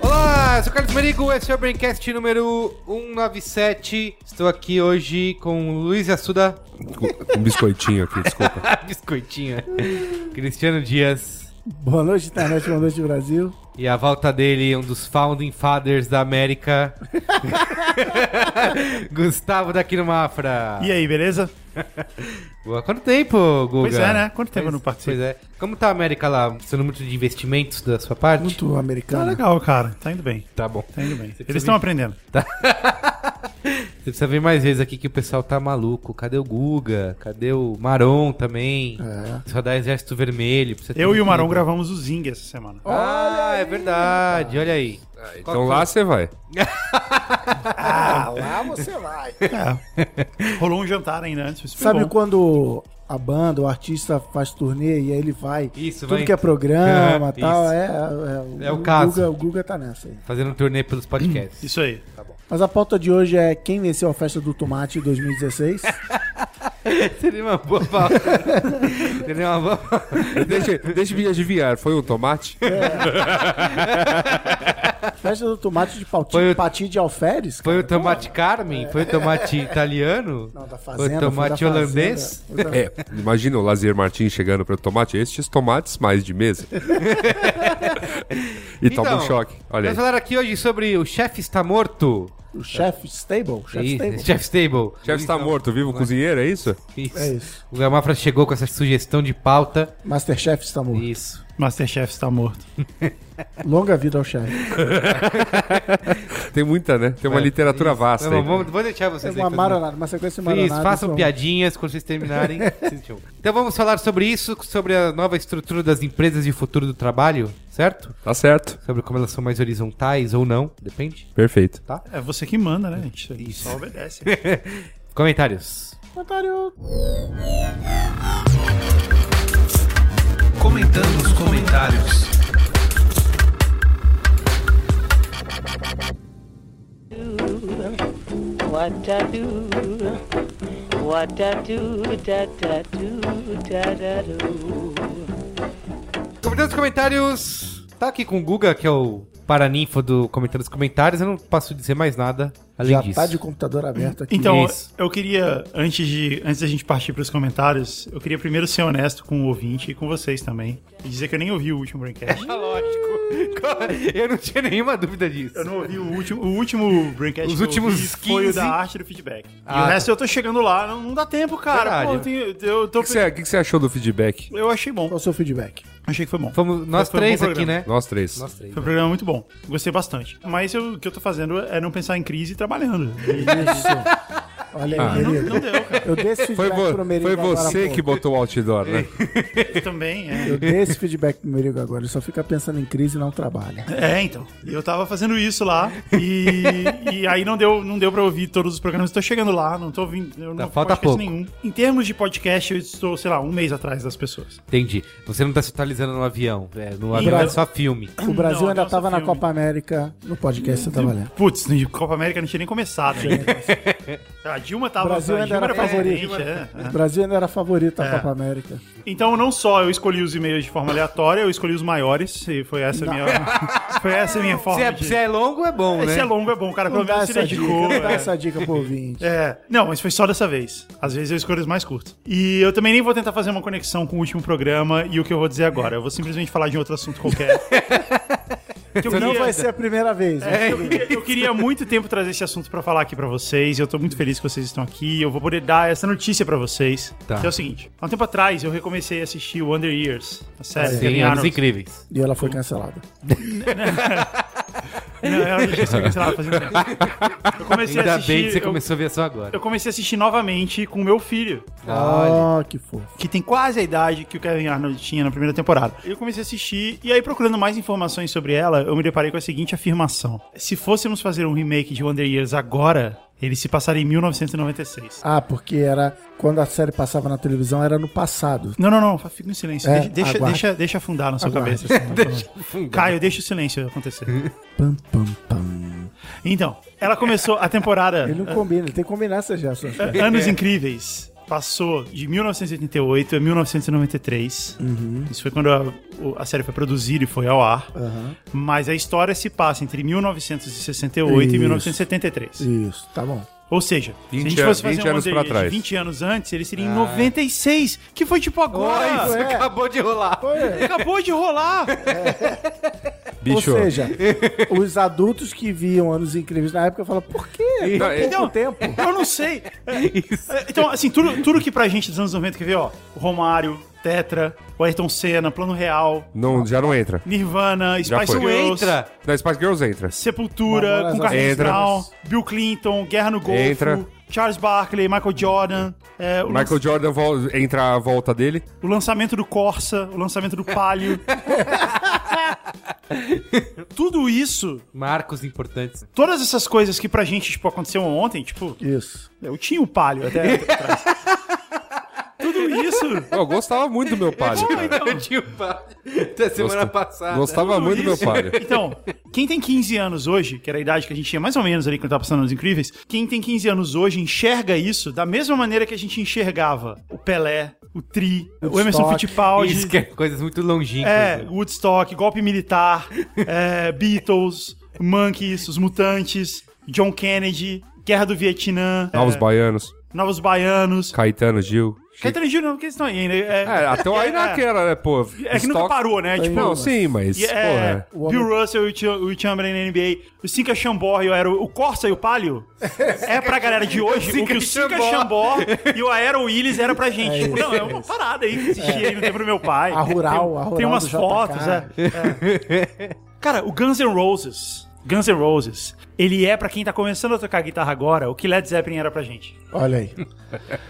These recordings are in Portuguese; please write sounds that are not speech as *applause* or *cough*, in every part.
Olá, eu sou o Carlos Merigo, esse é o Braincast número 197. Estou aqui hoje com o Luiz Assuda, *laughs* Ah, Um biscoitinho aqui, desculpa. biscoitinho, Cristiano Dias Boa noite, internet, boa noite, Brasil. e a volta dele, um dos founding fathers da *laughs* América, Gustavo daquilo Mafra. E aí, beleza? *laughs* Boa, quanto tempo, Guga? Pois é, né? Quanto tempo eu não Pois participo? é. Como tá a América lá? Sendo muito de investimentos da sua parte? Muito Tá americano. legal, cara. Tá indo bem. Tá bom. Tá indo bem. precisa Eles estão vir- aprendendo. Você precisa ver mais vezes aqui que o pessoal tá maluco. Cadê o Guga? Cadê o Maron também? É. Só dá Exército Vermelho. precisa ter Eu e tudo. o Marão gravamos o Zing essa semana. Ah, é verdade. Olha aí. Qual Então que lá foi? você vai. Ah, lá é um você vai. Rolou um jantar ainda antes. isso foi Sabe bom. quando a banda, o artista faz turnê e aí ele vai. Isso, tudo vai- que é programa É, e *laughs* tal. isso. É, é, É o caso. Guga, o Guga tá nessa aí. Fazendo um turnê pelos podcasts. *laughs* Isso aí. Mas a pauta de hoje é quem venceu a festa do *laughs* tomate 2016. Seria uma boa *laughs* pauta. Seria uma boa pauta. Deixa, deixa eu me adivinhar, foi um tomate? festa do tomate de pauti, Foi o- pati de alferes? Foi o cara. tomate Carmen? Foi o tomate italiano? Não, da Foi fazenda. o foi tomate da fazenda. holandês? Foi da- É, imagina o Lazier Martins chegando para o tomate, estes tomates mais de mesa. e toma um choque. Olha Nós aí. falar aqui hoje sobre o chefe está morto. O chef stable. Chef Isso, stable. Chef Stable. Chefe está morto, vivo cozinheiro, é isso? Isso. É isso. O Gamafra chegou com essa sugestão de pauta. Masterchef está morto. Isso. Masterchef está morto. Longa vida ao chefe. Tem muita, né? Tem *laughs* uma literatura vasta Tá bom, aí. vamos, vou deixar vocês Uma então. aí. fazendo- maronada, uma sequência de Isso, maronada. façam são- piadinhas quando vocês *laughs* terminarem. então vamos falar sobre isso, sobre a nova estrutura das empresas e o futuro do trabalho, certo? Tá certo. Sobre como elas são mais horizontais ou não, depende. Perfeito. É você que manda, né? A gente só obedece. Comentários. Comentário. Comentando os comentários. What I do, what I do, da da do, da da do. Comentando os comentários. Tá aqui com o Guga, que é o paraninfo do Comentando os Comentários. Eu não posso dizer mais nada além Já disso. tá *laughs* de computador aberto aqui. Então, Isso. eu queria, antes de antes da gente partir para os comentários, eu queria primeiro ser honesto com o ouvinte e com vocês também. E dizer que eu nem ouvi o último Braincast. Ah, lógico. Eu não tinha nenhuma dúvida disso. Eu não ouvi o último, o último Braincast. Os que eu últimos ouvi Foi o 15. da arte do feedback. e Ah, o resto eu tô chegando lá, não, não dá tempo, cara. Verdade. Pô, eu, tenho- eu O tô. que você- o que você achou do feedback? Eu achei bom. Qual é o seu feedback? Achei que foi bom. Fomos nós Foi um bom três aqui, programa. né? Nós três. Nós três. Foi um programa muito bom. Gostei bastante. Mas eu- o que eu tô fazendo é não pensar em crise e *laughs* trabalhando. Isso. Olha Ah. aí, querido. Não deu, cara. Eu dei esse *laughs* Foi, feedback vo- pro Merigo foi agora há você pouco. que botou o outdoor, né? Eu também, é. Eu dei esse feedback pro Merigo agora. Ele só fica pensando em crise e não trabalha. É, então. Eu tava fazendo isso lá e, e aí não deu, não deu pra ouvir todos os programas. Tô chegando lá, não tô ouvindo. Eu Tá, não falta podcast pouco. nenhum. Em termos de podcast, eu estou, sei lá, um mês atrás das pessoas. Entendi. Você não tá se atualizando no avião. É, no E avião eu- é só filme. O Brasil Não, ainda nossa, tava na filme. Copa América no podcast você tá trabalhando. Putz, na Copa América não tinha nem começado. ainda. *laughs* A Dilma O tava. Brasil a ainda Dilma era favorito. presidente, é, é. O Brasil ainda era favorito da É. Copa América. Então, não só eu escolhi os e-mails de forma aleatória, eu escolhi os maiores, e foi essa a minha, *laughs* foi essa a minha forma. Se é, de- se é longo, é bom, né? Esse é longo, é bom, o cara pelo Não dá menos se essa dica, dedicou. não dá é. essa dica pro ouvinte. É, não, mas foi só dessa vez. Às vezes eu escolho os mais curtos. E eu também nem vou tentar fazer uma conexão com o último programa e o que eu vou dizer agora. Eu vou simplesmente falar de um outro *laughs* assunto qualquer. Que eu Não queria- vai ser a primeira vez. né? eu queria- eu queria há muito tempo trazer esse assunto pra falar aqui pra vocês. E eu tô muito feliz que vocês estão aqui. Eu vou poder dar essa notícia pra vocês. Tá. Que é o seguinte: há um tempo atrás eu recomecei a assistir o Under Years, a série. Sim, é Kevin anos Arnold. incríveis. E ela foi cancelada. Não, eu já sei cancelado faz um tempo. Eu comecei a Ainda assistir. bem que você eu- começou a ver só agora. Eu comecei a assistir novamente com meu filho, Olha. oh, que fofo. que tem quase a idade que o Kevin Arnold tinha na primeira temporada. Eu comecei a assistir, e aí procurando mais informações sobre ela, eu me deparei com a seguinte afirmação. Se fôssemos fazer um remake de Wonder Years agora, ele se passaria em 1996. Ah, porque era. Quando a série passava na televisão, era no passado. Não, não, não, fica em silêncio. É, deixa, deixa, aguarde. deixa, deixa afundar na sua Aguarde. cabeça. *laughs* assim, por favor. Caio, deixa o silêncio acontecer. Pam, pam, pam. Então, ela começou *laughs* a temporada... Ele não combina, ele tem que combinar essas reações. A- Anos Incríveis passou de 1988 a 1993. Uhum. Isso foi quando a, o- a série foi produzida e foi ao ar. Mas a história se passa entre 1968 e Isso. 1973. Isso, tá bom. Ou seja, se a 20 gente fosse fazer 20 um anos pra Wonder Years trás. 20 anos antes, ele seria em 96, que foi tipo Olha, agora. isso Ué. acabou de rolar. É. Acabou de rolar. Bicho. Ou seja, os adultos que viam Anos Incríveis na época falam, por quê? Não, Por é- que o tempo? Eu não sei. É, Então, assim, tudo, tudo que pra gente dos anos 90 que vê, ó, Romário, Tetra, o Ayrton Senna, Plano Real, Não, já não entra. Nirvana, Já Spice foi. Não Girls, entra. Na Spice Girls entra. Sepultura, Mamonas com Carlinhos Entra. Brown, Bill Clinton, Guerra no Golfo, Entra. Charles Barkley, Michael Jordan, é, o, Michael Jordan vol- entra a volta dele. lan- o lançamento do Corsa, o lançamento *laughs* do Palio. Tudo isso, Marcos importantes. todas essas coisas que pra gente tipo, aconteceu ontem, tipo, Isso. eu tinha o Palio até *laughs* atrás. Tudo isso, Eu gostava muito do meu palio. cara. Eu tinha o pai da semana Gosta- né? passada. Gostava muito do meu *laughs* palio. Então, quem tem 15 anos hoje, que era a idade que a gente tinha mais ou menos ali quando tava passando nos incríveis, quem tem 15 anos hoje enxerga isso da mesma maneira que a gente enxergava o Pelé, o Tri, o Woodstock, Emerson Isso Fittipaldi, que é coisas muito longínquas. é, né? Woodstock, golpe militar, é, Beatles, Monkeys, os Mutantes, John Kennedy, Guerra do Vietnã, é, Novos baianos. Novos Baianos. Caetano, Gil. Caetano e Gil não, porque eles estão aí ainda. É, É, até aí naquela, né, pô? É que nunca estoque- parou, né? Tipo, Não, sim, mas, E é, porra. Bill Russell e o Ch- o Chamberlain na NBA, o Cinca Chambor e o Aero, o Corsa e o Palio, *laughs* é pra galera de hoje o que o Cinca Chambor e o Aero Willis era pra gente. tipo, não, é uma parada aí que existia aí no tempo do meu pai. É. A rural, tem, a rural Tem umas do JK. fotos, é, é. Cara, o Guns N' Roses, Guns N' Roses, ele é pra quem tá começando a tocar guitarra agora, o que Led Zeppelin era pra gente. Olha aí.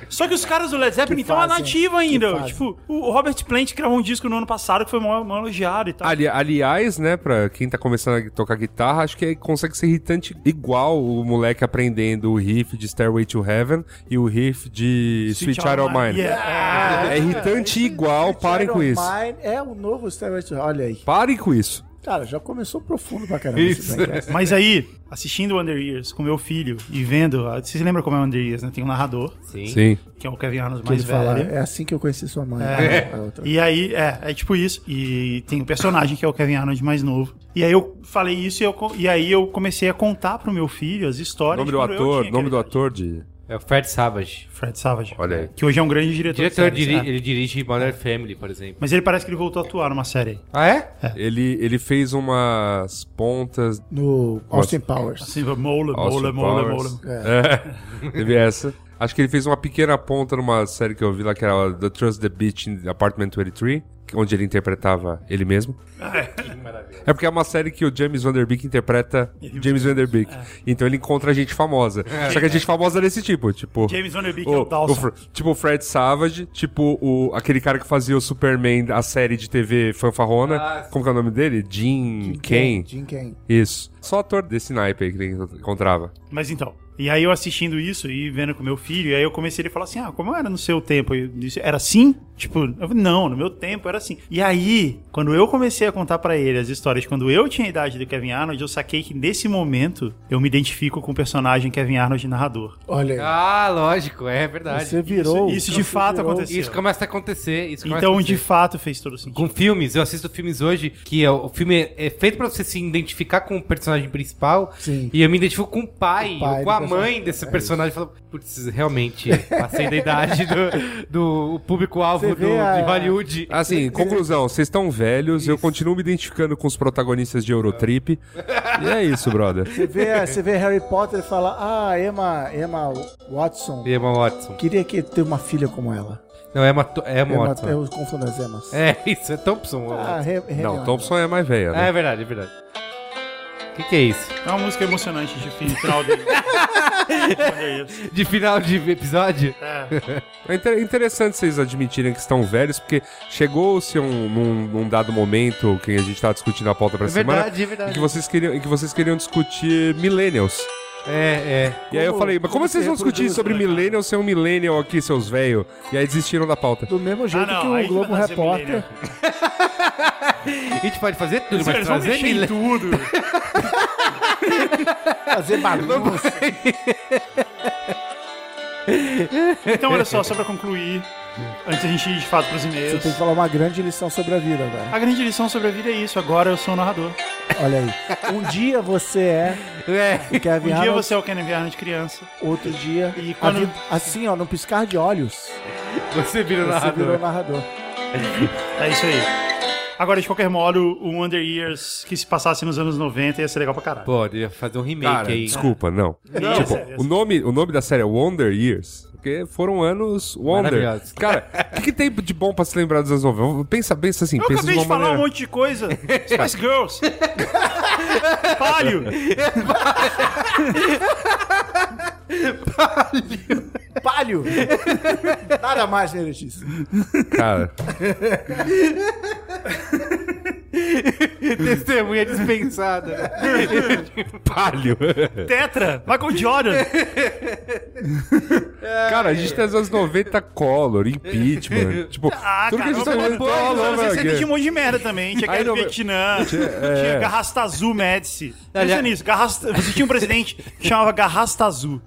Só que os caras do Led Zeppelin estão fazem, nativa ainda. fazem. Tipo, o Robert Plant gravou um disco no ano passado que foi mal, mal elogiado e tal. Ali- aliás, né, pra quem tá começando a tocar guitarra, acho que consegue ser irritante igual o moleque aprendendo o riff de Stairway to Heaven e o riff de Sweet Child of Mine. Yeah. É irritante igual, parem com isso. Mine é o novo Stereotype. Olha aí. Parem com isso. Cara, já começou profundo pra caramba. Isso. esse negócio. É. Mas aí, assistindo Wonder Years com meu filho e vendo. ah, Vocês lembram como é Wonder Years, né? Tem um narrador, Sim. Sim. que é o Kevin Arnold Que *laughs* mais ele fala, velho. é assim que eu conheci sua mãe. É. Ah, não, é outra. E aí, é, é tipo isso. E tem um personagem que é o Kevin Arnold mais novo. E aí eu falei isso e, eu co- e aí eu comecei a contar pro meu filho as histórias. Nome do quando tipo, eu ator, tinha nome do aquela idade. ator de. É o Fred Savage. Fred Savage. Olha aí. Que hoje é um grande diretor. de Diretor, séries, diri- é. ele dirige Modern Family, por exemplo. Mas ele parece que ele voltou a atuar numa série. aí. Ah, é? Ele, ele fez umas pontas. No Austin Powers. Assim, mola, mola, Austin mola, Powers. mola. É. *laughs* Teve essa. Acho que ele fez uma pequena ponta numa série que eu vi lá, que era The Trust the Beach in Apartment 23, que- onde ele interpretava ele mesmo. Ah, É porque é uma série que o James Van Der Beek interpreta James Van Der Beek. é. Então ele encontra gente famosa. Só que a gente famosa desse tipo, tipo... James Van Der Beek o, é o Dawson. o Fr- Tipo o Fred Savage, tipo o, aquele cara que fazia o Superman, a série de TV fanfarrona. Como que é o nome dele? Jim, Kane. Jim Ken. Isso. Só ator desse naipe aí que ele encontrava. Mas então, e aí eu assistindo isso e vendo com meu filho, e aí eu comecei ele falar assim: "Ah, como era no seu tempo?" Eu disse, era assim? Tipo, eu falei, não, no meu tempo era assim. E aí, quando eu comecei a contar pra ele as histórias de quando eu tinha a idade do Kevin Arnold, eu saquei que nesse momento eu me identifico com o personagem Kevin Arnold de narrador. Olha Ah, lógico, é aí. verdade. Você virou. isso de você fato virou. aconteceu. Isso começa a acontecer. Isso começa a Então, acontecer. de fato, fez todo sentido. Com filmes, eu assisto filmes hoje que é- o filme é é feito pra você se identificar com o personagem principal. Sim. E eu me identifico com o pai, O pai ou com a do É mãe desse personagem. Falo, putz, realmente, passei da idade do, do Você público-alvo do- vê a- de Hollywood. Assim, conclusão, vocês estão velhos, eu continuo me identificando com os protagonistas de Eurotrip. e é isso, brother. Você vê, você vê Harry Potter e fala, ah, Emma, Emma Watson. E Emma Watson. Queria que ter uma filha como ela. Não, Emma, To- Emma Emma, Watson. eu confundo as Emmas. É, isso, é Thompson. Ah, Watson. Re- Re- Não, Re- Thompson é mais velha, né? É verdade, é verdade. que, que é isso? É uma música emocionante de fim- *laughs* final de. Olha isso. Ah, De final de episódio? É inter- interessante vocês admitirem que estão velhos, porque chegou-se um, num, num dado momento que a gente tava discutindo a pauta pra É semana. verdade, é verdade. Em que, vocês queriam, em que vocês queriam discutir millennials. É, é. E aí eu Como- falei, mas como como vocês se vão discutir reproduz, sobre né, millennial ser um millennial aqui, seus velhos? E aí desistiram da pauta. Do mesmo jeito não, que aí o tá Globo vai nascer Repórter. né? A gente pode fazer tudo, mas Eles vão trazer mexer em milênio. tudo. Fazer bagunça. Então, olha só, só pra concluir, antes a gente ir de fato pros Você e-mails. tem que falar uma grande lição sobre a vida, velho. A grande lição sobre a vida é isso. Agora eu sou o narrador. Olha aí. Um dia você É. é Kevin Um dia Arnold, você é o Ken Viana de criança. outro dia. E E quando- assim, ó, num piscar de olhos, *laughs* Você vira o você narrador. virou narrador. É isso aí. Agora, de qualquer modo, o Wonder Years que se passasse nos anos 90 ia ser legal pra caralho. Pode fazer um remake Cara, *laughs* aí. desculpa, não. Não, tipo, é sério. o, nome, o nome da série é Wonder Years. Porque foram anos Wonder. Maravilhosos. Cara, o que, que tem de bom pra se lembrar dos anos 90? Pensa, pensa assim, Eu pensa acabei uma de falar maneira- um monte de *laughs* coisa. Spice Girls. Palio. Palho! *laughs* Nada mais, né, Letícia? Cara, Testemunha dispensada. *laughs* palho. Tetra. Michael Jordan. Cara, a gente tem os anos 90 Collor, impeachment. Tipo, Ah, tudo cara, que a gente tá eu vendo vou botar Collor, anos 60 velho. tinha um monte de merda também. Tinha Aí Guerra não- do Vietnã, é. tinha Garrasta Azul Médici. Pensa Aliás- nisso. Garrasta... Você tinha um presidente que chamava Garrasta Azul.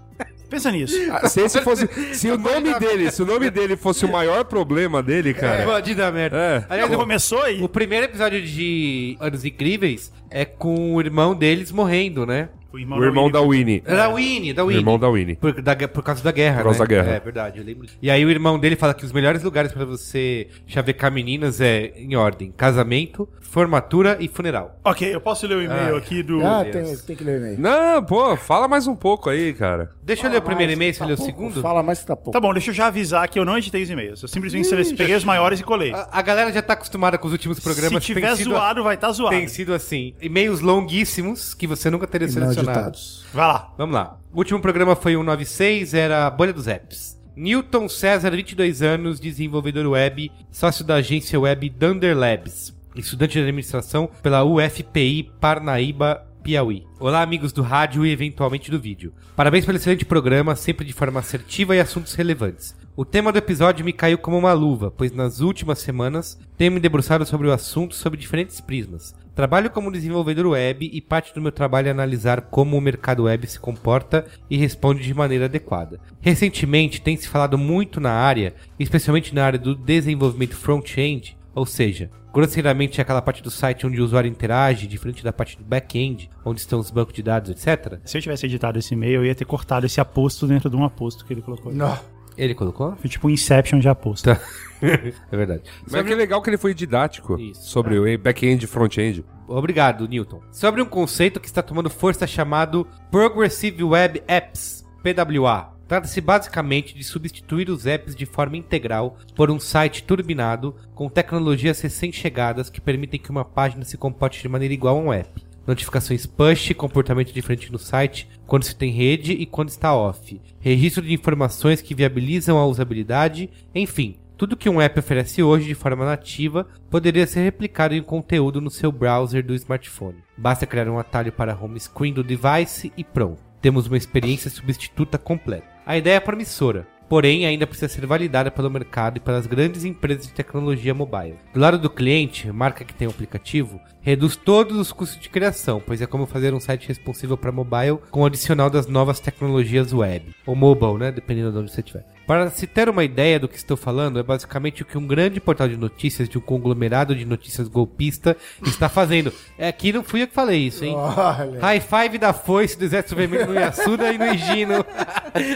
Pensa nisso. Ah, Se esse fosse. Se o nome dele, se o nome dele fosse o maior problema dele, É, cara. Bandido da merda. É. Aliás, eu- Começou aí. o primeiro episódio de Anos Incríveis é com o irmão deles morrendo, né? O irmão da Winnie. É Da Winnie, da O Winnie. irmão da Winnie. Por, da- por causa da guerra, Por causa né? da guerra. É verdade, eu lembro. E aí o irmão dele fala que os melhores lugares pra você chavecar meninas é em ordem: casamento, formatura e funeral. Ok, eu posso ler o e-mail Ah. aqui é. do. Ah, tem, tem que ler o e-mail. Não, pô, fala mais um pouco aí, cara. Deixa eu ler o primeiro e-mail, você lê o Tá pouco, segundo? Fala mais que tá pouco. Tá bom, deixa eu já avisar que eu não editei os e-mails. Eu simplesmente sele- peguei os maiores e colei. Ah, A, a galera já tá acostumada com os últimos programas. Se tiver tem sido, zoado, vai estar tá zoado. tem sido assim: e-mails longuíssimos que você nunca teria E não selecionado. editados. Vai lá. Vamos lá. O último programa foi o 196, era a Bolha dos Apps. Newton César, 22 anos, desenvolvedor web, sócio da agência web Dunder Labs, estudante de administração pela UFPI Parnaíba, Piauí. Olá, amigos do rádio e eventualmente do vídeo. Parabéns pelo excelente programa, sempre de forma assertiva e assuntos relevantes. O tema do episódio me caiu como uma luva, pois nas últimas semanas tenho me debruçado sobre o assunto sob diferentes prismas. Trabalho como desenvolvedor web e parte do meu trabalho é analisar como o mercado web se comporta e responde de maneira adequada. Recentemente tem se falado muito na área, especialmente na área do desenvolvimento front-end, ou seja, grosseiramente é aquela parte do site onde o usuário interage, diferente da parte do back-end, onde estão os bancos de dados, etc. Se eu tivesse editado esse e-mail, eu ia ter cortado esse aposto dentro de um aposto que ele colocou. Não. Ele colocou? Foi tipo um Inception de aposto. Tá. é verdade. Mas que legal que ele foi didático Isso. é. sobre o back-end e front-end. Obrigado, Newton. Sobre um conceito que está tomando força chamado Progressive Web Apps, PWA. Trata-se basicamente de substituir os apps de forma integral por um site turbinado com tecnologias recém-chegadas que permitem que uma página se comporte de maneira igual a um app. Notificações push, comportamento diferente no site, quando se tem rede e quando está off. Registro de informações que viabilizam a usabilidade, enfim, tudo que um app oferece hoje de forma nativa poderia ser replicado em conteúdo no seu browser do smartphone. Basta criar um atalho para a home screen do device e pronto. Temos uma experiência substituta completa. A ideia é promissora, porém ainda precisa ser validada pelo mercado e pelas grandes empresas de tecnologia mobile. Do lado do cliente, marca que tem o aplicativo, reduz todos os custos de criação, pois é como fazer um site responsivo para mobile com o adicional das novas tecnologias web, ou mobile, né, dependendo de onde você estiver. Para se ter uma ideia do que estou falando, é basicamente o que um grande portal de notícias de um conglomerado de notícias golpista está fazendo. É aqui não fui eu que falei isso, *laughs* hein? Olha. É. High five da foice do Exército Vermelho no Yasuda e no Higino.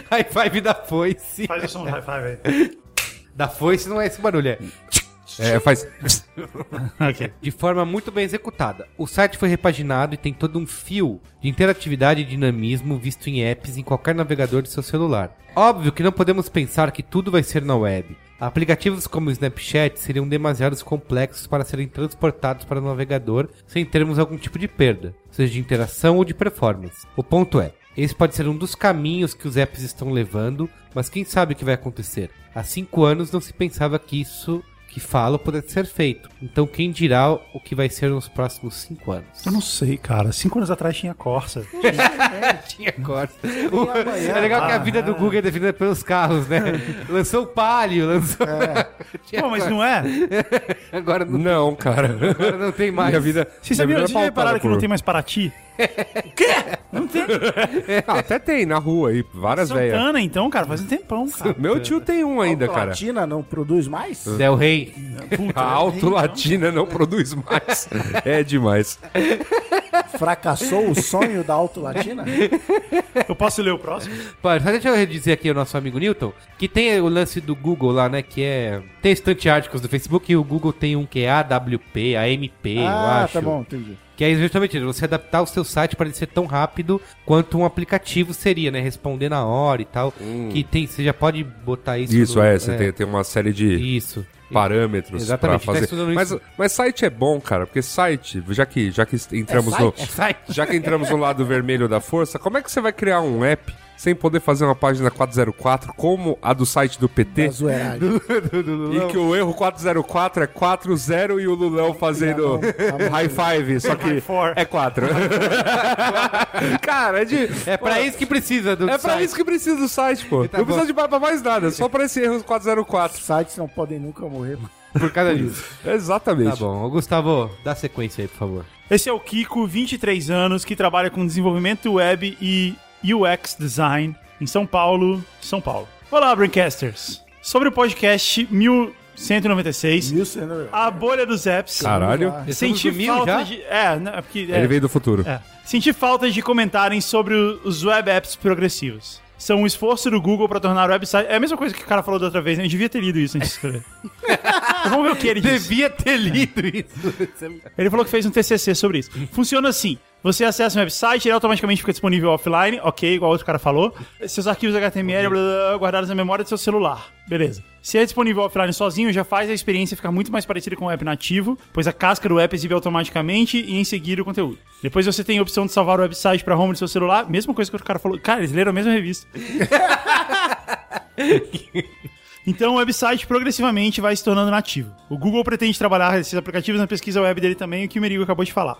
High five da foice. Faz o som do high five *laughs* aí. Da foice não é esse barulho, é. É, *laughs* faz. ok. de forma muito bem executada. O site foi repaginado e tem todo um fio de interatividade e dinamismo visto em apps em qualquer navegador de seu celular. Óbvio que não podemos pensar que tudo vai ser na web. Aplicativos como o Snapchat seriam demasiados complexos para serem transportados para o navegador sem termos algum tipo de perda, seja de interação ou de performance. O ponto é, esse pode ser um dos caminhos que os apps estão levando, mas quem sabe o que vai acontecer? Há cinco anos não se pensava que isso que falo pudesse ser feito. Então quem dirá o que vai ser nos próximos cinco anos? Eu não sei, cara. Cinco anos atrás tinha Corsa. Tinha Corsa. *laughs* O- É legal que a vida do Google é definida pelos carros, né? lançou o Palio, lançou... Pô, mas não é? Agora não, *laughs* Não, cara. agora não tem mais. Minha vida. Vocês sabiam, minha vocês vida já é pautada repararam que não por- tem mais Paraty? Ah, até tem na rua aí, várias velhas. Santana, então, cara, faz um tempão, cara. Meu tio tem um ainda, cara. Latina não produz mais? Del Rey. *laughs* né? Puta, A Auto então. Latina não *laughs* produz mais. É demais. Fracassou o sonho da Auto Latina? Eu posso ler o próximo? Pode, só deixa eu dizer aqui ao nosso amigo Newton, que tem o lance do Google lá, né? Que é. Tem estante artigos do Facebook e o Google tem um que é AWP, AMP, eu ah, acho. tá bom, entendi. Que é justamente isso, você adaptar o seu site para ele ser tão rápido quanto um aplicativo seria, né? Responder na hora e tal. Que tem, você já pode botar isso. Isso, no- é, você Tem, tem uma série de Isso. parâmetros para Exatamente, tá fazer. estudando Mas, isso. mas site é bom, cara, porque site, já que, já que entramos no. É site. Já que entramos no lado vermelho da força, como é que você vai criar um app sem poder fazer uma página 404 como a do site do PT? Da Tá zoeiragem. E que o erro 404 é 40 e o Lulão fazendo *laughs* high five, só que High four. *laughs* é 4. Cara, é de. É pra isso que precisa do É pra site. isso que precisa do site, pô. Tá não bom. precisa de pra mais nada, só pra esse erro 404. Sites não podem nunca morrer. por causa disso. Exatamente. Tá bom. Ô, Gustavo, dá sequência aí, por favor. Esse é o Kiko, 23 anos, que trabalha com desenvolvimento web e UX design em São Paulo, São Paulo. Olá, Braincasters. Sobre o podcast 1196, Isso, né? a bolha dos apps. Caralho. Estamos Senti no mil falta já? de. É, não, é porque. é, Ele veio do futuro. É. Senti falta de comentarem sobre o- os web apps progressivos. São um esforço do Google pra tornar o website. É a mesma coisa que o cara falou da outra vez, né? Eu devia ter lido isso antes de escrever. Vamos ver o que ele disse. Devia ter lido isso. Ele falou que fez um TCC sobre isso. Funciona assim. Você acessa um website, ele automaticamente fica disponível offline, ok, igual outro cara falou. Seus arquivos HTML blá, blá, blá, guardados na memória do seu celular. Beleza. Se é disponível offline sozinho, já faz a experiência ficar muito mais parecida com o app nativo, pois a casca do app exibe automaticamente e em seguida o conteúdo. Depois você tem a opção de salvar o website para home do seu celular, mesma coisa que o outro cara falou. Cara, eles leram a mesma revista. Então o website progressivamente vai se tornando nativo. O Google pretende trabalhar esses aplicativos na pesquisa web dele também, o que o Merigo acabou de falar.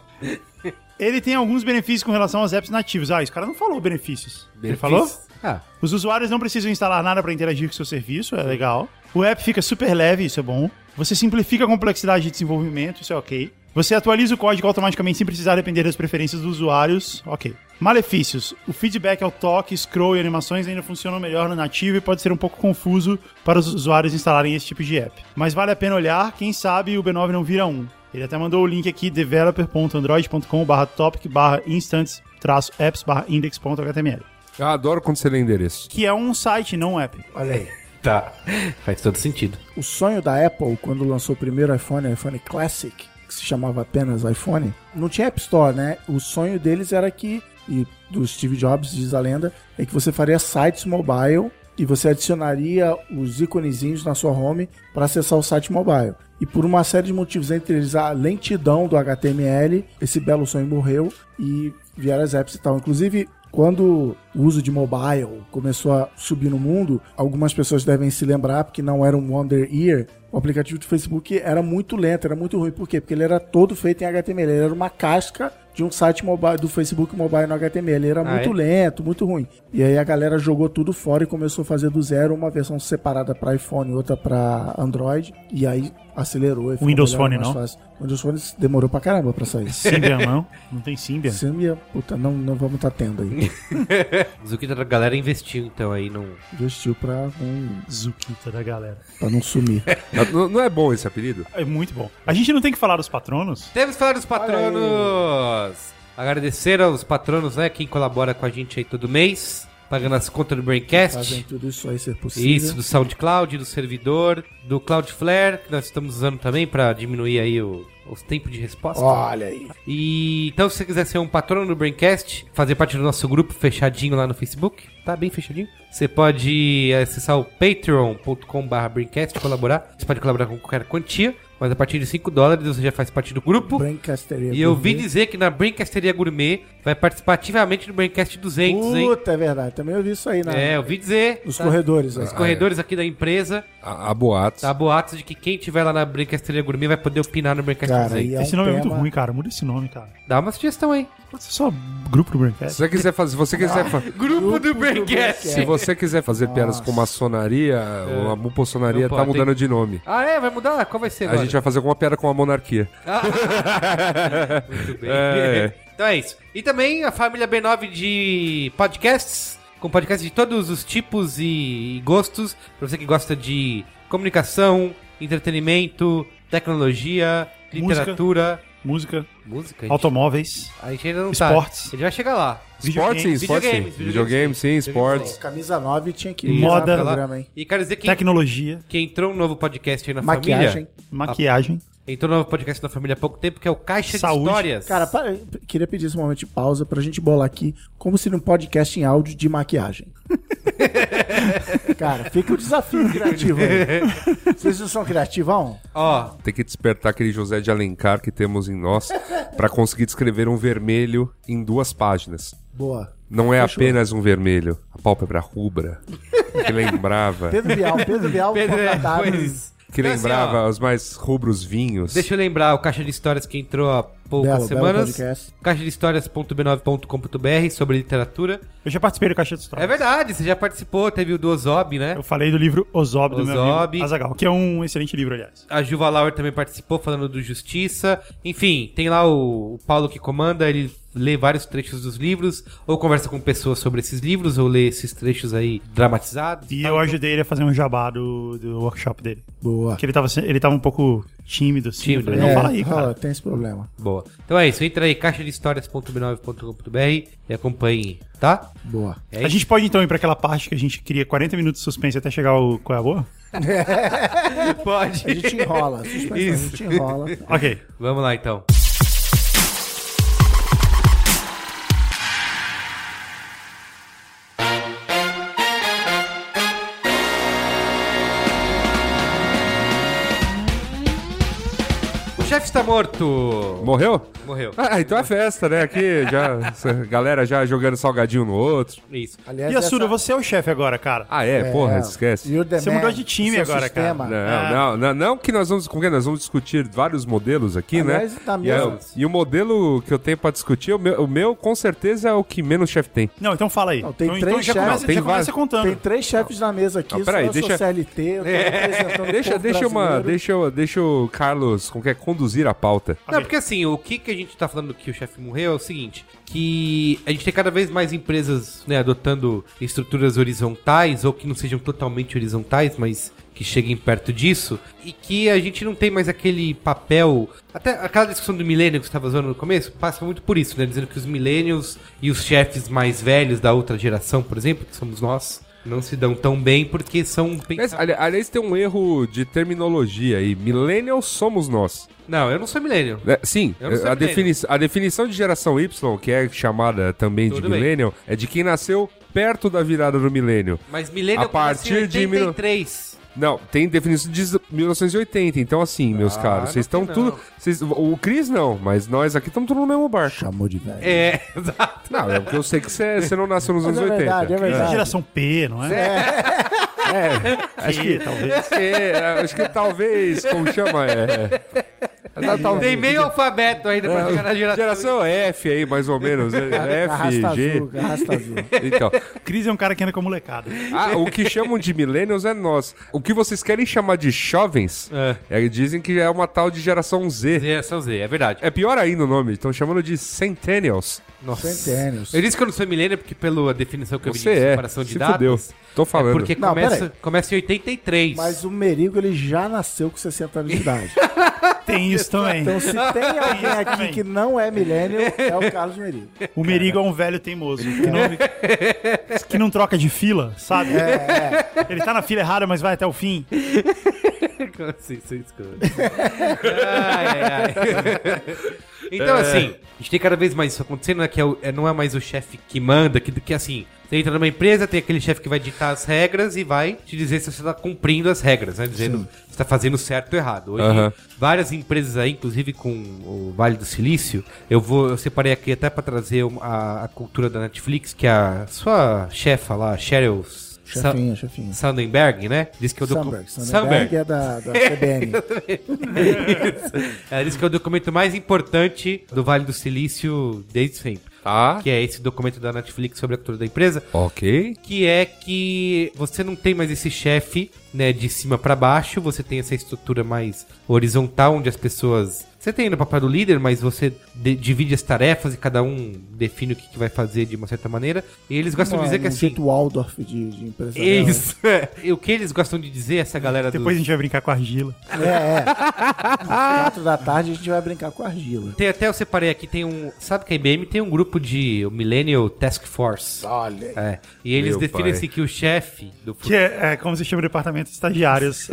Ele tem alguns benefícios com relação aos apps nativos. Ah, esse cara não falou benefícios. Ele falou? Ah, Os usuários não precisam instalar nada para interagir com o seu serviço, é legal. O app fica super leve, isso é bom. Você simplifica a complexidade de desenvolvimento, isso é ok. Você atualiza o código automaticamente sem precisar depender das preferências dos usuários, ok. Malefícios: o feedback ao toque, scroll e animações ainda funcionam melhor no nativo e pode ser um pouco confuso para os usuários instalarem esse tipo de app. Mas vale a pena olhar, quem sabe o B9 não vira um. Ele até mandou o link aqui developer.android.com/topic/instance-apps/index.html, Eu adoro quando você *laughs* lê endereço. que é um site, não um app. Olha aí. tá. Faz todo sentido. O sonho da Apple, quando lançou o primeiro iPhone, o iPhone Classic, que se chamava apenas iPhone, não tinha App Store, né? O sonho deles era que, e do Steve Jobs, diz a lenda, é que você faria sites mobile e você adicionaria os iconezinhos na sua home para acessar o site mobile. E por uma série de motivos, entre eles a lentidão do HTML, esse belo sonho morreu e vieram as apps e tal. Inclusive, quando o uso de mobile começou a subir no mundo, algumas pessoas devem se lembrar, porque não era um Wonder Ear, o aplicativo do Facebook era muito lento, era muito ruim. Por quê? Porque ele era todo feito em HTML, ele era uma casca de um site mobile, do Facebook mobile no HTML. Ele era Ah, muito é? lento, muito ruim. E aí a galera jogou tudo fora e começou a fazer do zero uma versão separada para iPhone, outra para Android, e aí acelerou. e ficou Windows melhor, Phone, mais não? Fácil. Windows Phone demorou pra caramba pra *laughs* sair. Symbian, não? Não tem Symbian? Sim, puta, não, não vamos estar tendo aí. Mas o que a galera investiu, então, aí num. Investiu pra não, Zuquita da galera. pra *laughs* não sumir. Não não é bom esse apelido? É muito bom. A gente não tem que falar dos patronos? Temos que falar dos patronos! Agradecer aos patronos, né? Quem colabora com a gente aí todo mês. pagando as contas do Fazem Braincast. tudo isso aí ser possível. Isso, do SoundCloud, do servidor, do Cloudflare, que nós estamos usando também para diminuir aí o- os tempos de resposta. Olha aí. E então, se você quiser ser um patrono do Braincast, fazer parte do nosso grupo fechadinho lá no Facebook, tá bem fechadinho. Você pode acessar o patreon.com.br Braincast, colaborar. Você pode colaborar com qualquer quantia, mas a partir de 5 dólares você já faz parte do grupo. Brancasteria. Uh! E eu ouvi Gourmet. dizer que na Brincasteria Gourmet vai participar ativamente do Braincast 200, hein? Puta, é verdade. Também eu vi isso aí na, É, eu ouvi dizer. nos tá? corredores. né? Os corredores aqui da empresa, Há há boatos. tá boatos de que quem tiver lá na Brincasteria Gourmet vai poder opinar no Brincasteria Cara, 200. e é um Esse nome é tema- muito ruim, cara. Muda esse nome, cara. Dá uma sugestão aí. Pode ser só grupo do Se Braincast. você quiser fazer, se você quiser fa- Grupo do Braincast! se você quiser fazer piadas com maçonaria, ou a mupossonaria É. Não tá pode, mudando de nome. Ah, é? Vai mudar? Qual vai ser A agora? gente vai fazer alguma piada com a monarquia. *laughs* Muito bem. É. Então é isso. E também a família B9 de podcasts, com podcasts de todos os tipos e gostos. Pra você que gosta de comunicação, entretenimento, tecnologia, Música. literatura, Música, música. a gente- automóveis, A gente ainda não Esportes. tá. A gente vai chegar lá. Esporte sim, videogame, esporte sim. videogames, Videogame sim, videogames. esportes. Camisa 9 tinha que E ir moda. no programa, hein? E quero dizer que, tecnologia, que entrou um novo podcast aí na Maquiagem. família. maquiagem. Entrou um novo podcast na família há pouco tempo, que é o Caixa Saúde. de Histórias. Cara, pa- queria pedir esse momento de pausa pra gente bolar aqui como seria um podcast em áudio de maquiagem. *laughs* Cara, fica o desafio *laughs* criativo aí. Vocês não são criativos, não? Ó, um Tem que despertar aquele José de Alencar que temos em nós pra conseguir descrever um vermelho em duas páginas. Boa. Não é apenas um vermelho, a pálpebra rubra, *laughs* que lembrava, Pedro Bial, Pedro Bial, Pedro, é, contratado. pois- que Então, lembrava assim, ó, os mais rubros vinhos. Deixa eu lembrar o Caixa de Histórias que entrou há poucas Belo, belo semanas. podcast. Caixa de Histórias.b9.com.br sobre literatura. Eu já participei do Caixa de História. É verdade, você já participou, teve o do Ozob, né? Eu falei do livro Ozob, do meu Ozob. amigo Azagal, que é um excelente livro, aliás. A Juva Lauer também participou falando do Justiça. Enfim, tem lá o, o Paulo que comanda, ele lê vários trechos dos livros, ou conversa com pessoas sobre esses livros, ou lê esses trechos aí dramatizados. E tal. eu ajudei ele a fazer um jabá do, do workshop dele. Boa. Porque ele tava, se- ele tava um pouco tímido, assim. Tímido, eu falei, não, É, fala aí, cara. rola, Tem esse problema. Boa. Então é isso, entra aí, caixadehistórias.b9.com.br e acompanhe, tá? Boa. É A isso. gente pode então ir pra aquela parte que a gente cria 40 minutos de suspense até chegar o. Qual é a boa? pode. A gente enrola. Suspensão, Isso. A gente enrola. Ok. Vamos lá então. O chefe está morto. Morreu? Morreu. Ah, então é festa, né? Aqui já. essa Galera já jogando salgadinho no outro. Isso. Aliás, e Assuda, essa- você é o chefe agora, cara. Ah, é, porra, esquece. You're the Você man. mudou de time Seu agora, cara. É. sistema. Não, não, não, não que nós vamos, com que é? nós vamos discutir vários modelos aqui, Aliás, né? tá e, é- mesmo. e o modelo que eu tenho pra discutir, o meu, o meu, com certeza é o que menos chefe tem. Não, então fala aí. Não, tem então, três então já chefes. começa, Tem já vários. começa contando. Tem três chefes na mesa aqui, Não, peraí, só eu sou deixa- É, CLT, eu tô representando o Deixa, povo deixa uma, brasileiro. deixa, eu- deixa o Carlos, como que é, conduzir a pauta. Não, porque assim, o que, que a gente tá falando que o chefe morreu é o seguinte, que a gente tem cada vez mais empresas, né, adotando estruturas horizontais, ou que não sejam totalmente horizontais, mas que cheguem perto disso, e que a gente não tem mais aquele papel, até aquela discussão do milênio que você estava usando no começo, passa muito por isso, né, dizendo que os millennials e os chefes mais velhos da outra geração, por exemplo, que somos nós, não se dão tão bem porque são... Mas, ali- aliás, tem um erro de terminologia aí. Millennials somos nós. Não, eu não sou millennial. né? sim, Eu não sei millennial. a, defini a definição de geração Y, que é chamada também de Tudo bem. millennial, é de quem nasceu perto da virada do milênio. Mas millennial A partir começa em de mil- 83. Não, tem definição de 1980. Então, assim, Ah, meus caros, vocês não estão tem tudo. não. Vocês, o Cris não, mas nós aqui estamos tudo no mesmo barco. Chamou de velho. É, exato. Não, é porque eu sei que você não nasceu nos Mas anos é 80. verdade, é Isso é verdade. geração P, não *laughs* é? É. Acho que talvez. É, é, acho que talvez, como chama? É. é. Tal- Tem meio alfabeto ainda É. pra chegar na geração. Geração F aí, mais ou menos. né? Arrasta F, azul, G. arrasta *laughs* azul. Então, Cris é um cara que anda com a molecada. ah, o que chamam de millennials é nós. O que vocês querem chamar de jovens, é, dizem que é uma tal de geração Z. Geração Z, é verdade. É pior ainda o nome, estão chamando de Centennials. Centennials. Eu disse que eu não sou milênio porque pela definição que eu vi Você de é. comparação de se datas... fudeu. Tô É falando. porque Não, começa, peraí. começa em 83. Mas o Merigo, ele já nasceu com 60 anos de idade. Tem isso também. Então, se *laughs* tem alguém aqui também. que não é milênio, é o Carlos Merigo. O Merigo é um velho teimoso. Que não, que não troca de fila, sabe? É, Ele tá na fila errada, mas vai até o fim. Sim, sim, desculpa. ai, ai, ai. Então, assim, a gente tem cada vez mais isso acontecendo, né? Que é o- é- não é mais o chefe que manda, que, que assim, você entra numa empresa, tem aquele chefe que vai ditar as regras e vai te dizer se você tá cumprindo as regras, né? Dizendo se você tá fazendo certo ou errado. Hoje, Aham. várias empresas aí, inclusive com o Vale do Silício, eu vou, eu separei aqui até pra trazer um- a, a cultura da Netflix, que é a sua chefa lá, Cheryl. Sa- Chefinha, chefinha. Sandberg, né? Diz que eu dou Sandberg. Sandberg é *laughs* da, da CBN. Isso. Ela disse que é o documento mais importante do Vale do Silício desde sempre. Tá. Que é esse documento da Netflix sobre a cultura da empresa. Ok. Que é que você não tem mais esse chefe, né, de cima pra baixo. Você tem essa estrutura mais horizontal, onde as pessoas. Você tem ainda o papel do líder, mas você de- divide as tarefas e cada um define o que, que vai fazer de uma certa maneira. E eles gostam de dizer que um assim. jeito Waldorf de, de *laughs* empresarial. Isso. E o que eles gostam de dizer, essa galera do. Depois a gente vai brincar com a argila. É, é. Às quatro da tarde a gente vai brincar com a argila. Tem até, eu separei aqui, tem um. Sabe que a IBM tem um grupo de o Millennial Task Force. Olha. É. E eles Meu definem pai. assim que o chefe do Que é, é como se chama o departamento de estagiários.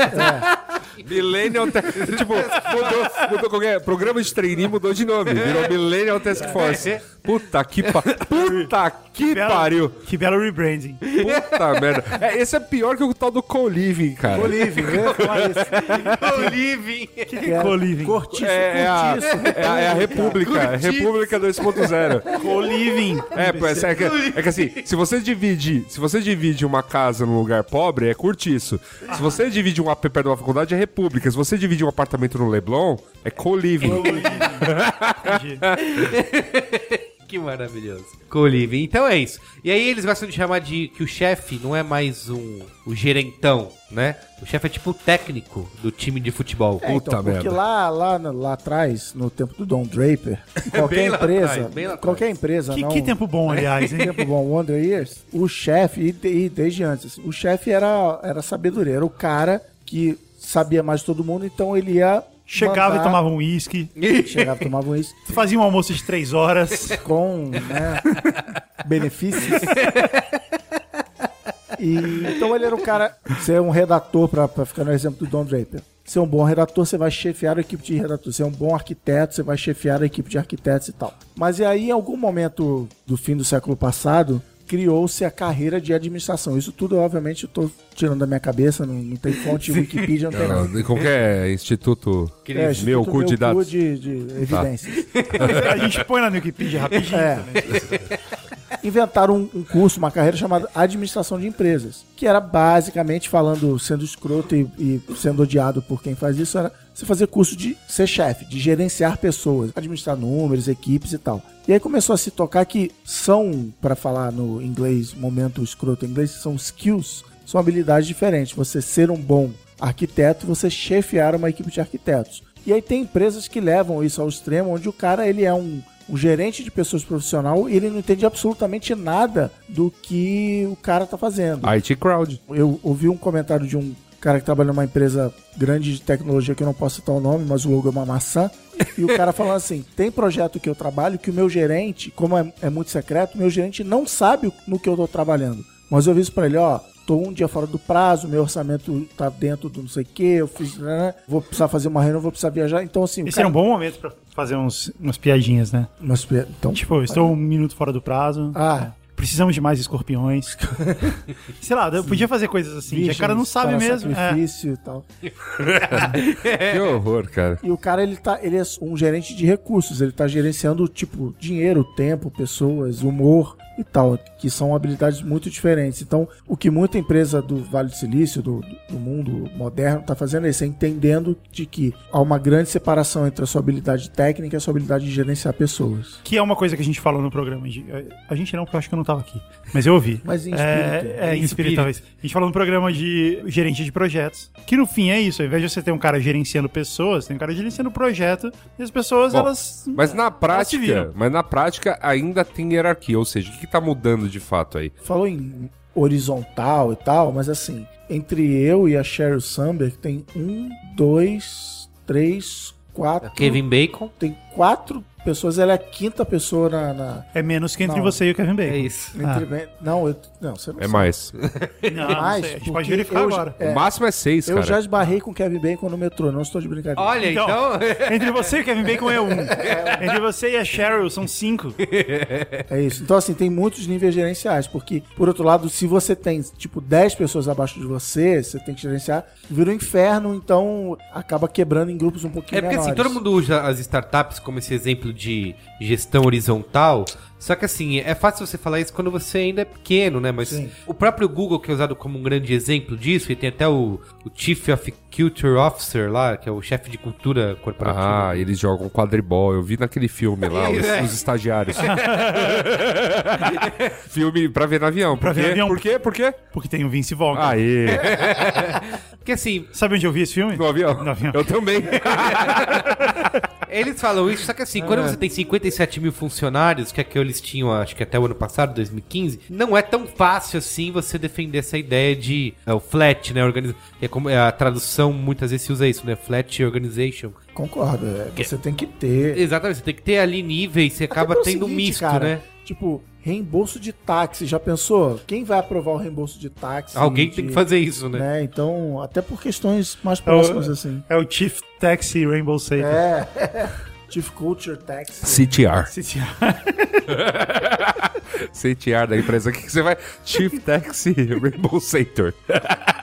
Millennial Task *laughs* Tipo, mudou, mudou qualquer. Programa de trainee mudou de nome. Virou Millennial Task Force. Puta que pa... Puta que Belo- pariu. Que belo rebranding. Puta merda. É, esse é pior que o tal do co-living, cara. Olivia, eu ia falar né? isso. Living. Que Que era co-living. Cortiço, É, é a, cortiço. é a- é a República. é a República 2.0. Co-living. É, pô, é, que, é que assim, se você divide, se você divide uma casa num lugar pobre, é cortiço. Ah. Se você divide um AP perto de uma faculdade, é república. Se você divide um apartamento no Leblon, é co-living. Que maravilhoso. Co-living. Então é isso. E aí eles gostam de chamar de que o chefe não é mais um o gerentão, né? O chefe é tipo o técnico do time de futebol. É, então, Puta porque merda. lá, lá, no- lá atrás, no tempo do Don Draper, qualquer lá empresa, atrás, bem lá qualquer empresa, Que, não... que tempo bom, aliás, Que hein? tempo bom, Wonder Years, o chefe, e, de- e desde antes, assim, o chefe era, era sabedoria, era o cara que sabia mais de todo mundo, então ele ia... Chegava e mandar- tomava um uísque. Chegava e tomava um uísque. Fazia um almoço de três horas. com né, benefícios. E, então ele era um cara. Você é um redator, pra, pra ficar no exemplo do Don Draper. Ser um bom redator, você vai chefiar a equipe de redator. Ser um bom arquiteto, você vai chefiar a equipe de arquitetos e tal. Mas e aí, em algum momento do fim do século passado, criou-se a carreira de administração. Isso tudo, obviamente, eu tô tirando da minha cabeça, não, não tem fonte Wikipedia, não tem nada. Não, qualquer instituto É, meu Instituto cu de Meu Cu dados. Tá. de, de evidências. A gente põe na Wikipedia rapidinho. né? É. Inventaram um, um curso, uma carreira chamada Administração de Empresas, que era basicamente falando, sendo escroto e, e sendo odiado por quem faz isso, era você fazer curso de ser chefe, de gerenciar pessoas, administrar números, equipes e tal. E aí começou a se tocar que são, para falar no inglês, momento escroto em inglês, são skills, são habilidades diferentes. Você ser um bom arquiteto, você chefiar uma equipe de arquitetos. E aí tem empresas que levam isso ao extremo, onde o cara ele é um o gerente de pessoas profissional, ele não entende absolutamente nada do que o cara tá fazendo. IT Crowd. Eu ouvi um comentário de um cara que trabalha numa empresa grande de tecnologia, que eu não posso citar o nome, mas o logo é uma maçã. E o cara falando assim: tem projeto que eu trabalho que o meu gerente, como é, é muito secreto, meu gerente não sabe o- no que eu tô trabalhando. Mas eu aviso pra ele: ó, tô um dia fora do prazo, meu orçamento tá dentro do não sei o que, eu fiz, né, vou precisar fazer uma reunião, vou precisar viajar. Então, assim. o Esse cara- era um bom momento pra fazer uns, umas piadinhas, né? Mas, então, Tipo, eu estou um minuto fora do prazo. Ah. Precisamos de mais *laughs* escorpiões. Sei lá, eu podia fazer coisas assim. virgens o cara não sabe para mesmo. É. Sacrifício e tal. É. Que horror, cara. E o cara, ele, tá, ele é um gerente de recursos, ele tá gerenciando, tipo, dinheiro, tempo, pessoas, humor. e tal, que são habilidades muito diferentes. Então, o que muita empresa do Vale do Silício, do, do- do mundo moderno, está fazendo é isso, é entendendo de que há uma grande separação entre a sua habilidade técnica e a sua habilidade de gerenciar pessoas. Que é uma coisa que a gente falou no programa. de- eh, A gente não, porque eu acho que eu não tava aqui. Mas eu ouvi. Mas em espírito. É, é, em espírito, talvez. A gente falou no programa de gerente de projetos. Que no fim é isso. Ao invés de você ter um cara gerenciando pessoas, tem um cara gerenciando projeto. E as pessoas, Bom, elas. Mas na se prática, viram. mas na prática ainda tem hierarquia, ou seja, o que, que tá mudando de fato aí? falou em horizontal e tal, mas assim, entre eu e a Sheryl Sandberg tem um, dois, três, quatro. Kevin Bacon. Tem quatro pessoas, ela é a quinta pessoa na. na- É menos que entre Não. você e o Kevin Bacon. É isso. entre- Não, eu, não, você não É sabe. mais. Não, não Mas, sei, Ah, a gente porque pode verificar eu- agora. O máximo é seis, Eu cara. já esbarrei com o Kevin Bacon no metrô, não estou de brincadeira. Olha, Então, então. *laughs* entre você e o Kevin Bacon é um. entre você e a Cheryl são cinco. É isso. Então, assim, tem muitos níveis gerenciais, porque, por outro lado, se você tem, tipo, 10 pessoas abaixo de você, você tem que gerenciar, vira um inferno, então acaba quebrando em grupos um pouquinho É porque assim, menores. todo mundo usa as startups como esse exemplo de gestão horizontal. Só que assim, é fácil você falar isso quando você ainda é pequeno, né? Mas Sim. o próprio Google, que é usado como um grande exemplo disso, e tem até o, o Chief of Culture Officer lá, que é o chefe de cultura corporativa. Ah, eles jogam quadribol. Eu vi naquele filme *laughs* lá, os, É. os estagiários. *laughs* filme pra ver no avião. Por Pra ver quê? no avião. Por quê? Por quê? Porque tem o Vince Vaughn. Aê! Porque assim, Sabe onde eu vi esse filme? *laughs* No avião? No avião. Eu *laughs* também. Eles falam isso, só que assim, É. quando você tem 57 mil funcionários, que é que eles tinham, acho que até o ano passado, 2015, não é tão fácil assim você defender essa ideia de é, o flat, né? Organiza, é como é a tradução muitas vezes se usa isso, né? Flat organization. Concordo, é, você tem que ter. Exatamente, você tem que ter ali níveis, você Até acaba pelo tendo um seguinte, é, misto, cara, né? Tipo, reembolso de táxi. Já pensou? Quem vai aprovar o reembolso de táxi? Alguém de- tem que fazer isso, né? né? Então, até por questões mais próximas, Eu- assim. É o Chief Taxi Rainbow Safety. É. Chief Culture Taxi. CTR. Se- se- CTR da empresa. O que, que você vai? Chief Taxi Rainbow Center. É.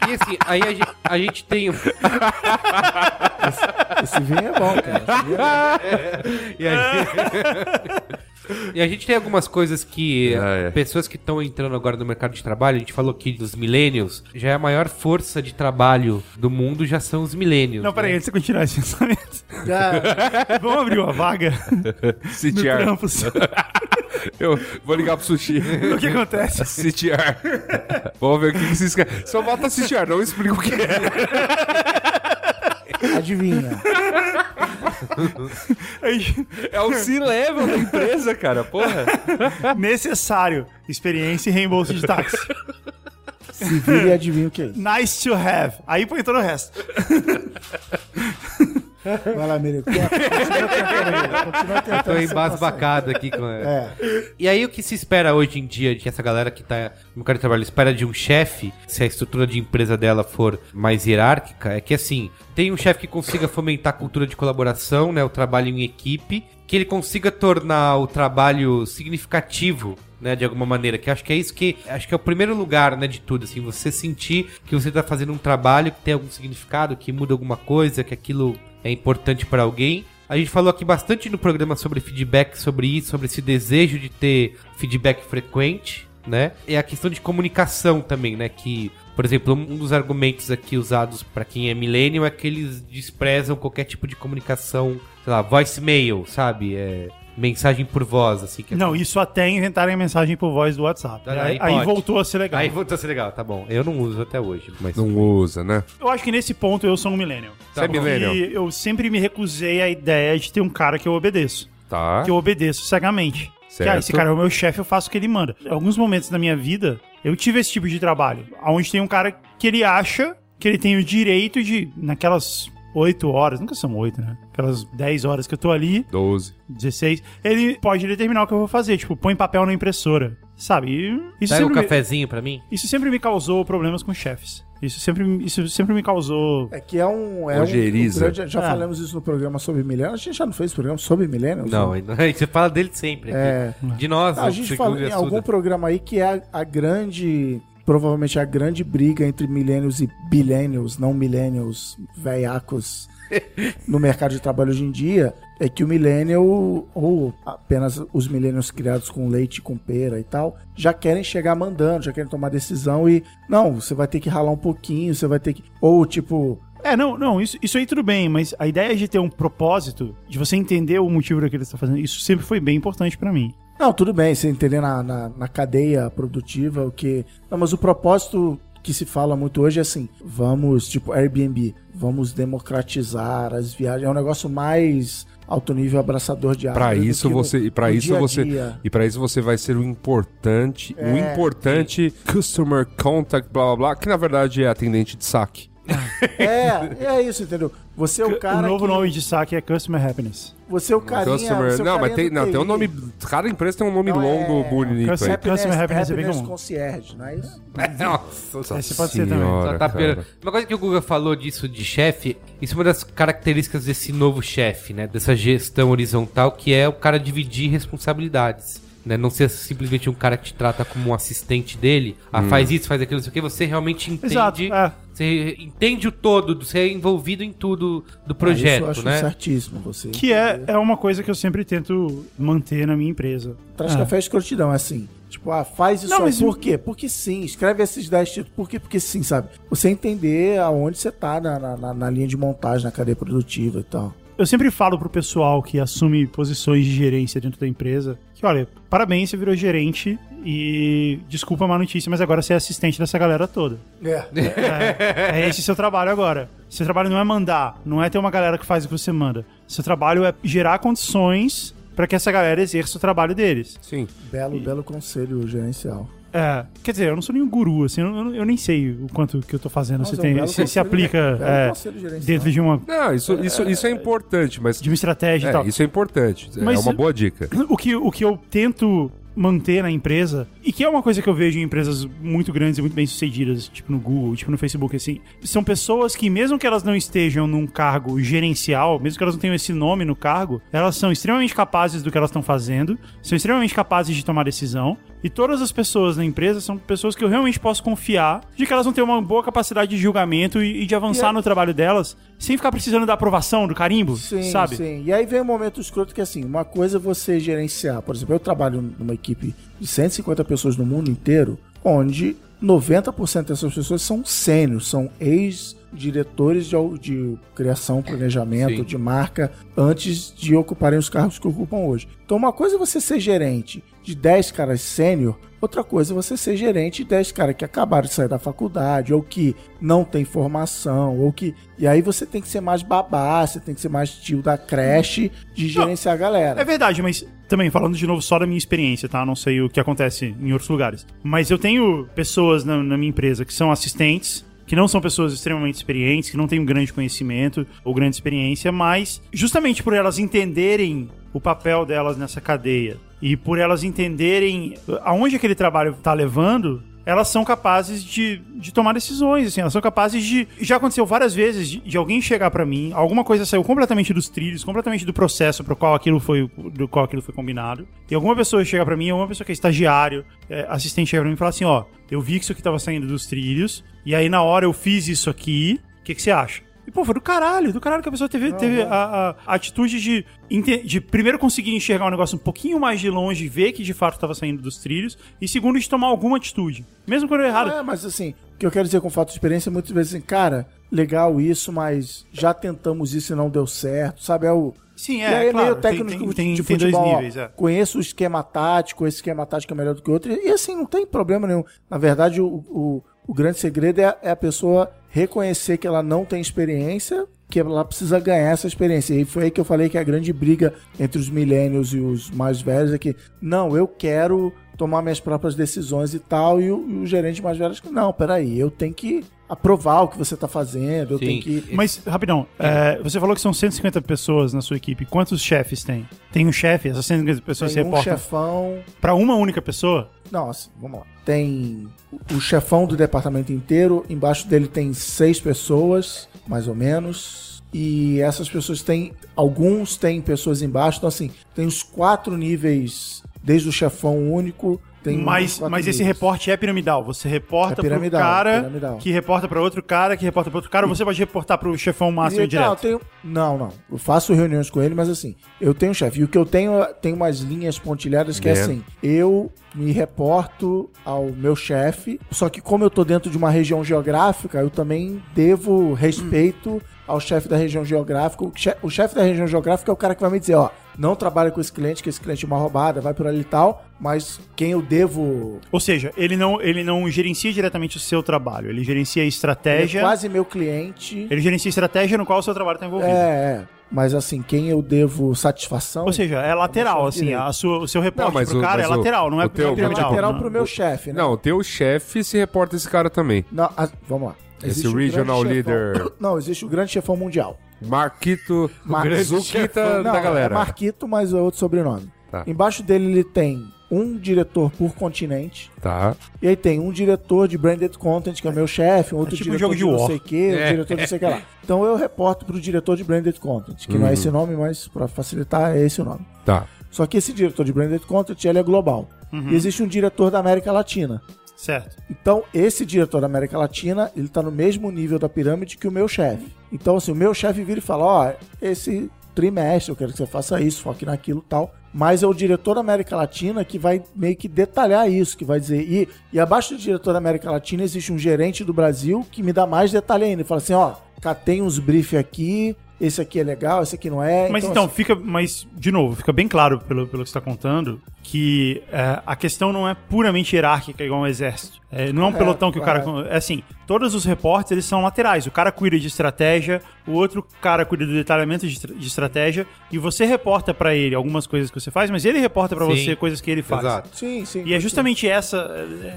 E assim, aí a gente, a gente tem. um- Esse vinho é bom, cara. *laughs* Esse vinho é bom. E a gente, *laughs* E a gente tem algumas coisas que Ah, é. pessoas que estão entrando agora no mercado de trabalho, a gente falou aqui dos millennials, já é a maior força de trabalho do mundo, já são os millennials. Não, peraí, né? antes de você continuar esse pensamento. *laughs* Vamos abrir uma vaga no CTR. campus. *laughs* Eu vou ligar pro sushi. O que acontece? CTR. Vamos ver o que, que esses caras. Só bota CTR, não explica o que é. Adivinha. É É o C-level da empresa, cara. Porra. necessário experiência e reembolso de táxi. Se vira e adivinha o que é isso. Nice to have. Aí põe todo o resto. Vai lá, Miriam. Continua tentando. Continua tentando. Tô você embasbacado aqui com consegue. É. E aí o que se espera hoje em dia de que essa galera que tá no mercado de trabalho espera de um chefe, se a estrutura de empresa dela for mais hierárquica, é que assim, tem um chefe que consiga fomentar a cultura de colaboração, né, o trabalho em equipe, que ele consiga tornar o trabalho significativo, né, de alguma maneira, que eu acho que é isso que acho que é o primeiro lugar, né, de tudo, assim, você sentir que você tá fazendo um trabalho que tem algum significado, que muda alguma coisa, que aquilo é importante para alguém. A gente falou aqui bastante no programa sobre feedback, sobre isso, sobre esse desejo de ter feedback frequente, né? E a questão de comunicação também, né? Que, por exemplo, um dos argumentos aqui usados para quem é millennial é que eles desprezam qualquer tipo de comunicação, sei lá, voicemail, sabe? É, mensagem por voz, assim. Que é- Não, isso até inventarem a mensagem por voz do WhatsApp. Aí Aí, pode. aí voltou a ser *laughs* legal. Aí voltou a ser legal, tá bom. Eu não uso até hoje, mas... Não usa, né? Eu acho que nesse ponto eu sou um millennial. Você é millennial? E eu sempre me recusei à ideia de ter um cara que eu obedeço. Tá. Que eu obedeço cegamente. Que, ah, Certo. esse cara é o meu chefe, eu faço o que ele manda. Em alguns momentos da minha vida, eu tive esse tipo de trabalho. Onde tem um cara que ele acha que ele tem o direito de, naquelas oito horas, nunca são oito, né? Aquelas 10 horas que eu tô ali, 12. 16, ele pode determinar o que eu vou fazer. Tipo, põe papel na impressora, sabe? E Isso Pega um sempre, me- cafezinho pra mim? isso sempre me causou problemas com chefes. Isso sempre, isso sempre me causou... É que é um. É um, Ojeriza. um grande- já Ah. falamos isso no programa sobre milênio. A gente já não fez programa sobre milênio? Não, aí não- *laughs* aí você fala dele sempre. aqui. É. De nós, A o gente Chico fala em Yasuda. *laughs* algum programa aí que é a, a grande. Provavelmente a grande briga entre millennials e billennials, não millennials, veiacos, no mercado de trabalho hoje em dia é que o millennial, ou apenas os millennials criados com leite, com pera e tal, já querem chegar mandando, já querem tomar decisão e, não, você vai ter que ralar um pouquinho, você vai ter que... Ou, tipo, É, não, não, isso, isso aí tudo bem, mas a ideia de ter um propósito, de você entender o motivo daquilo que você tá fazendo, isso sempre foi bem importante pra mim. Não, tudo bem, você entender na, na, na cadeia produtiva o que. Não, mas o propósito que se fala muito hoje é assim: vamos, tipo, Airbnb, vamos democratizar as viagens. É um negócio mais alto nível abraçador de Pra árvore do isso que no- você e para no isso dia a você dia. e para isso você vai ser o importante, o É. importante customer contact blá blá blá, que na verdade é atendente de saque. É, é isso, entendeu? Você é o cara. o novo que- nome de saque é Customer Happiness. Você é o carinha. Customer, você é o não, mas carinha tem, do não, tem um TI. nome, cada empresa tem um nome Não, longo, é- bonito Customer- aí. Happiness, Customer happiness happiness, é bem comum. concierge, não é isso? É, Nossa, Esse pode ser também. Só senhora, tá cara. piorando. Uma coisa que o Guga falou disso de chefe, isso é uma das características desse novo chefe, né? Dessa gestão horizontal, que é o cara dividir responsabilidades. Né? Não ser simplesmente um cara que te trata como um assistente dele, ah, Hum. faz isso, faz aquilo, não sei o que, você realmente entende. Exato, é. Você entende o todo, você é envolvido em tudo do É, isso eu projeto, acho né? certíssimo. Você Que é, é uma coisa que eu sempre tento manter na minha empresa. Traz Ah. café de escrotidão, é assim. Tipo, ah, faz isso Não, aí. mas- Por quê? Porque sim. Escreve esses 10 títulos. Por quê? Porque sim, sabe? Você entender aonde você tá na, na- na- na linha de montagem, na cadeia produtiva e tal. Eu sempre falo pro pessoal que assume posições de gerência dentro da empresa que, olha, parabéns, você virou gerente e desculpa a má notícia, mas agora você é assistente dessa galera toda. É. É, é esse seu trabalho agora. Seu trabalho não é mandar, não é ter uma galera que faz o que você manda. Seu trabalho é gerar condições pra que essa galera exerça o trabalho deles. Sim. Belo, belo conselho gerencial. É, quer dizer, eu não sou nenhum guru, assim, eu, eu- eu nem sei o quanto que eu tô fazendo, Mas se, é um tem, belo se, se conselho, aplica né? Belo é, conselho gerencial. dentro de uma, Não, isso, isso, isso é importante, mas de uma estratégia e tal. é, isso é importante. Mas- Né? é uma boa dica. Uhum. o que, o que eu tento manter na empresa, e que é uma coisa que eu vejo em empresas muito grandes e muito bem sucedidas, tipo no Google, tipo no Facebook, assim, são pessoas que, mesmo que elas não estejam num cargo gerencial, mesmo que elas não tenham esse nome no cargo, elas são extremamente capazes do que elas estão fazendo, são extremamente capazes de tomar decisão, e todas as pessoas na empresa são pessoas que eu realmente posso confiar de que elas vão ter uma boa capacidade de julgamento e, e de é avançar no trabalho delas, sem ficar precisando da aprovação, do carimbo, Sim, sabe? sim. E aí vem o momento escroto que, assim, uma coisa é você gerenciar. Por exemplo, eu trabalho numa equipe de 150 pessoas no mundo inteiro, onde 90% dessas pessoas são sênios, são ex-diretores de, al- de criação, planejamento, Sim. de marca, antes de ocuparem os cargos que ocupam hoje. Então, uma coisa é você ser gerente de 10 caras sênior, outra coisa é você ser gerente de 10 caras que acabaram de sair da faculdade, ou que não tem formação, ou que. E aí você tem que ser mais babá, você tem que ser mais tio da creche de gerenciar a galera. É verdade, mas também falando de novo só da minha experiência, tá? Não sei o que acontece em outros lugares. Mas eu tenho pessoas na, na minha empresa que são assistentes, que não são pessoas extremamente experientes, que não têm um grande conhecimento ou grande experiência, mas justamente por elas entenderem o papel delas nessa cadeia e por elas entenderem aonde aquele trabalho tá levando, elas são capazes de, de tomar decisões, assim, elas são capazes de. Já aconteceu várias vezes de, de alguém chegar pra mim, alguma coisa saiu completamente dos trilhos, completamente do processo pro qual aquilo foi, do qual aquilo foi combinado. E alguma pessoa chegar pra mim, alguma pessoa que é estagiário, é, assistente chega pra mim e fala assim: ó, eu vi que isso aqui tava saindo dos trilhos, e aí na hora eu fiz isso aqui, o que, que você acha? E, pô, foi do caralho, do caralho que a pessoa teve, teve A, a atitude de, ente- de primeiro conseguir enxergar o negócio um pouquinho mais de longe, ver que de fato estava saindo dos trilhos, e segundo, de tomar alguma atitude. Mesmo quando eu errado. Não é, mas assim, o que eu quero dizer com falta de experiência é muitas vezes assim, cara, legal isso, mas já tentamos isso e não deu certo, sabe? É o. Sim, e é, aí, é claro. meio técnico tem, de- tem, tem, de tem dois futebol, ó, níveis, é. conheço o esquema tático, esse esquema tático é melhor do que o outro, e assim, não tem problema nenhum. Na verdade, o, o, o grande segredo é, é a pessoa reconhecer que ela não tem experiência, que ela precisa ganhar essa experiência. E foi aí que eu falei que a grande briga entre os millennials e os mais velhos é que, não, eu quero tomar minhas próprias decisões e tal, e o, e o gerente mais velho acha que, não, peraí, eu tenho que aprovar o que você está fazendo, eu Sim. tenho que... Mas, rapidão, é, você falou que são 150 pessoas na sua equipe. Quantos chefes tem? Tem um chefe? Essas 150 pessoas se Tem um reportam chefão, pra uma única pessoa? Não, assim, vamos lá. Tem o chefão do departamento inteiro, embaixo dele tem seis pessoas, mais ou menos. E essas pessoas têm. Alguns têm pessoas embaixo, então assim, tem os quatro níveis desde o chefão único. Tem um Mas, quatro mas esse níveis. reporte é piramidal. Você reporta É piramidal, pro cara piramidal. que reporta pra outro cara, que reporta pra outro cara, ou você pode reportar pro chefão máximo E, tá, Não, eu direto. tenho- não, não. Eu faço reuniões com ele, mas assim, eu tenho um chefe. E o que eu tenho tem umas linhas pontilhadas que é, É. assim: eu me reporto ao meu chefe, só que como eu tô dentro de uma região geográfica, eu também devo respeito ao chefe da região geográfica. O che- o chefe da região geográfica é o cara que vai me dizer, ó. Não trabalha com esse cliente, que esse cliente é uma roubada, vai por ali e tal, mas quem eu devo. Ou seja, ele não, ele não gerencia diretamente o seu trabalho, ele gerencia a Ele estratégia. é quase meu cliente. Ele gerencia a estratégia no qual o seu trabalho está envolvido. É, é. Mas assim, quem eu devo satisfação. Ou seja, é lateral, Não, um assim, direito. a sua, o seu reporte Não, mas pro o- cara é mas o- lateral, não é o teu- não é é piramidal. lateral Não. pro meu chefe, né? Não, o teu chefe se reporta esse cara também. Não, a- vamos lá. Esse o um grande regional chefão- leader. Não, existe o grande chefão mundial. Marquito Mar- Zuquita Não, da galera. É Marquito, mas é outro sobrenome. Tá. Embaixo dele ele tem um diretor por continente. Tá. E aí tem um diretor de branded content, que é o meu chefe, um outro tipo um diretor jogo de de não War. sei o que, um diretor de não sei o que lá. Então eu reporto pro diretor de branded content, que não é esse nome, mas pra facilitar é esse o nome. Tá. Só que esse diretor de branded content, ele é global. E existe um diretor da América Latina. Certo. Então, esse diretor da América Latina, ele tá no mesmo nível da pirâmide que o meu chefe. Então, assim, o meu chefe vira e fala, ó, esse trimestre eu quero que você faça isso, foque naquilo e tal. Mas é o diretor da América Latina que vai meio que detalhar isso, que vai dizer... E, e abaixo do diretor da América Latina existe um gerente do Brasil que me dá mais detalhe ainda. Ele fala assim, ó, catei uns briefs aqui, esse aqui é legal, esse aqui não é. Mas então, fica. Mas, de novo, fica bem claro pelo, pelo que você está contando que é, a questão não é puramente hierárquica, igual um exército. É, não é um Correto, pelotão que o cara. É assim, todos os reportes eles são laterais. O cara cuida de estratégia, o outro cara cuida do detalhamento de, estra- de estratégia, e você reporta pra ele algumas coisas que você faz, mas ele reporta pra Sim. você coisas que ele faz. Exato. assim, Sim, sim. E é justamente essa.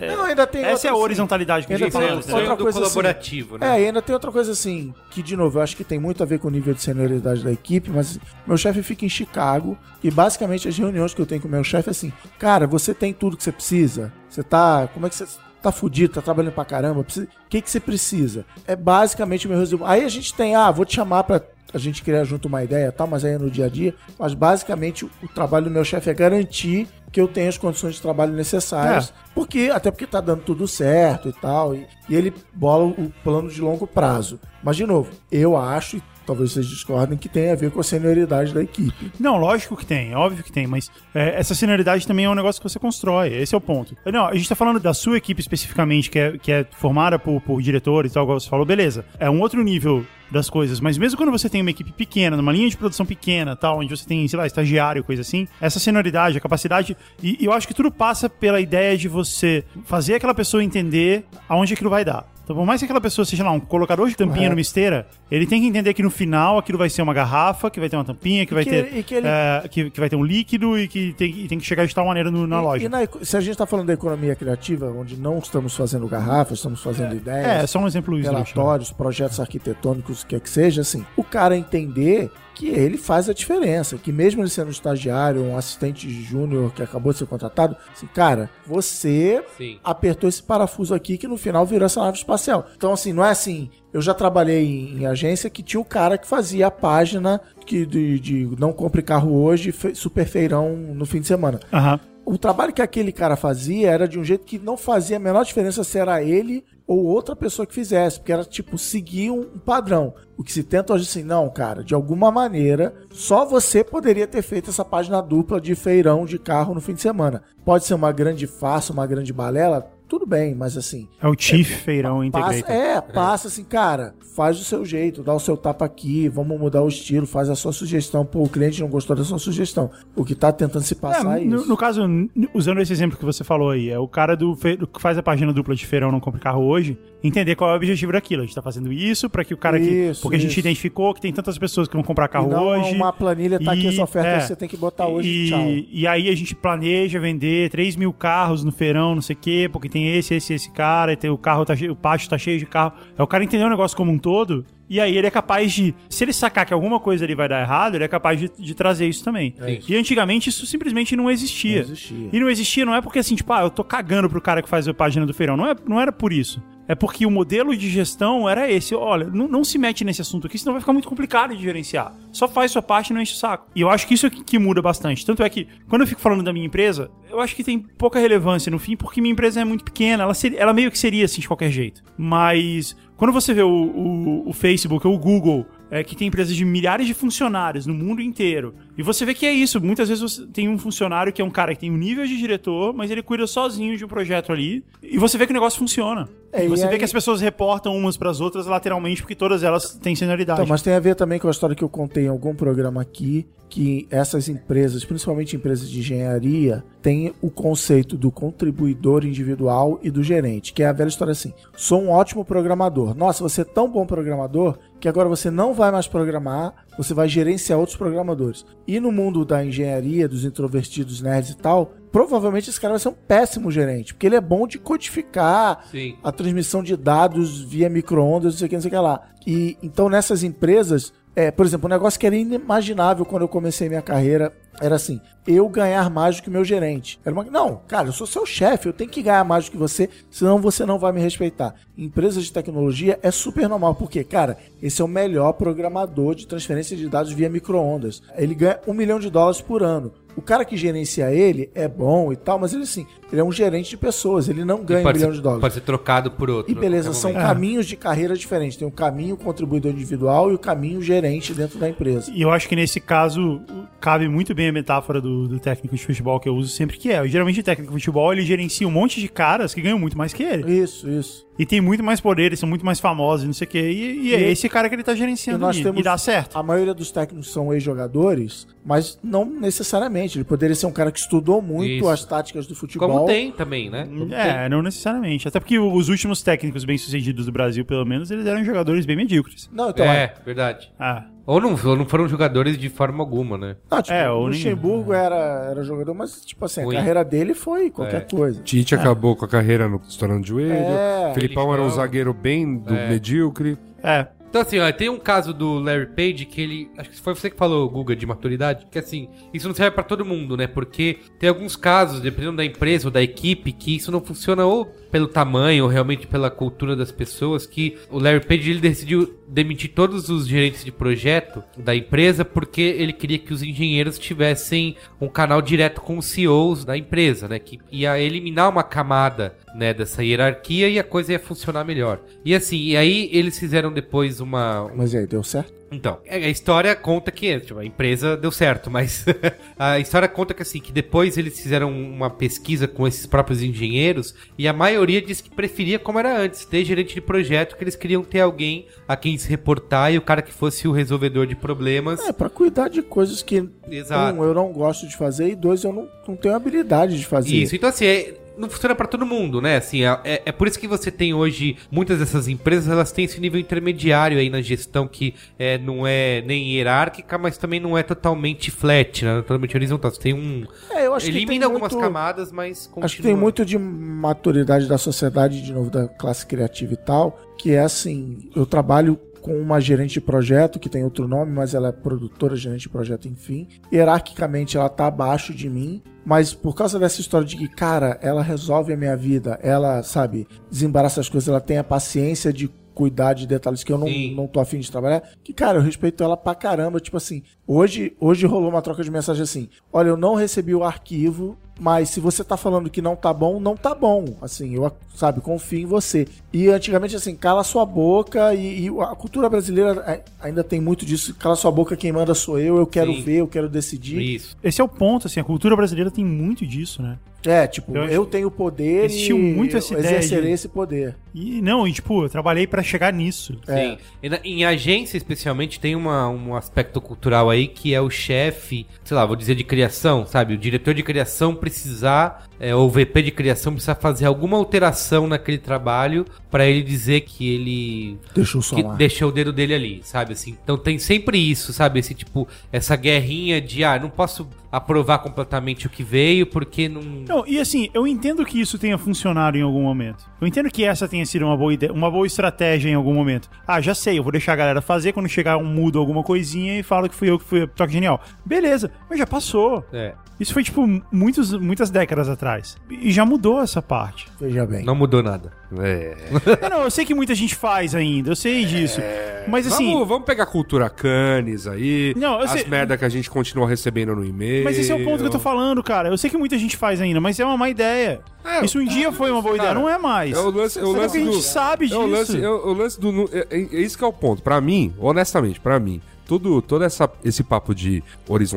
é, Não, ainda tem essa é a outras- horizontalidade que a Ainda gente Isso é fala. o outra sonho do coisa assim. colaborativo, né? É, e ainda tem outra coisa assim, que de novo, eu acho que tem muito a ver com o nível de senioridade da equipe, mas meu chefe fica em Chicago e basicamente as reuniões que eu tenho com o meu chefe é assim, cara, você tem tudo que você precisa? Você tá, como é que você tá fudido, tá trabalhando pra caramba, precisa- o que que você precisa? É basicamente o meu resumo. Aí a gente tem, ah, vou te chamar pra a gente criar junto uma ideia e tal, mas aí é no dia a dia, mas basicamente o o trabalho do meu chefe é garantir que eu tenha as condições de trabalho necessárias É. porque, até porque tá dando tudo certo e tal, e, e ele bola o plano de longo prazo. Mas, de novo, eu acho, e talvez vocês discordem, que tem a ver com a senioridade da equipe. Não, lógico que tem, é óbvio que tem, mas é, essa senioridade também é um negócio que você constrói, esse é o ponto. Não, a gente tá falando da sua equipe especificamente, que é, que é formada por, por diretores e tal, igual você falou, beleza. É um outro nível das coisas, mas mesmo quando você tem uma equipe pequena, numa linha de produção pequena tal, onde você tem, sei lá, estagiário, coisa assim, essa senioridade, a capacidade, e, e eu acho que tudo passa pela ideia de você fazer aquela pessoa entender aonde aquilo vai dar. Então, por mais que aquela pessoa seja lá um colocador de tampinha Correto. numa esteira, ele tem que entender que no final aquilo vai ser uma garrafa, que vai ter uma tampinha, que vai que- ter e que ele- é, que, que vai ter um líquido e que tem, e tem que chegar de tal maneira no- na E- loja. E, na eco- se a gente está falando da economia criativa, onde não estamos fazendo garrafas, estamos fazendo ideias. É, é só um exemplo esdrúxulo. relatórios, projetos arquitetônicos, o que é que seja, assim, o cara entender que ele faz a diferença, que mesmo ele sendo um estagiário, um assistente júnior que acabou de ser contratado, assim, cara, você Sim. apertou esse parafuso aqui que no final virou essa nave espacial. Então, assim, não é assim, eu já trabalhei em, em agência que tinha o cara que fazia a página que de, de não compre carro hoje, fe- super feirão no fim de semana Aham. o trabalho que aquele cara fazia era de um jeito que não fazia a menor diferença se era ele ou outra pessoa que fizesse, porque era tipo seguir um padrão. O que se tenta hoje assim, não, cara, de alguma maneira, só você poderia ter feito essa página dupla de feirão de carro no fim de semana. Pode ser uma grande farsa, uma grande balela, tudo bem, mas assim, É o Chief Feirão Passa, Integrator. é, passa assim, cara, faz do seu jeito, dá o seu tapa aqui, vamos mudar o estilo, faz a sua sugestão. Pô, o cliente não gostou da sua sugestão. O que tá tentando se passar é, É, isso. no, no caso, n- usando esse exemplo que você falou aí, é o cara do fe- do que faz a página dupla de feirão não compra carro hoje, entender qual é o objetivo daquilo. A gente tá fazendo isso pra que o cara que. Isso, Porque a gente isso. identificou que tem tantas pessoas que vão comprar carro E não hoje. uma planilha, tá aqui e- essa oferta, é. você tem que botar hoje, e, tchau. E aí a gente planeja vender 3 mil carros no feirão, não sei o quê, porque tem esse, esse, esse cara, e tem o carro, tá cheio, o pátio tá cheio de carro. É o cara entender o negócio como um todo, e aí ele é capaz de. Se ele sacar que alguma coisa ali vai dar errado, ele é capaz de, de trazer isso também. E antigamente isso simplesmente não existia. É Não existia. E não existia, não é porque assim, tipo, ah, eu tô cagando pro cara que faz a página do feirão. Não, é, não era por isso. É porque o modelo de gestão era esse. Olha, não, não se mete nesse assunto aqui, senão vai ficar muito complicado de gerenciar. Só faz sua parte e não enche o saco. E eu acho que isso é que, que muda bastante. Tanto é que, quando eu fico falando da minha empresa, eu acho que tem pouca relevância no fim, porque minha empresa é muito pequena. Ela, seria- ela meio que seria assim de qualquer jeito. Mas quando você vê o, o- o Facebook ou o Google, é, que tem empresas de milhares de funcionários no mundo inteiro, e você vê que é isso. Muitas vezes você tem um funcionário que é um cara que tem um nível de diretor, mas ele cuida sozinho de um projeto ali, e você vê que o negócio funciona. É, e e você vê aí- que as pessoas reportam umas para as outras lateralmente, porque todas elas têm senioridade. Então, mas tem a ver também com a história que eu contei em algum programa aqui, que essas empresas, principalmente empresas de engenharia, têm o conceito do contribuidor individual e do gerente, que é a velha história assim: sou um ótimo programador. Nossa, você é tão bom programador que agora você não vai mais programar, você vai gerenciar outros programadores. E no mundo da engenharia, dos introvertidos, nerds e tal, provavelmente esse cara vai ser um péssimo gerente, porque ele é bom de codificar, Sim. a transmissão de dados via micro-ondas, não sei o que, não sei o que lá. E então nessas empresas, é, por exemplo, um negócio que era inimaginável quando eu comecei minha carreira era assim: eu ganhar mais do que meu gerente. Era uma, não, cara, eu sou seu chefe, eu tenho que ganhar mais do que você, senão você não vai me respeitar. Em Empresas de tecnologia é super normal, porque, cara, esse é o melhor programador de transferência de dados via micro-ondas. Ele ganha um milhão de dólares por ano. O cara que gerencia ele é bom e tal, mas ele assim, ele é um gerente de pessoas, ele não ganha um pode, milhão ser, de dólares. pode ser trocado por outro. E beleza, a são qualquer momento. caminhos de carreira diferentes. Tem o caminho contribuidor individual e o caminho gerente dentro da empresa. E eu acho que nesse caso cabe muito bem a metáfora do, do técnico de futebol que eu uso sempre que é. Geralmente o técnico de futebol ele gerencia um monte de caras que ganham muito mais que ele. Isso, isso. E tem muito mais poder, eles são muito mais famosos, não sei o quê. E, e é E- esse cara que ele tá E gerenciando nós ali. temos e dá certo. A maioria dos técnicos são ex-jogadores, mas não necessariamente. Ele poderia ser um cara que estudou muito Isso. as táticas do futebol. Como tem também, né? Como tem. É, não necessariamente. Até porque os últimos técnicos bem-sucedidos do Brasil, pelo menos, eles eram jogadores bem medíocres. Não, então, é, verdade. Ah, Ou não, ou não foram jogadores de forma alguma, né? não, tipo, É, o ou Luxemburgo era, era jogador, mas tipo assim, Ruim. a carreira dele foi É. qualquer coisa. Tite acabou com a carreira no, estourando o joelho. É. Felipão era um zagueiro bem do medíocre. é. Então, assim, ó, tem um caso do Larry Page que ele. Acho que foi você que falou, Guga, de maturidade. Que, assim, isso não serve pra todo mundo, né? Porque tem alguns casos, dependendo da empresa ou da equipe, que isso não funciona ou pelo tamanho ou realmente pela cultura das pessoas. Que o Larry Page ele decidiu demitir todos os gerentes de projeto da empresa porque ele queria que os engenheiros tivessem um canal direto com os CEOs da empresa, né? Que ia eliminar uma camada né, dessa hierarquia e a coisa ia funcionar melhor. E assim, e aí eles fizeram depois uma. Mas e aí, deu certo? Então, é, a história conta que tipo, a empresa deu certo, mas *laughs* a história conta que assim, que depois eles fizeram uma pesquisa com esses próprios engenheiros e a maioria disse que preferia como era antes, ter gerente de projeto, que eles queriam ter alguém a quem se reportar e o cara que fosse o resolvedor de problemas. É, pra cuidar de coisas que, Exato. um, eu não gosto de fazer e dois, eu não, não tenho habilidade de fazer. Isso, então assim, é- não funciona pra todo mundo, né? Assim, é, é- é por isso que você tem hoje muitas dessas empresas, elas têm esse nível intermediário aí na gestão que é, não é nem hierárquica, mas também não é totalmente flat, né? Totalmente horizontal. Você tem um. É, eu acho que tem Elimina algumas muito- camadas, mas continua. Acho que tem muito de maturidade da sociedade, de novo, da classe criativa e tal, que é assim, eu trabalho com uma gerente de projeto, que tem outro nome, mas ela é produtora, gerente de projeto, enfim. Hierarquicamente ela tá abaixo de mim, mas por causa dessa história de que, cara, ela resolve a minha vida, ela, sabe, desembaraça as coisas, ela tem a paciência de cuidar de detalhes que eu não, Sim. não tô afim de trabalhar, que, cara, eu respeito ela pra caramba. Tipo assim, hoje, hoje rolou uma troca de mensagem assim: olha, eu não recebi o arquivo, mas se você tá falando que não tá bom, não tá bom. Assim, eu, sabe, confio em você. E antigamente, assim, cala sua boca, e, e a cultura brasileira é, ainda tem muito disso: cala sua boca, quem manda sou eu, eu quero Sim. ver, eu quero decidir. Isso. Esse é o ponto, assim, a cultura brasileira tem muito disso, né? É, tipo, Eu eu, acho que tenho poder existiu e muito essa eu ideia exercerei de- esse poder. E não, e tipo, eu trabalhei pra chegar nisso. É. Sim. E na- Em agência, especialmente, tem uma, um aspecto cultural aí que é o chefe, sei lá, vou dizer de criação, sabe? O diretor de criação precisar, é, ou o VP de criação precisar fazer alguma alteração naquele trabalho pra ele dizer que ele Deixa eu que somar. deixou o dedo dele ali, sabe assim. Então tem sempre isso, sabe, esse tipo essa guerrinha de ah, não posso aprovar completamente o que veio porque não Não, e assim, eu entendo que isso tenha funcionado em algum momento. Eu entendo que essa tenha sido uma boa ideia, uma boa estratégia em algum momento. Ah, já sei, eu vou deixar a galera fazer, quando chegar um mudo alguma coisinha e falo que fui eu que fui toque genial. Beleza, mas já passou. É, Isso foi tipo muitos, muitas décadas atrás. E já mudou essa parte. Veja bem. não mudou nada. É. Não, não, eu sei que muita gente faz ainda, eu sei disso. Mas assim, vamos, vamos pegar a cultura canes aí, Não, eu as sei- merda que a gente continua recebendo no e-mail. mas esse é o ponto que eu tô falando, cara. Eu sei que muita gente faz ainda, mas é uma má ideia. É, Isso um dia foi uma boa ideia, cara, não é mais. É o lance, é o Só que lance a gente do- sabe É o disso. lance, é o- o lance do. nu- É, é- é isso que é o ponto. Pra mim, honestamente, pra mim, todo, todo essa, esse papo de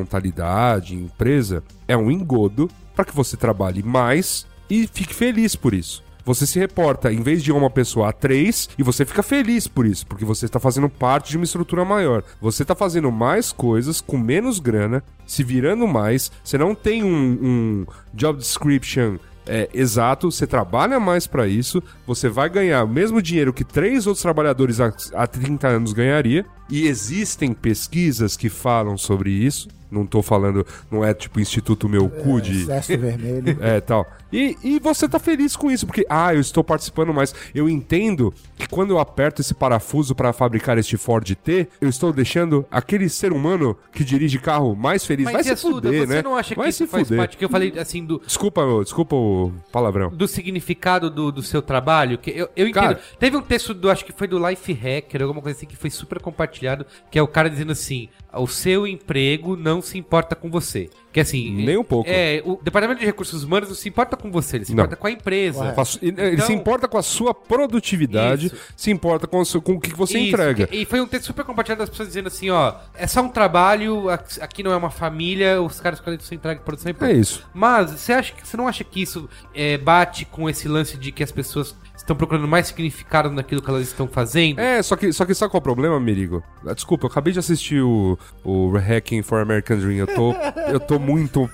horizontalidade, empresa, é um engodo pra que você trabalhe mais e fique feliz por isso. Você se reporta, em vez de uma pessoa a três, e você fica feliz por isso, porque você está fazendo parte de uma estrutura maior. Você está fazendo mais coisas com menos grana, se virando mais, você não tem um- um job description é, exato, você trabalha mais pra isso, você vai ganhar o mesmo dinheiro que três outros trabalhadores há, há 30 anos ganharia, e existem pesquisas que falam sobre isso, não tô falando, não é tipo Instituto Meu É, Cu de... Excesso *laughs* vermelho. É, tal. E, e você tá feliz com isso, porque, ah, eu estou participando mais. Eu entendo que quando eu aperto esse parafuso pra fabricar este Ford T, eu estou deixando aquele ser humano que dirige carro mais feliz. vai e se a Suda, você fuder, né? não acha que vai isso se faz fuder. parte que eu falei assim do, Desculpa, meu, desculpa o palavrão. do significado do, do seu trabalho? Que eu, eu entendo. Cara. Teve um texto do, acho que foi do Life Hacker, alguma coisa assim, que foi super compartilhado, que é o cara dizendo assim: o seu emprego não se importa com você. Que assim. Nem um pouco. É, o Departamento de Recursos Humanos não se importa com você, ele se Não. importa com a empresa. Com a su- ele- ele Então- se importa com a sua produtividade, Isso. se importa com, o seu- com o que você Isso, entrega. que- e foi um texto super compartilhado das pessoas dizendo assim, ó, é só um trabalho, aqui aqui não é uma família, os caras quando você entrega produção e É isso. Mas você acha que você não acha que isso é, bate com esse lance de que as pessoas estão procurando mais significado naquilo que elas estão fazendo? É, só que, só que sabe qual é o problema, Merigo? Ah, Desculpa, eu acabei de assistir o, o Hacking for American Dream. Eu tô, eu tô muito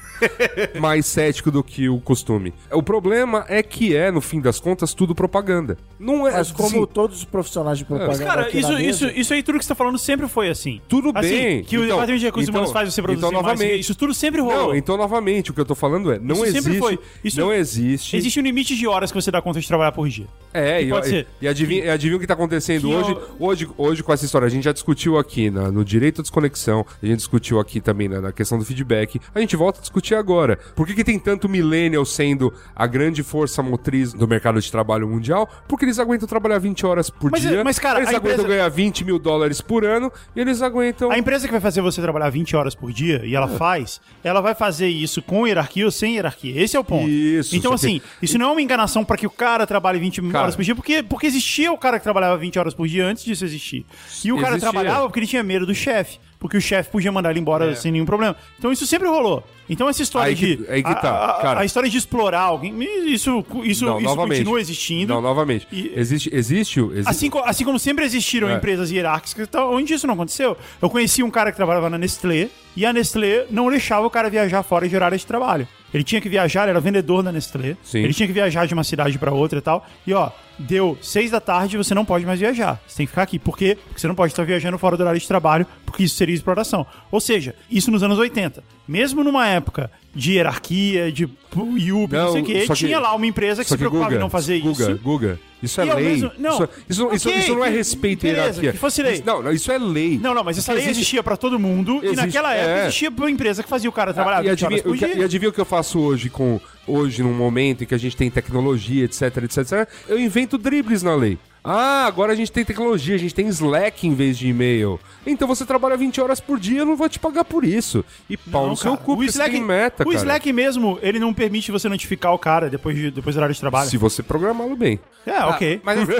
mais cético do que o costume. O problema é que é, no fim das contas, tudo propaganda. Não é Mas como assim, todos os profissionais de propaganda. Cara, aqui isso, na mesa, isso, isso aí tudo que você tá falando sempre foi assim. Tudo Assim, bem. Que o Então- Departamento de Recursos então- Humanos faz você produzir então, mais. novamente. Isso tudo sempre rolou. Não, então novamente, o que eu tô falando é, não Isso sempre existe, foi. Isso- não existe, Existe um limite de horas que você dá conta de trabalhar por dia. É, Que e, pode e, ser. e adivinha, e adivinha o que tá acontecendo Que hoje, eu- hoje? Hoje, com essa história, a gente já discutiu aqui na- no direito à desconexão, a gente discutiu aqui também na, na questão do feedback, a gente volta a discutir agora. Por que, que tem tanto millennial sendo a grande força motriz do mercado de trabalho mundial? Porque eles aguentam trabalhar 20 horas por Mas é- dia, mas, cara, eles a aguentam empresa- ganhar 20 mil dólares por ano, e eles aguentam... A empresa que vai fazer você trabalhar 20 horas por dia, e ela É. faz, ela vai fazer isso com hierarquia ou sem hierarquia. Esse é o ponto. Isso, Então, só que- assim, isso não é uma enganação para que o cara trabalhe 20 Cara. horas por dia, porque, porque existia o cara que trabalhava 20 horas por dia antes disso existir. E o cara Existia. trabalhava porque ele tinha medo do chefe. Porque o chefe podia mandar ele embora sem nenhum problema. Então isso sempre rolou. Então essa É. história Aí que- de. aí que tá, a- a, cara. a história de explorar alguém. Isso, isso, Não, isso novamente. continua existindo. Não, novamente. E- Existe, existe, o- existe... Assim, co- assim como sempre existiram É. empresas hierárquicas, então, onde isso não aconteceu? Eu conheci um cara que trabalhava na Nestlé e a Nestlé não deixava o cara viajar fora de horário de trabalho. Ele tinha que viajar, ele era vendedor da Nestlé. Sim. Ele tinha que viajar de uma cidade pra outra e tal. E ó, deu seis da tarde, você não pode mais viajar. Você tem que ficar aqui. Por quê? Porque você não pode estar viajando fora do horário de trabalho, porque isso seria exploração. Ou seja, isso nos anos 80. Mesmo numa época de hierarquia, de pu- e Uber, não, Não, sei o quê, só que- tinha lá uma empresa que Só se preocupava Guga, em não fazer Guga, isso. Guga, isso é E ao lei. mesmo- não. Isso, isso, isso- Ok, isso não é que- respeito à beleza, hierarquia. que fosse lei. Isso- não, não, isso é lei. Não, não, mas essa lei Existe- existia pra todo mundo Existe- e naquela época é. Ah, existia uma empresa que fazia o cara trabalhar e 20 horas adivinha, por o que- e dia. adivinha o que eu faço hoje com hoje num momento em que a gente tem tecnologia, etc, etc, etc. Eu invento dribles na lei. Ah, agora a gente tem tecnologia, a gente tem Slack em vez de e-mail. Então você trabalha 20 horas por dia, eu não vou te pagar por isso. E pau Não, no seu cara. cu, o porque Slack, você tem meta, o cara. Slack mesmo, ele não permite você notificar o cara depois, de, depois do horário de trabalho. Se Ah, você programá-lo bem. É, ok. Mas assim,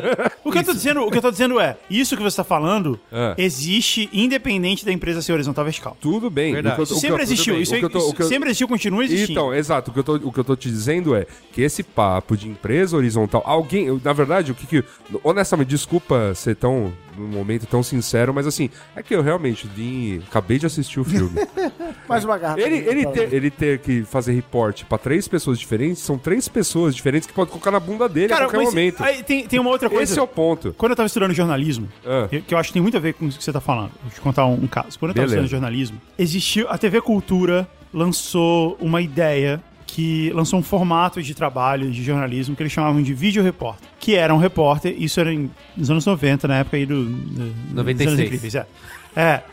O *laughs* que, eu tô dizendo, o que eu tô dizendo é, isso que você tá falando É. existe independente da empresa ser horizontal ou vertical. Tudo bem. Verdade. O que eu- o que eu- Sempre tudo existiu, bem. isso, O que eu tô- isso o que eu- sempre existiu, continua existindo. Então, exato. O que, eu tô, o que eu tô te dizendo é que esse papo de empresa horizontal, alguém, eu, na verdade, o que que. Honestamente, desculpa ser tão. num momento tão sincero, mas assim, é que eu realmente vim. Acabei de assistir o filme. Mais *laughs* uma garrafa. ele, de- ele, ter, ele ter que fazer report pra três pessoas diferentes, são três pessoas diferentes que podem colocar na bunda dele a qualquer mas momento. aí tem, tem uma outra coisa. Esse é o ponto. Quando eu tava estudando jornalismo, Ah. que- que eu acho que tem muito a ver com o que você tá falando, vou te contar um, um caso. Quando eu tava Beleza. estudando jornalismo, existiu. A TV Cultura lançou uma ideia que lançou um formato de trabalho de jornalismo que eles chamavam de vídeo repórter, que era um repórter, isso era em- nos anos 90, na época aí do, do- dos 96. anos incríveis, é. É.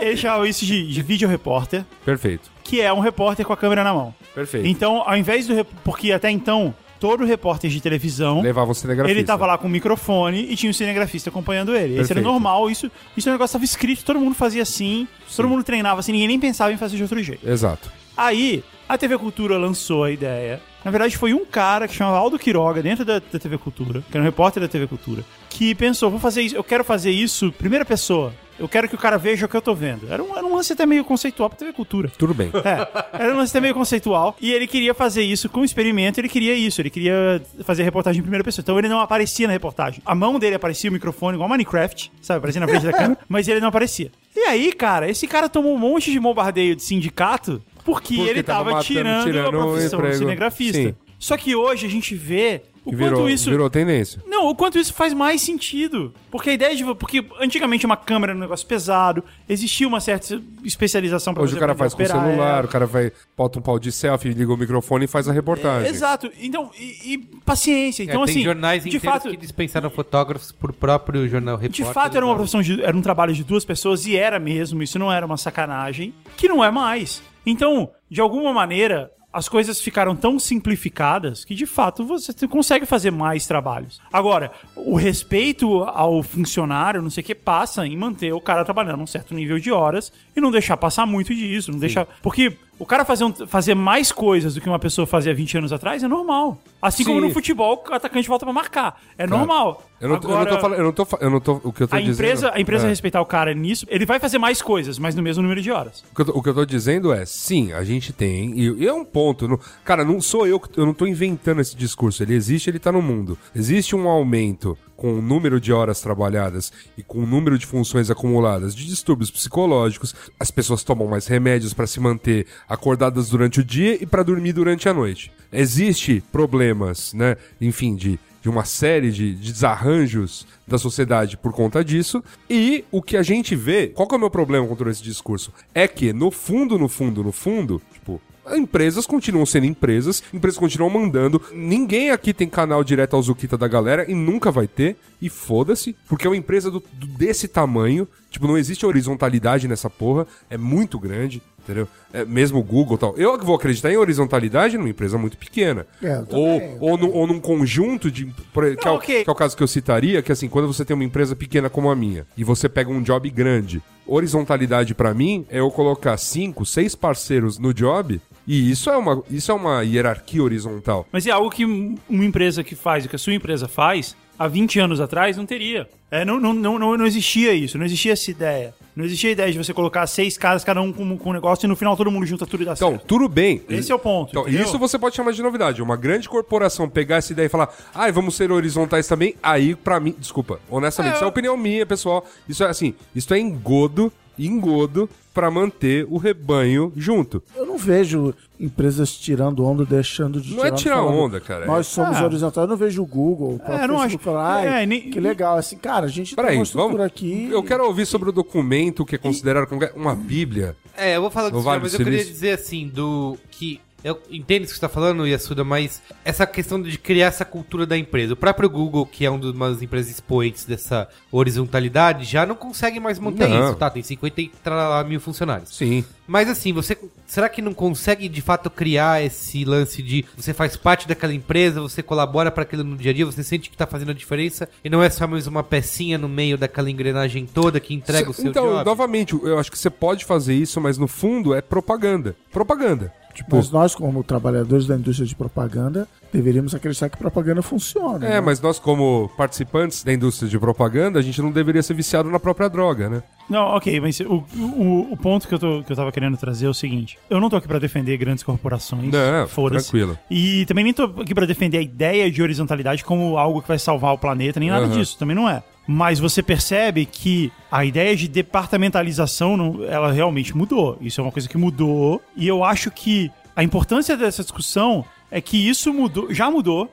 eles chamavam isso de, de vídeo repórter, Perfeito. que é um repórter com a câmera na mão. Perfeito. Então, ao invés do. rep- Porque até então, todo repórter de televisão. Levava o cinegrafista. Ele tava lá com o microfone e tinha um cinegrafista acompanhando ele. Isso era Perfeito. normal, isso, isso era um negócio que tava escrito, todo mundo fazia assim, todo mundo treinava assim, ninguém nem pensava em fazer de outro jeito. Exato. Aí, a TV Cultura lançou a ideia. Na verdade, foi um cara que chamava Aldo Quiroga, dentro da, da TV Cultura, que era um repórter da TV Cultura, que pensou, vou fazer isso, eu quero fazer isso, primeira pessoa. Eu quero que o cara veja o que eu tô vendo. Era um, era um lance até meio conceitual pra TV Cultura. Tudo bem. É, era um lance até meio conceitual. E ele queria fazer isso com experimento, ele queria isso, ele queria fazer reportagem em primeira pessoa. Então ele não aparecia na reportagem. A mão dele aparecia, o microfone, igual Minecraft, sabe? Aparecia na frente *laughs* da câmera, mas ele não aparecia. E aí, cara, esse cara tomou um monte de bombardeio de sindicato porque, Porque ele tava tava, matando, tirando, tirando a o profissão do emprego. cinegrafista. Sim. Só que hoje a gente vê o E virou, quanto isso. virou tendência. Não, o quanto isso faz mais sentido. Porque a ideia de. vo- Porque antigamente uma câmera era um negócio pesado, existia uma certa especialização pra Hoje você o cara aprender a faz com o operar é. celular, ela. o cara vai, bota um pau de selfie, liga o microfone e faz a reportagem. Exato. Então, e, e paciência. Então, É, assim. tem jornais de inteiros fato, que dispensaram fotógrafos por próprio jornal de repórter. né? fato era uma profissão de- era um trabalho de duas pessoas e era mesmo, isso não era uma sacanagem, que não é mais. Então, de alguma maneira, as coisas ficaram tão simplificadas que de fato você te- consegue fazer mais trabalhos. Agora, o respeito ao funcionário, não sei o que, passa em manter o cara trabalhando um certo nível de horas e não deixar passar muito disso, não deixar. Porque o cara fazer, um- fazer mais coisas do que uma pessoa fazia 20 anos atrás é normal. Assim como Sim. no futebol, o atacante volta pra marcar. É normal. Eu não, eu não tô falando, eu não tô, fa- eu não tô, o que eu tô A dizendo... empresa, a empresa é. respeitar o cara nisso, ele vai fazer mais coisas, mas no mesmo número de horas. O que, eu tô, o que eu tô dizendo é, sim, a gente tem. E, e é um ponto. não- cara, não sou eu que. Eu não tô inventando esse discurso. Ele existe, ele tá no mundo. Existe um aumento com o número de horas trabalhadas e com o número de funções acumuladas de distúrbios psicológicos. As pessoas tomam mais remédios pra se manter acordadas durante o dia e pra dormir durante a noite. Existe problemas, né? Enfim, de de uma série de, de desarranjos da sociedade por conta disso. E o que a gente vê, qual que é o meu problema contra esse discurso? É que, no fundo, no fundo, no fundo, tipo. Empresas continuam sendo empresas, empresas continuam mandando. Ninguém aqui tem canal direto ao Zuquita da galera e nunca vai ter. E foda-se, porque é uma empresa do- do- desse tamanho. Tipo, não existe horizontalidade nessa porra. É muito grande, entendeu? É, mesmo o Google e tal. Eu que vou acreditar em horizontalidade numa empresa muito pequena. É, eu também, ou eu ou, num, ou num conjunto de. por- que, é o, ok. que é o caso que eu citaria, que assim, quando você tem uma empresa pequena como a minha e você pega um job grande, horizontalidade pra mim é eu colocar cinco, seis parceiros no job. E isso é uma, isso é uma hierarquia horizontal. Mas é algo que um- uma empresa que faz, o que a sua empresa faz, há 20 anos atrás não teria. É, não, não, não, não, não existia isso, não existia essa ideia. Não existia a ideia de você colocar seis caras, cada um com, com um negócio, e no final todo mundo junta tudo e dá Então, certo. tudo bem. Esse é o ponto, Então, entendeu? isso você pode chamar de novidade. Uma grande corporação pegar essa ideia e falar, ai, vamos ser horizontais também, aí, pra mim, desculpa, honestamente, isso é opinião minha, pessoal. Isso é assim, isso é engodo, engodo, pra manter o rebanho junto. Eu não vejo empresas tirando onda, deixando de Não é tirar falando, onda, cara. Nós somos Ah. horizontais. Eu não vejo o Google, o próprio É, não Facebook acho- falar, ai, é, nem- que legal. Assim, cara, a gente tem Peraí, uma estrutura vamos. aqui. Eu quero ouvir sobre o documento que é considerado como uma bíblia. É, eu vou falar disso, Vale já, mas do eu queria Silício. dizer assim, do que. Eu entendo isso que você tá falando, Yasuda, mas essa questão de criar essa cultura da empresa. O próprio Google, que é uma das empresas expoentes dessa horizontalidade, já não consegue mais manter Não. isso, tá? Tem 50 e tralala mil funcionários. Sim. Mas assim, você será que não consegue de fato criar esse lance de você faz parte daquela empresa, você colabora para aquilo no dia a dia, você sente que tá fazendo a diferença e não é só mais uma pecinha no meio daquela engrenagem toda que entrega o seu então, job? novamente, eu acho que você pode fazer isso, mas no fundo é propaganda. Propaganda. Tipo, Mas nós, como trabalhadores da indústria de propaganda, deveríamos acreditar que propaganda funciona. é, né? mas nós como participantes da indústria de propaganda, a gente não deveria ser viciado na própria droga, né? Não, ok, mas o, o, o ponto que eu, tô, que eu tava querendo trazer é o seguinte: eu não tô aqui pra defender grandes corporações. Não, foda-se. tranquilo. E também nem tô aqui pra defender a ideia de horizontalidade como algo que vai salvar o planeta, nem nada Aham. disso, também não é. Mas você percebe que a ideia de departamentalização, não- ela realmente mudou. Isso é uma coisa que mudou. E eu acho que a importância dessa discussão é que isso mudou, já mudou.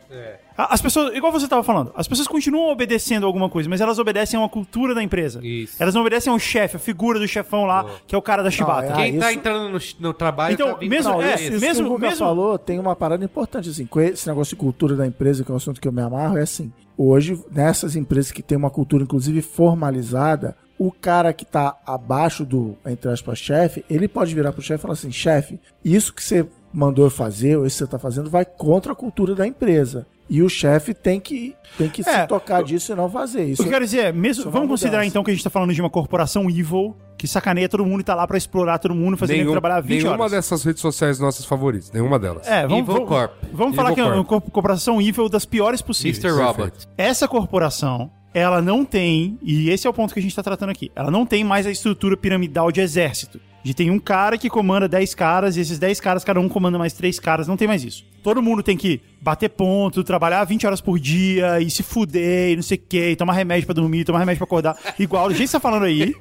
A- As pessoas, igual você estava falando, as pessoas continuam obedecendo alguma coisa, mas elas obedecem a uma cultura da empresa. Isso. Elas não obedecem ao chefe, a figura do chefão lá, que é o cara da chibata. Ah, Quem tá isso- entrando no, no trabalho Então, tá vindo mesmo- pra é, isso. Isso mesmo- que o Guga mesmo- falou, tem uma parada importante, assim, com esse negócio de cultura da empresa, que é um assunto que eu me amarro, é assim, hoje, nessas empresas que tem uma cultura, inclusive, formalizada, o cara que tá abaixo do, entre aspas, chefe, ele pode virar pro chefe e falar assim, chefe, isso que você mandou eu fazer, ou isso que você tá fazendo, vai contra a cultura da empresa. E o chefe tem que, tem que É, se tocar disso e não fazer isso. O que eu quero dizer é, mesmo, isso é uma vamos considerar mudança. então que a gente tá falando de uma corporação evil, que sacaneia todo mundo e tá lá pra explorar todo mundo, fazer ele Nenhum- trabalhar 20 nenhuma horas. dessas redes sociais nossas favoritas. Nenhuma delas. É, vamos, Evil vamos, Corp. vamos falar Evil que é uma Corp. corp- corporação evil das piores possíveis. Mr. Robot. Essa corporação, ela não tem, e esse é o ponto que a gente tá tratando aqui, ela não tem mais a estrutura piramidal de exército. De tem um cara que comanda 10 caras, e esses 10 caras, cada um comanda mais 3 caras, não tem mais isso. Todo mundo tem que bater ponto, trabalhar 20 horas por dia, e se fuder, e não sei o que, tomar remédio pra dormir, tomar remédio pra acordar. *laughs* Igual, do jeito que você tá falando aí,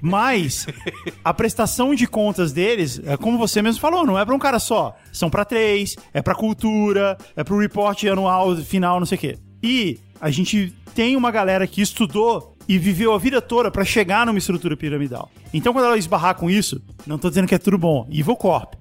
mas a prestação de contas deles, é como você mesmo falou, não é pra um cara só. São pra três, é pra cultura, é pro report anual, final, não sei o quê. E a gente tem uma galera que estudou e viveu a vida toda pra chegar numa estrutura piramidal. Então quando ela esbarrar com isso, não tô dizendo que é tudo bom, *laughs* Evil Corp.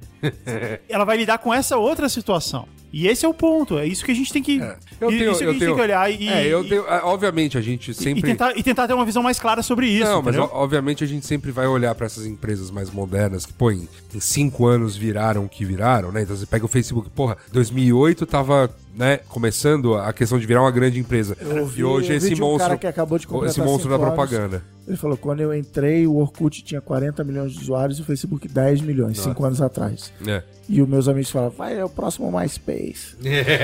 ela vai lidar com essa outra situação. E esse é o ponto, é isso que a gente tem que, Eu e- tenho, isso que eu a tenho- gente tem que olhar e, é, eu e- tenho- ah, obviamente, a gente e sempre. tentar, e tentar ter uma visão mais clara sobre isso. Não, mas entendeu? o- obviamente a gente sempre vai olhar pra essas empresas mais modernas que, pô, em, em cinco anos viraram o que viraram, né? Então você pega o Facebook, porra, 2008 tava, né, começando a questão de virar uma grande empresa. e hoje eu vi esse de um monstro, cara que acabou de completar esse monstro da cinco anos. propaganda. Ele falou, quando eu entrei, o Orkut tinha 40 milhões de usuários e o Facebook 10 milhões, 5 anos atrás. É. E os meus amigos falaram, vai, é o próximo MySpace.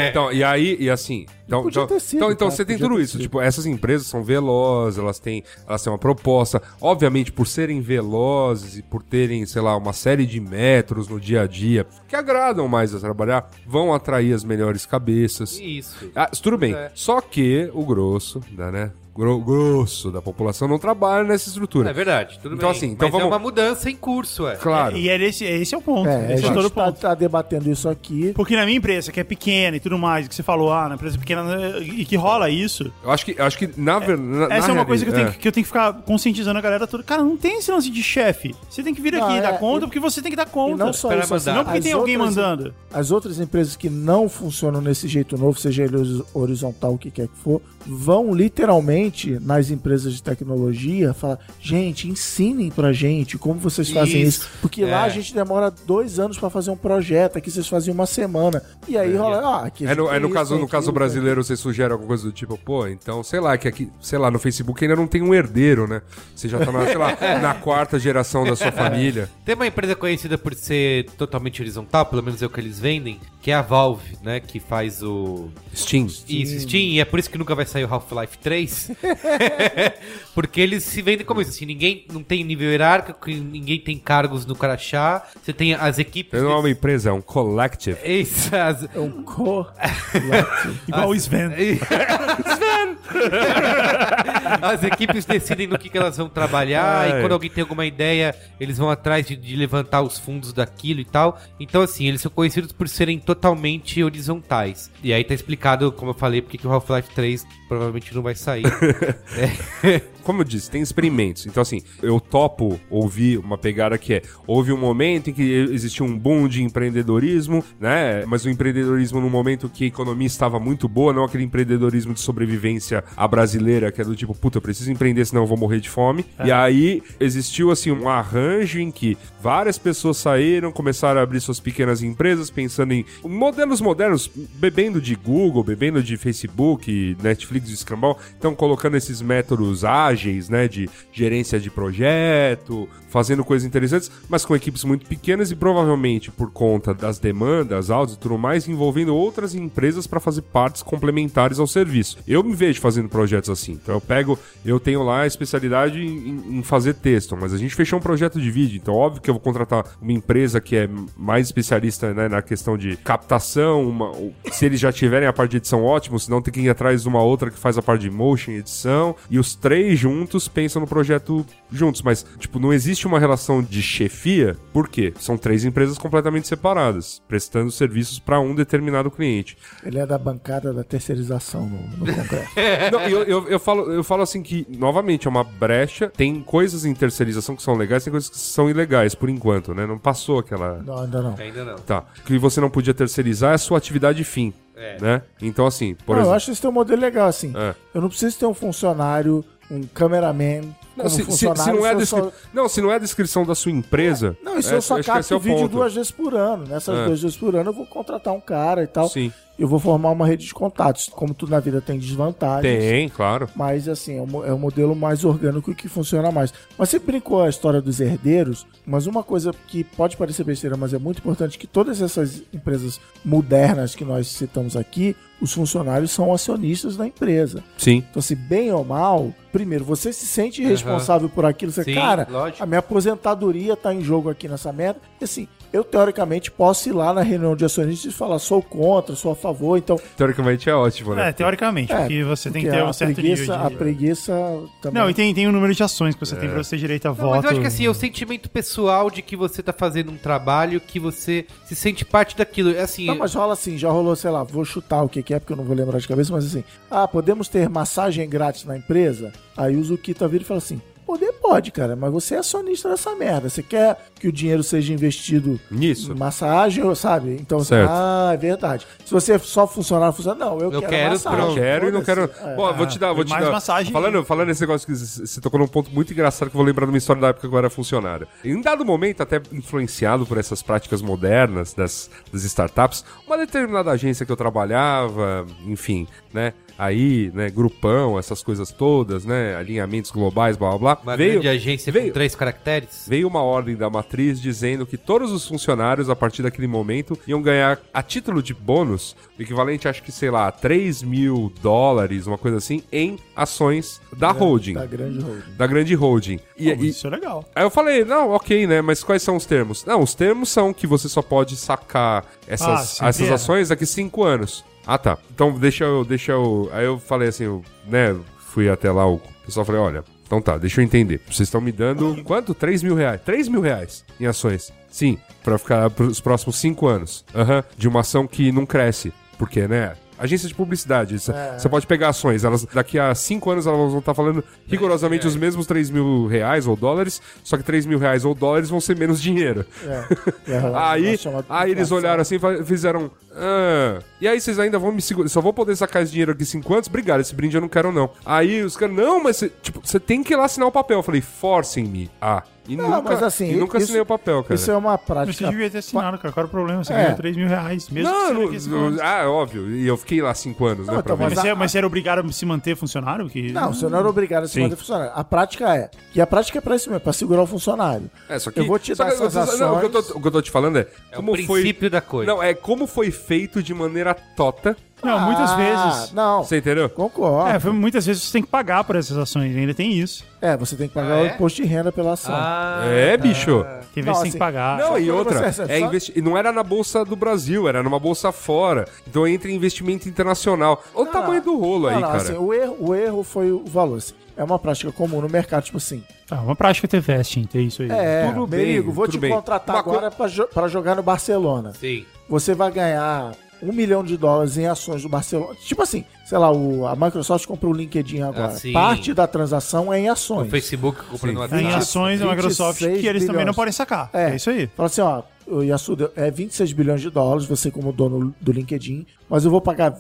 Então, e aí, e assim. Então, Podia então, ter sido, então, então cara, você tem podia tudo ter isso. sido. Tipo, essas empresas são velozes, elas têm, elas têm uma proposta. Obviamente, por serem velozes e por terem, sei lá, uma série de metros no dia a dia que agradam mais a trabalhar, vão atrair as melhores cabeças. Isso. Ah, tudo bem. É. Só que o grosso, da, né? gro- grosso da população não trabalha nessa estrutura. É verdade, tudo Então, bem. assim, então Mas vamos- é uma mudança em curso, é. Claro. E é esse, esse é o ponto. É, a esse é todo gente o ponto. tá, tá debatendo isso aqui. Porque na minha empresa, que é pequena e tudo mais, que você falou, ah, na empresa pequena e que rola isso. Eu acho que, eu acho que *laughs* na verdade. Essa é uma coisa que eu, tenho, que- que eu tenho que ficar conscientizando a galera toda. Cara, não tem esse lance de chefe. Você tem que vir Não, aqui e dar é, conta e- porque você tem que dar E conta. não só Espera isso, assim, mandar. Não porque as tem alguém outras- mandando. As outras empresas que não funcionam nesse jeito novo, seja ele horiz- horizontal, o que quer que for, vão literalmente nas empresas de tecnologia falar: gente, ensinem pra gente como vocês fazem isso. Porque lá É. a gente demora dois anos pra fazer um projeto, aqui vocês fazem uma semana. E aí rola, ah, aqui a É gente no, é tem no isso, caso, tem no caso aquilo, tem brasileiro, você sugere alguma coisa do tipo, pô, então, sei lá, que aqui, sei lá, no Facebook ainda não tem um herdeiro, né? Você já tá na, sei lá, na quarta geração da sua família. Tem uma empresa conhecida por ser totalmente horizontal, pelo menos é o que eles vendem, que é a Valve, né? Que faz o. Steam. Isso, Steam, e é por isso que nunca vai sair o Half-Life 3. Porque eles se vendem como isso. Assim, ninguém não tem nível hierárquico, ninguém tem cargos no crachá. Você tem as equipes. Não é uma empresa, é um collective. *laughs* Isso, as- um cor. Igual o Sven. As equipes decidem no que, que elas vão trabalhar Ai. e quando alguém tem alguma ideia, eles vão atrás de, de levantar os fundos daquilo e tal. Então, assim, eles são conhecidos por serem totalmente horizontais. E aí tá explicado, como eu falei, porque que o Half-Life 3 provavelmente não vai *laughs* sair. Como eu disse, tem experimentos. Então, assim, eu topo ouvir uma pegada que é: houve um momento em que existia um boom de empreendedorismo, né? Mas o empreendedorismo num momento que a economia estava muito boa, não aquele empreendedorismo de sobrevivência à brasileira, que é do tipo, puta, eu preciso empreender, senão eu vou morrer de fome. E aí existiu, assim, um arranjo em que várias pessoas saíram, começaram a abrir suas pequenas empresas, pensando em modelos modernos, bebendo de Google, bebendo de Facebook, Netflix, Scramble, estão colocando esses métodos ágeis, né, de gerência de projeto, fazendo coisas interessantes, mas com equipes muito pequenas e provavelmente por conta das demandas, áudios e tudo mais, envolvendo outras empresas para fazer partes complementares ao serviço. Eu me vejo fazendo projetos assim. Então eu pego, eu tenho lá a especialidade em, em fazer texto, mas a gente fechou um projeto de vídeo, então óbvio que eu vou contratar uma empresa que é mais especialista né, na questão de captação, uma- se eles já tiverem a parte de edição ótimo, senão tem que ir atrás de uma outra que faz a parte de motion, edição, e os três juntos pensam no projeto juntos. Mas, tipo, não existe uma relação de chefia, por quê? São três empresas completamente separadas, prestando serviços para um determinado cliente. Ele é da bancada da terceirização no, no *laughs* Congresso. Não, e eu, eu, eu, falo, eu falo assim que, novamente, é uma brecha. Tem coisas em terceirização que são legais, tem coisas que são ilegais, por enquanto, né? Não passou aquela. não, ainda não. Ainda não. Tá. O que você não podia terceirizar é a sua atividade fim. Né? Então, assim, por Não, eu exemplo. acho esse teu modelo legal, assim. É. Eu não preciso ter um funcionário, um cameraman, Não, como se, se- se funcionário. não é a eu descri- só- não, se não é a descrição da sua empresa. Não, e se eu essa- só acho que esse é capto o vídeo ponto. duas vezes por ano? Nessas É. duas vezes por ano eu vou contratar um cara e tal. Sim. Eu vou formar uma rede de contatos. Como tudo na vida tem desvantagens. Tem, claro. Mas assim, é um, mo- é um modelo mais orgânico e que funciona mais. Mas você brincou a história dos herdeiros, mas uma coisa que pode parecer besteira, mas é muito importante que todas essas empresas modernas que nós citamos aqui, os funcionários são acionistas da empresa. Sim. Então, se bem ou mal, primeiro, você se sente responsável por aquilo. Você, Sim, cara, lógico. a minha aposentadoria tá em jogo aqui nessa merda. E assim, eu teoricamente posso ir lá na reunião de acionistas e falar, sou contra, sou a favor, então. Teoricamente é ótimo, né? É, teoricamente, É, porque você tem que porque ter a um certo preguiça, nível A de... preguiça é também. Não, e tem, tem um número de ações que você tem pra você ter direito a Não, voto. mas eu acho que assim, é o sentimento pessoal de que você tá fazendo um trabalho, que você se sente parte daquilo. É Assim, Não, mas rola assim, já rolou, sei lá, vou chutar o que que é, porque eu não vou lembrar de cabeça, mas assim, ah, podemos ter massagem grátis na empresa? Aí o Zukita vira e fala assim, poder pode, cara, mas você é acionista dessa merda, você quer que o dinheiro seja investido Nisso. em massagem, ou- sabe? Então, assim, Certo. ah, é verdade. Se você é só funcionário, funciona, não, eu, Eu quero, quero, massagem. Não pronto. quero e não quero. foda-se. É. Pô, vou te dar, vou te mais dar. massagem. Falando, falando nesse negócio que c- você tocou num ponto muito engraçado que eu vou lembrar de uma história da época que eu era funcionário. Em um dado momento, até influenciado por essas práticas modernas das, das startups, uma determinada agência que eu trabalhava, enfim, né? Aí, né, grupão, essas coisas todas, né? Alinhamentos globais, blá blá blá. uma Veio, grande agência veio. com três caracteres. Veio uma ordem da matriz dizendo que todos os funcionários, a partir daquele momento, iam ganhar a título de bônus, o equivalente, acho que, sei lá, 3 mil dólares, uma coisa assim, em ações da holding. Da É. Tá grande holding. Da grande holding. E, e- Isso é legal. aí eu falei, não, ok, né? Mas quais são os termos? Não, os termos são que você só pode sacar Ah, essas, sim, essas é. ações daqui cinco anos. Ah, tá. Então deixa eu, deixa eu. Aí eu falei assim, eu, né? Fui até lá, o pessoal falei, olha, então tá, deixa eu entender. Vocês estão me dando quanto? 3 mil reais. 3 mil reais em ações. Sim, pra ficar pros próximos cinco anos. Aham. De uma ação que não cresce. Porque, né? Agência de publicidade. Você pode pegar ações. Elas, daqui a cinco anos elas vão estar falando rigorosamente os mesmos 3 mil reais ou dólares. Só que 3 mil reais ou dólares vão ser menos dinheiro. *laughs* É, é, é Aí, chamado- aí eles é, olharam assim e fa- fizeram. "Ah, e aí vocês ainda vão me segurar. Só vou poder sacar esse dinheiro aqui 5 anos? Obrigado, esse brinde eu não quero, não. Aí os caras, não, mas você tipo, você tem que ir lá assinar o papel. Eu falei, forcem-me. Ah. E Não, nunca, mas assim, e nunca isso- assinei o papel, cara. Isso é uma Mas você prática. devia ter assinado, cara. Qual era o problema? Você É. ganhou 3 mil reais. Mesmo que Não, você não, não quisesse ganhar. não- ah, óbvio. E eu fiquei lá 5 anos, Não, né? Pra então, ver. Mas você, é- mas você era obrigado a se manter funcionário? Que... Não, você não era obrigado a se Sim. manter funcionário. A prática é. E a prática é pra isso mesmo, pra segurar o funcionário. É, só que, Eu vou te só dar que- essas só- ações. não, o, que eu tô, o que eu tô te falando é. como o princípio foi, da coisa. Não, é como foi feito de maneira tota. Não, muitas Ah, vezes. Não, Você entendeu? concordo. É, foi- muitas vezes você tem que pagar por essas ações. Ainda tem isso. É, você tem que pagar Ah, o é? imposto de renda pela ação. Ah, é, bicho. Tem Não, vezes que tem assim, que pagar. Não, e quando *laughs* outra, você- é só- investi... e não era na bolsa do Brasil, era numa bolsa fora. Então entra investimento internacional. Olha o tamanho do rolo Não, aí, não, cara. assim, o, erro, o erro foi o valor. assim. é uma prática comum no mercado, tipo assim. Ah, uma prática ter vesting, ter isso aí. É, Tudo bem, Merigo, vou tudo te bem. contratar Uma agora pra, jo- pra jogar no Barcelona. Sim. Você vai ganhar um milhão de dólares em ações do Barcelona. Tipo assim, sei lá, o, a Microsoft comprou o LinkedIn agora. Ah, sim. Parte da transação é em O ações. Facebook comprando uma Tem data. ações da Microsoft que 26 eles também não bilhões. podem sacar. É, isso aí. Fala assim, ó, ô, Yasuda, é 26 bilhões de dólares, você como dono do LinkedIn, mas eu vou pagar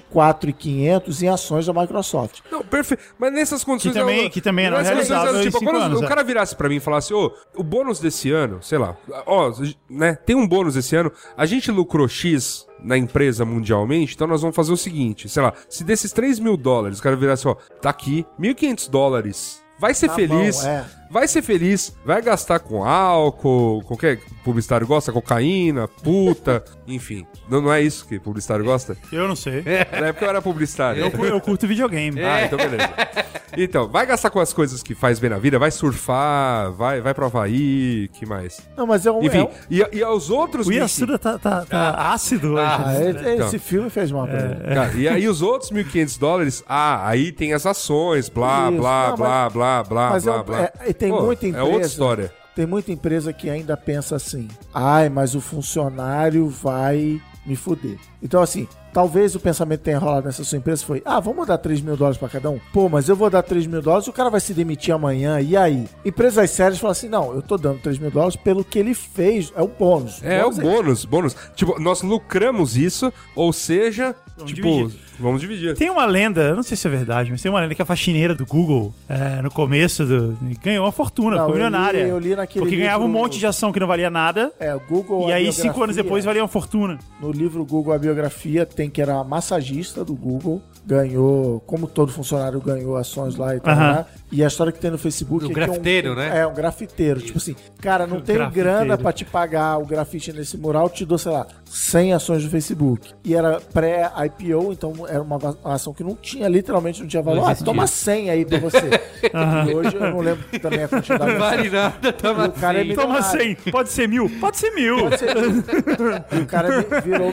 24,500 em ações da Microsoft. Não, perfeito. Mas nessas condições. é Que também- que também era nessas realizável condições, em tipo, cinco quando anos, o é. cara virasse pra mim e falasse, ô, o bônus desse ano, sei lá, ó, né? Tem um bônus esse ano, a gente lucrou X na empresa mundialmente, então nós vamos fazer o seguinte, sei lá, se desses 3 mil dólares o cara virasse, ó, tá aqui, 1.500 dólares. Vai ser Tá feliz. bom, é. Vai ser feliz, vai gastar com álcool, qualquer publicitário gosta, cocaína, puta, *laughs* enfim. Não, não é isso que publicitário gosta? Eu não sei. Na época eu era publicitário. É. Eu, cu- eu curto videogame. É. Ah, então beleza. Então, vai gastar com as coisas que faz bem na vida, vai surfar, vai, vai pro Havaí, que mais? Não, mas é um. é Enfim, um- e, e aos outros... O mil- *laughs* Yasuda tá, tá- tá ácido hoje. Ah, é- é- Então. Esse filme fez mal É, pra ele. Cara, e aí os outros 1.500 dólares, ah, aí tem as ações, blá, Isso. blá, Não, blá, mas- blá, Ah, blá, mas blá, é um- blá. é- e tem Pô, muita É outra empresa. história. Tem muita empresa que ainda pensa assim: ai, mas o funcionário vai me fuder. Então, assim, talvez o pensamento que tenha rolado nessa sua empresa foi: ah, vamos dar 3 mil dólares pra cada um? Pô, mas eu vou dar 3 mil dólares, o cara vai se demitir amanhã, e aí? Empresas sérias falam assim: não, eu tô dando 3 mil dólares pelo que ele fez, é o bônus. É o Bônus bônus, bônus. Tipo, nós lucramos isso, ou seja, tipo, dividir. vamos dividir. Tem uma lenda, eu não sei se é verdade, mas tem uma lenda que a faxineira do Google, é, no começo, do, ganhou uma fortuna, Não, ficou eu li- milionária. eu li naquele Porque ganhava um livro- monte de ação que não valia nada. É, o Google. E a aí, cinco anos biografia- depois, valia uma fortuna. No livro Google, a biografia tem que era a massagista do Google, ganhou, como todo funcionário ganhou ações lá e tal, Aham. né? E a história que tem no Facebook. Um é que é grafiteiro, né? É, um grafiteiro. Tipo assim, cara, não tenho grafiteiro. grana pra te pagar o grafite nesse mural, te dou, sei lá, 100 ações do Facebook. E era pré-IPO, então era uma va- uma ação que não tinha, literalmente não tinha valor. Não Ah, existia. toma 100 aí *laughs* pra você. E hoje eu não lembro também a quantidade. Não vale *laughs* nada, tava O cara é assim. milionário. Toma 100, Então, pode ser mil? Pode ser mil. E o cara vi- virou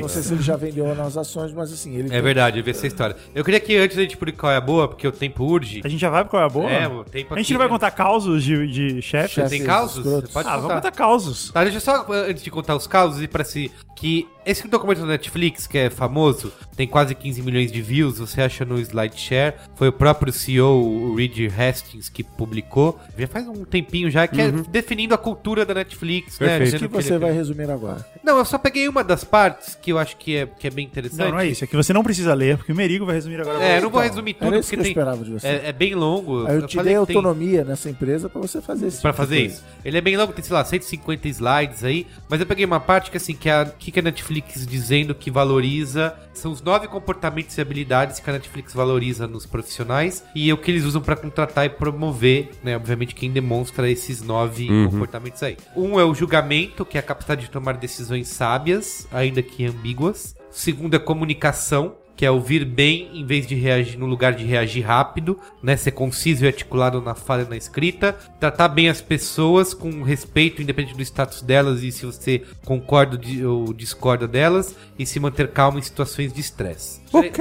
*laughs* Não sei se ele já vendeu ou não as ações, mas assim, ele É verdade, eu vi essa história. Eu queria que antes da gente publicar qual é a boa, porque o tempo urge. *laughs* A gente já vai pra qual é a boa? É, o tempo a gente aqui, não vai né? contar causos de, de chefe? Chefe. Tem esses causos? escrotos. Você pode Ah, vamos contar. contar causos. Tá, deixa eu só, eh, antes de contar os casos, e para si, que esse documento da Netflix, que é famoso, tem quase 15 milhões de views, você acha no SlideShare, foi o próprio CEO, o Reed Hastings, que publicou, já faz um tempinho já, que é definindo a cultura da Netflix, né? Perfeito. dizendo Uhum. que ele- você vai resumir agora. Não, eu só peguei uma das partes que eu acho que é, que é bem interessante. Não, não é isso. É que você não precisa ler, porque o Merigo vai resumir agora. É, eu não vou resumir tudo, Era isso porque que eu tem, esperava de você. é, é bem longo. Aí eu te dei que tem- autonomia nessa empresa pra você fazer tipo isso. Pra fazer isso. Ele é bem longo, tem, sei lá, 150 slides aí. Mas eu peguei uma parte que, assim, que a, que que a Netflix dizendo que valoriza. São os nove comportamentos e habilidades que a Netflix valoriza nos profissionais. E é o que eles usam pra contratar e promover, né? Obviamente, quem demonstra esses nove Uhum. comportamentos aí. Um é o julgamento, que é a capacidade de tomar decisões sábias, ainda que ambíguas. O segundo é comunicação, que é ouvir bem em vez de reagir no lugar de reagir rápido, né? Ser conciso e articulado na fala e na escrita, tratar bem as pessoas com respeito, independente do status delas e se você concorda de- ou discorda delas, e se manter calmo em situações de estresse. O quê?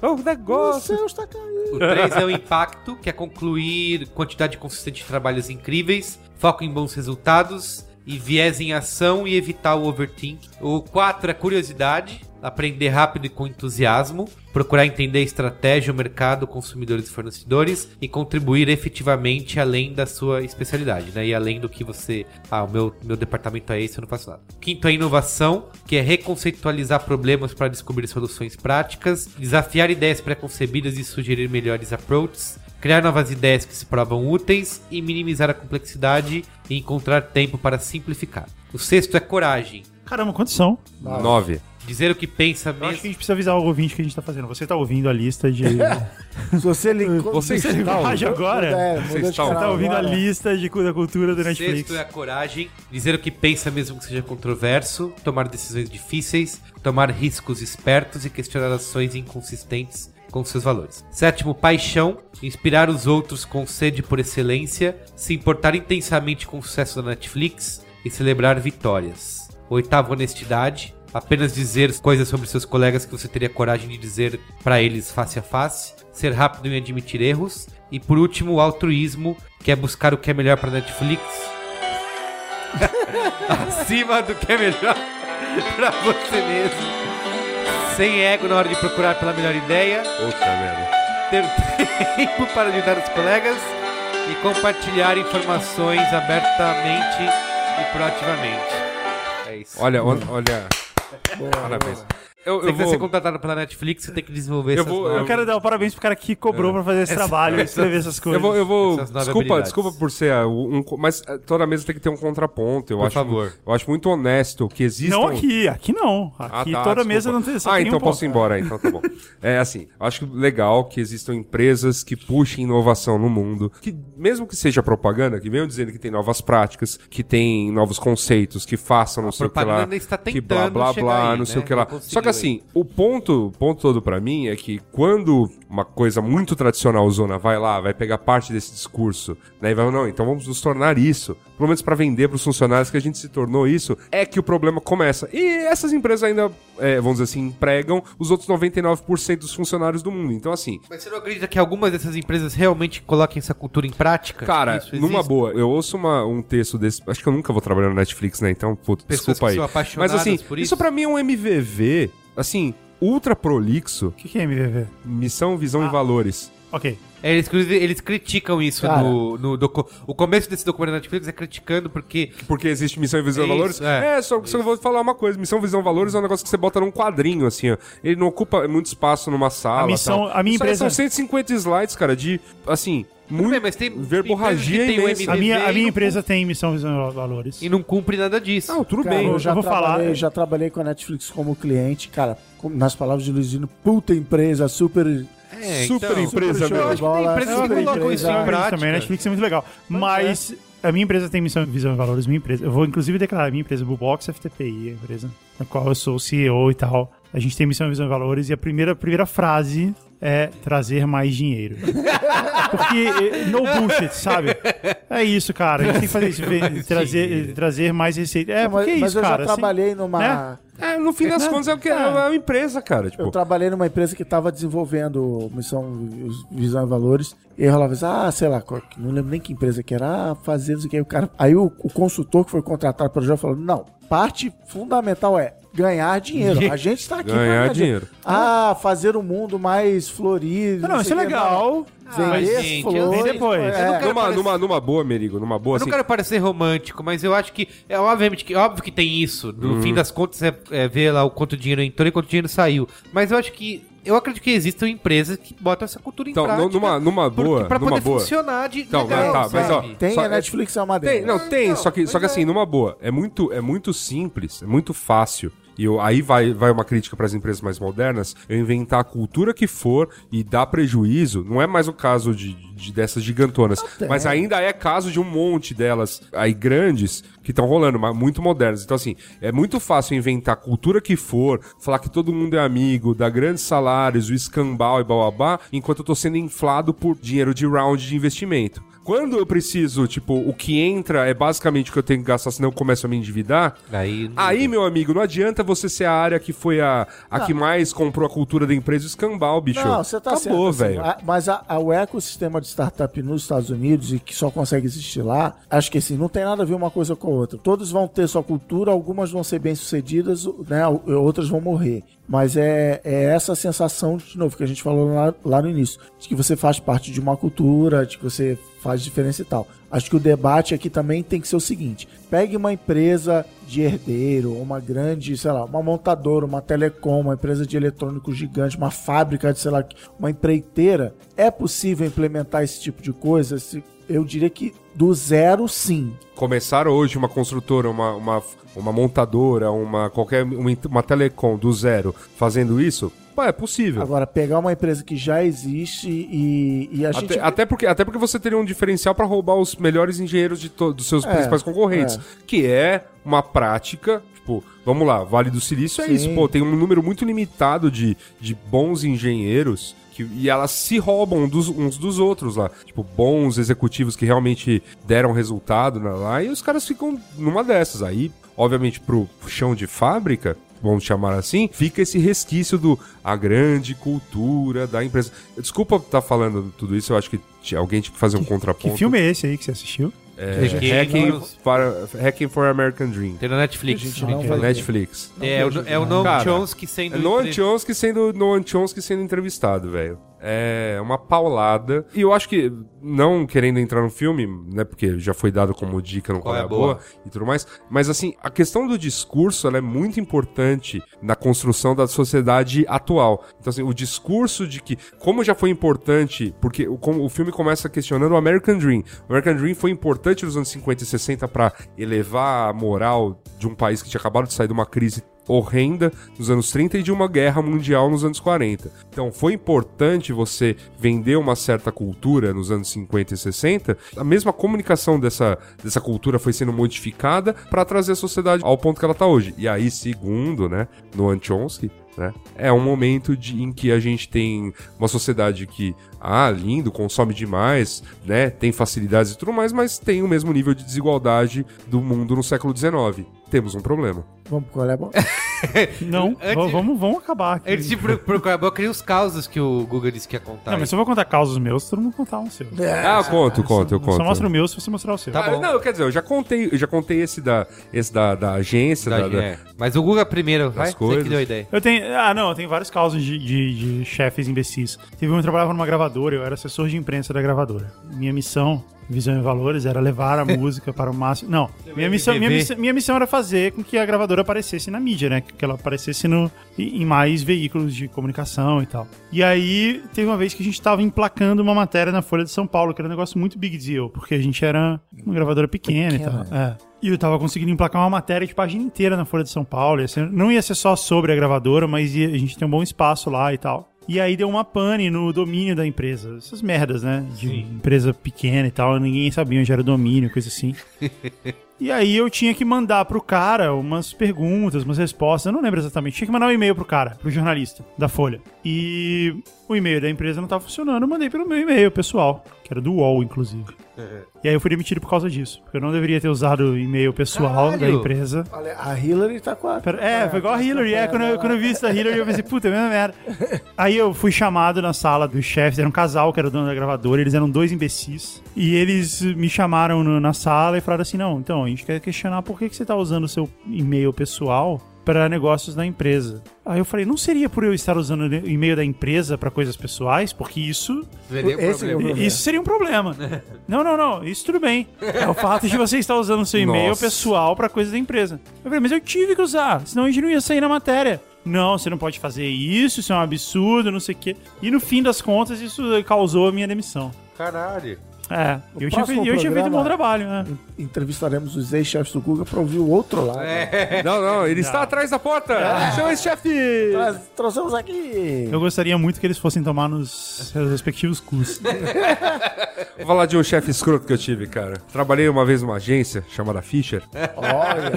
O O negócio. céu está caindo. O 3 é o impacto, que é concluir quantidade consistente de trabalhos incríveis, foco em bons resultados e viés em ação e evitar o overthink. O 4 é curiosidade, aprender rápido e com entusiasmo, procurar entender a estratégia, o mercado, consumidores e fornecedores e contribuir efetivamente além da sua especialidade, né? E além do que você, ah, o meu, meu departamento é esse, eu não faço nada. Quinto é inovação, que é reconceitualizar problemas para descobrir soluções práticas, desafiar ideias pré-concebidas e sugerir melhores approaches, criar novas ideias que se provam úteis e minimizar a complexidade e encontrar tempo para simplificar. O sexto é coragem, Caramba, quantos são? Nove. dizer o que pensa Eu acho que a mesmo. gente precisa avisar o ouvinte que a gente tá fazendo. Você tá ouvindo a lista de. Tá Se você ligou. Você está Linguagem agora? É, mudou de está- Você canal tá ouvindo a agora. lista de, cu- da cultura do O Netflix. sexto é a coragem, dizer o que pensa mesmo que seja controverso, tomar decisões difíceis, tomar riscos espertos e questionar ações inconsistentes com seus valores. Sétimo, paixão, inspirar os outros com sede por excelência, se importar intensamente com o sucesso da Netflix e celebrar vitórias. Oitavo, honestidade, apenas dizer coisas sobre seus colegas que você teria coragem de dizer para eles face a face, ser rápido em admitir erros e por último, o altruísmo, que é buscar o que é melhor para Netflix acima do que é melhor *laughs* pra você mesmo. Sem ego na hora de procurar pela melhor ideia, Puta merda. ter *laughs* tempo para ajudar os colegas e compartilhar informações abertamente e proativamente. É isso. Olha, olha, olha. Parabéns. eu, você eu quiser ser vou... contratado pela Netflix, você tem que desenvolver Eu essas vou- novas- Eu quero dar um parabéns pro cara que cobrou pra fazer esse trabalho e escrever essas coisas. Eu vou, eu vou- Essas nove desculpa, habilidades. desculpa por ser ah, um, um- mas ah, toda mesa tem que ter um contraponto. Eu Por acho, favor. eu acho muito honesto que exista. Não aqui, aqui não. Ah, Aqui tá, toda desculpa. mesa não tem só Ah, tem um então eu posso ponto. ir embora, então tá bom. É assim, acho que legal que existam empresas que puxem inovação no mundo, que mesmo que seja propaganda, que venham dizendo que tem novas práticas, que tem novos conceitos, que façam não sei o que propaganda lá, ainda está que blá tentando blá chegar blá, aí, não sei né? o que lá. Não Só que conseguiu assim, o ponto, o ponto todo pra mim é que quando uma coisa muito tradicional zona vai lá, vai pegar parte desse discurso, né, e vai, não, então vamos nos tornar isso, pelo menos pra vender pros funcionários que a gente se tornou isso, é que o problema começa. E essas empresas ainda, é, vamos dizer assim, empregam os outros 99% dos funcionários do mundo. Então assim, Mas você não acredita que algumas dessas empresas realmente coloquem essa cultura em prática? Cara, Isso numa existe? boa, eu ouço uma- um texto desse. Acho que eu nunca vou trabalhar no Netflix, né? Então, puto, Pessoas desculpa que aí. são apaixonadas Mas assim, por isso isso? pra mim é um MVV, assim, ultra prolixo, O que, que é MVV? missão, visão Ah. e valores. Ok. É, Eles, inclusive, eles criticam isso Cara. no, no docu- O começo desse documento da Netflix é criticando porque Porque existe missão e visão e Isso, valores. É, é. só, só eu vou falar uma coisa: missão, visão e valores é um negócio que você bota num quadrinho, assim, ó. Ele não ocupa muito espaço numa sala. A missão- tal. a minha Isso aí empresa- São 150 slides, cara, de, assim, Tudo muito. bem, mas tem verborragia empresas que tem um o imensa. A MVV minha, a e minha não empresa tem missão, visão e valores. e não cumpre nada disso. Não, tudo Cara, bem. eu já, eu vou falar- trabalhei, já trabalhei com a Netflix como cliente, cara, com- nas palavras de Luizino, puta empresa, super. É, super então. empresa, né? super show meu. de bola, empresas que super colocam empresa. isso em prática. É é. também, a Tipo, Netflix é muito legal. Mas a minha empresa tem missão, visão e valores, minha empresa. Eu vou inclusive declarar a minha empresa, é Bullbox FTPI, a empresa na qual eu sou CEO e tal. A gente tem missão, visão e valores e a primeira, a primeira frase é trazer mais dinheiro. *laughs* Porque eh, no bullshit, sabe? É isso, cara. A gente tem que fazer isso, ver- trazer, eh, trazer mais receita. É, Não, mas porque é isso, mas eu cara. já trabalhei numa. né? É, no fim das contas é o que é uma empresa, cara. Tipo, Eu trabalhei numa empresa que estava desenvolvendo missão, visão e valores. E aí rolava isso, ah, sei lá, qual- não lembro nem que empresa que era, ah, fazer isso aqui. Aí o, cara, aí o, o consultor que foi contratado para o jogo falou: não, parte fundamental é ganhar dinheiro. A gente está aqui pra Ganhar dinheiro. Ah, fazer o mundo mais florido. Não, não, isso sei é o que, legal. não. Vender Ah, as gente, eu flores. sei depois. é. Eu não quero numa, parecer- numa, numa boa, Merigo, numa boa, Eu assim. não quero parecer romântico, mas eu acho que. É obviamente que, óbvio que tem isso. No Uhum. fim das contas, é, é ver lá o quanto dinheiro entrou e quanto dinheiro saiu. Mas eu acho que. Eu acredito que existam empresas que botam essa cultura em Então, prática. numa- numa porque- boa, Pra numa poder boa. funcionar de. Então, legal, mas tá, mas ó, sabe? Tem Só- a Netflix é uma Tem, delas. não, tem, só que, só que assim, numa boa, é muito, é muito simples, é muito fácil. E eu- aí vai, vai uma crítica para as empresas mais modernas, eu inventar a cultura que for e dar prejuízo, não é mais o caso de, de- dessas gigantonas, mas ainda é caso de um monte delas aí grandes que estão rolando, mas muito modernas. Então assim, é muito fácil inventar a cultura que for, falar que todo mundo é amigo, dar grandes salários, o escambau e bababá, enquanto eu tô sendo inflado por dinheiro de round de investimento. Quando eu preciso, tipo, o que entra é basicamente o que eu tenho que gastar, senão eu começo a me endividar. Aí- Aí, meu amigo, não adianta você ser a área que foi a, a que mais comprou a cultura da empresa o escambau, bicho. Não, você tá Acabou, certo, assim, velho. a- Mas a, a- o ecossistema de startup nos Estados Unidos e que só consegue existir lá, acho que assim, não tem nada a ver uma coisa com a outra. Todos vão ter sua cultura, algumas vão ser bem-sucedidas, né, o- outras vão morrer. Mas é, é essa sensação, de novo, que a gente falou lá, lá no início, de que você faz parte de uma cultura, de que você faz diferença e tal. Acho que o debate aqui também tem que ser o seguinte: pegue uma empresa de herdeiro, uma grande, sei lá, uma montadora, uma telecom, uma empresa de eletrônico gigante, uma fábrica de, sei lá, uma empreiteira. É possível implementar esse tipo de coisa? Se- Eu diria que do zero, sim. Começar hoje uma construtora, uma, uma, uma montadora, uma qualquer uma, uma telecom do zero fazendo isso, pô, é possível. Agora, pegar uma empresa que já existe e, e a Até, gente. até porque, até porque você teria um diferencial para roubar os melhores engenheiros de to- dos seus É, principais concorrentes, é. que é uma prática. Tipo, vamos lá, Vale do Silício é Sim. isso, pô, tem um número muito limitado de, de bons engenheiros que, e elas se roubam dos- uns dos outros lá. Tipo, bons executivos que realmente deram resultado na- lá e os caras ficam numa dessas. Aí, obviamente, pro chão de fábrica, vamos chamar assim, fica esse resquício do a grande cultura da empresa. Desculpa estar falando tudo isso, eu acho que t- alguém tinha que fazer um Que contraponto. filme é esse aí que você assistiu? É, Hacking, não- para, Hacking for American Dream. Tem na Netflix. Gente, não vai- Netflix. É, o- é o Noam Cara, né? é Chomsky sendo. Noam entre- Chomsky sendo Noam Chomsky sendo entrevistado, velho. é uma paulada. E eu acho que, não querendo entrar no filme, né, porque já foi dado como dica no Qual, é a boa? e tudo mais, mas assim, a questão do discurso, ela é muito importante na construção da sociedade atual. Então assim, o discurso de que, como já foi importante, porque o, como o filme começa questionando o American Dream. O American Dream foi importante nos anos 50 e 60 para elevar a moral de um país que tinha acabado de sair de uma crise horrenda nos anos 30 e de uma guerra mundial nos anos 40. Então foi importante você vender uma certa cultura nos anos 50 e 60. A mesma comunicação dessa, dessa cultura foi sendo modificada para trazer a sociedade ao ponto que ela está hoje. E aí, segundo, né, Noam Chomsky, né? É um momento de- em que a gente tem uma sociedade que, ah, lindo, consome demais, né? Tem facilidades e tudo mais, mas tem o mesmo nível de desigualdade do mundo no século XIX. Temos um problema. Vamos pro Colebo? Não, Antes- v- vamos, vamos acabar aqui. Eles tipo, pro, pro Colabor, eu queria os causos que o Guga disse que ia contar. Não, mas se eu vou contar causos meus, todo mundo contar um seu. É, Ah, eu conto, conto, eu Eu só mostra conto. o meu se você mostrar o seu. Tá Ah, não, quer dizer, eu já contei, eu já contei esse da, esse da, da agência, da, Da- da- é. Mas o Guga primeiro, vai? Você coisas. que deu a ideia. Eu tenho. Ah, não, eu tenho vários casos de, de- de chefes imbecis. Teve um que trabalhava numa gravadora, eu era assessor de imprensa da gravadora. Minha missão, visão e valores, era levar a *laughs* música para o máximo. Não, minha missão, minha, MPB. missão, minha missão era fazer com que a gravadora aparecesse na mídia, né? Que ela aparecesse no, em em mais veículos de comunicação e tal. E aí, teve uma vez que a gente tava emplacando uma matéria na Folha de São Paulo, que era um negócio muito big deal, porque a gente era uma gravadora pequena, e tal. É. E eu tava conseguindo emplacar uma matéria de página inteira na Folha de São Paulo. ia ser- não ia ser só sobre a gravadora, mas ia- a gente tem um bom espaço lá e tal. E aí deu uma pane no domínio da empresa. Essas merdas, né? De empresa pequena e tal, ninguém sabia onde era o domínio, coisa assim. E aí eu tinha que mandar pro cara umas perguntas, umas respostas, eu não lembro exatamente. Tinha que mandar um e-mail pro cara, pro jornalista da Folha. E o e-mail da empresa não tava funcionando, eu mandei pelo meu e-mail pessoal, que era do UOL, inclusive. E aí eu fui demitido por causa disso, porque eu não deveria ter usado o e-mail pessoal da Caralho! empresa. Olha, a Hillary tá com a. Pera- É, foi igual a Hillary. É, quando eu, quando eu vi isso da Hillary, eu pensei, puta, é a mesma merda. Aí eu fui chamado na sala dos chefes, era um casal que era o dono da gravadora, eles eram dois imbecis. E eles me chamaram no- na sala e falaram assim: não, então, a gente quer questionar por que, que você tá usando o seu e-mail pessoal para negócios da empresa. Aí eu falei, não seria por eu estar usando o e-mail da empresa para coisas pessoais? Porque isso Esse é o problema. isso seria um problema. Não, não, não. Isso tudo bem. É o fato de você estar usando o seu e-mail Nossa. pessoal pra coisa da empresa. Eu falei, mas eu tive que usar, senão a gente não ia sair na matéria. Não, você não pode fazer isso, isso é um absurdo, não sei o quê. E no fim das contas, isso causou a minha demissão. Caralho. É, eu tinha, próximo feito, eu tinha feito um bom programa- trabalho, né? Entrevistaremos os ex-chefes do Google pra ouvir o outro lado. Não, não, ele está atrás da porta! Ah. Chama esse chefe! Nós trouxemos aqui. Eu gostaria muito que eles fossem tomar nos seus respectivos cursos. Vou falar de um chefe escroto que eu tive, cara. Trabalhei uma vez numa agência chamada Fisher. Olha.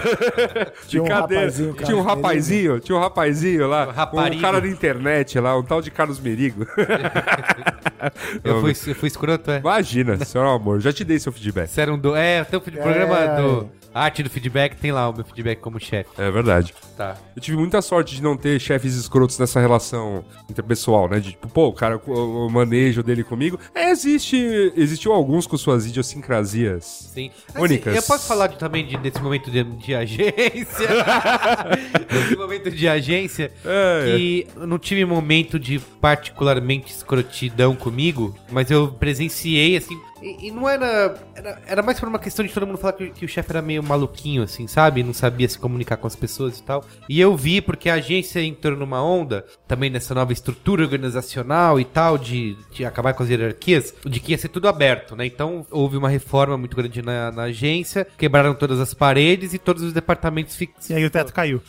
É. Tinha um rapazinho, cara. tinha um rapazinho, tinha um rapazinho lá, um raparigo. cara da internet lá, um tal de Carlos Merigo. *laughs* Eu fui, eu fui escroto, é? Imagina, senhor amor, já te dei seu feedback. Sério, um do... É, tem o feed- programa do... a Arte do Feedback, tem lá o meu feedback como chefe. É verdade. Tá. Eu tive muita sorte de não ter chefes escrotos nessa relação interpessoal, né? De tipo, pô, o cara, o, o manejo dele comigo. É, existe, existiu alguns com suas idiosincrasias. Sim. Assim, Únicas. eu posso falar de- também de- desse momento de, de agência? *laughs* desse momento de agência. É, que eu não tive momento de particularmente escrotidão comigo, mas eu presenciei, assim. E, e não era, era. Era mais por uma questão de todo mundo falar que, que o chefe era meio maluquinho, assim, sabe? Não sabia se comunicar com as pessoas e tal. E eu vi, porque a agência entrou numa onda, também nessa nova estrutura organizacional e tal, de, de acabar com as hierarquias, de que ia ser tudo aberto, né? Então houve uma reforma muito grande na, na agência, quebraram todas as paredes e todos os departamentos fi- E aí o teto caiu.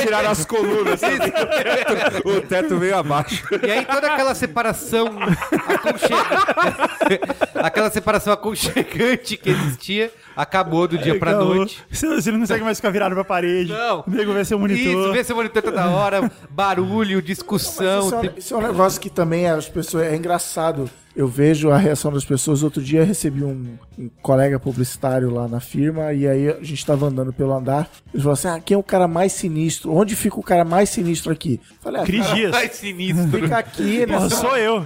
Tiraram as colunas. *laughs* o teto veio abaixo. E aí toda aquela separação aconchega- *laughs* aquela separação aconchegante que existia acabou do dia pra Acabou. noite. Você você não consegue mais ficar virado pra parede. Não. O nego vê seu Isso, monitor. vê seu monitor toda hora, barulho, discussão. Isso é, um, Então, tem- isso é um negócio que também as pessoas. É engraçado. Eu vejo a reação das pessoas. Outro dia eu recebi um, um colega publicitário lá na firma, e aí a gente tava andando pelo andar. Ele falou assim: Ah, quem é o cara mais sinistro? Onde fica o cara mais sinistro aqui? Eu Falei, ah, Cris cara, Dias. Ai, sinistro. fica aqui, Porra, nessa, sou eu.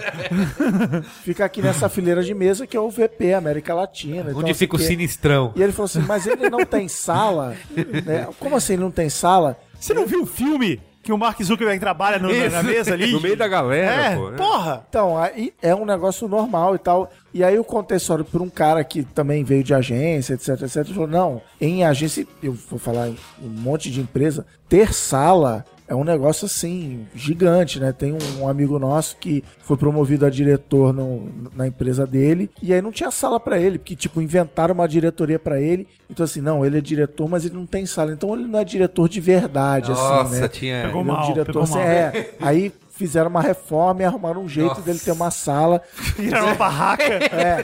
fica aqui nessa fileira de mesa que é o VP, América Latina. e tal, Onde não sei fica o quê. sinistrão? E ele falou *laughs* assim: Mas ele não tem sala? né? Como assim ele não tem sala? Você não viu o filme? que o Mark Zuckerberg trabalha no- na, na mesa ali. No meio da galera, É, pô. É. porra. Então, aí é um negócio normal e tal. E aí eu contei a história por um cara que também veio de agência, etc, etc. Ele falou, não, em agência, eu vou falar em um monte de empresa, ter sala é um negócio assim, gigante, né? Tem um, amigo nosso que foi promovido a diretor no- na empresa dele, e aí não tinha sala pra ele, porque, tipo, inventaram uma diretoria pra ele. Então, assim, não, ele é diretor, mas ele não tem sala. Então ele não é diretor de verdade, assim, né? Nossa, tinha. Pegou Ele é um mal, diretor, pegou assim, mal. é. Aí fizeram uma reforma e arrumaram um jeito Nossa. dele ter uma sala. Vira uma barraca. É.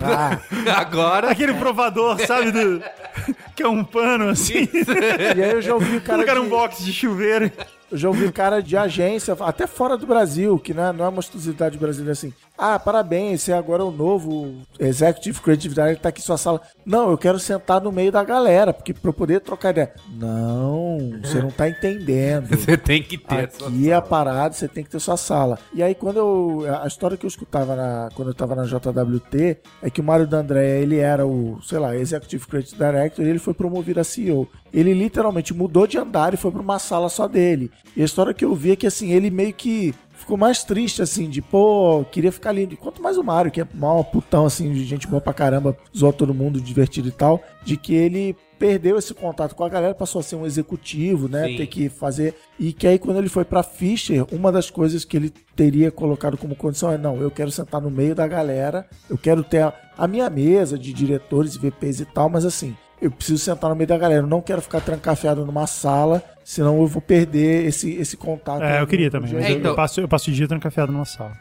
Ah, Agora. Aquele provador, sabe? Do, que é um pano, assim. *laughs* e aí eu já ouvi o cara. Colocaram um de- box de chuveiro. Eu já ouvi cara de agência, até fora do Brasil, que não é, não é uma exclusividade brasileira assim. Ah, parabéns, você agora é o novo Executive Creative Director, tá aqui em sua sala. Não, eu quero sentar no meio da galera, porque pra eu poder trocar ideia. Não, você não tá entendendo. Você tem que ter. essa- Aqui é a parada, você tem que ter sua sala. E aí, quando eu. A história que eu escutava na, quando eu tava na JWT é que o Mário D'Andrea, ele era o, sei lá, Executive Creative Director e ele foi promovido a CEO. Ele literalmente mudou de andar e foi pra uma sala só dele. E a história que eu vi é que, assim, ele meio que ficou mais triste, assim, de, pô, queria ficar lindo. E quanto mais o Mário, que é mal putão, assim, de gente boa pra caramba, zoa todo mundo, divertido e tal, de que ele perdeu esse contato com a galera, passou a ser um executivo, né? Sim. Ter que fazer. E que aí, quando ele foi pra Fischer, uma das coisas que ele teria colocado como condição é: não, eu quero sentar no meio da galera, eu quero ter a, a minha mesa de diretores, VPs e tal, mas assim. Eu preciso sentar no meio da galera, eu não quero ficar trancafiado numa sala, senão eu vou perder esse, esse contato. É, eu queria também. mas É, então- eu, passo, eu passo o dia trancafiado numa sala.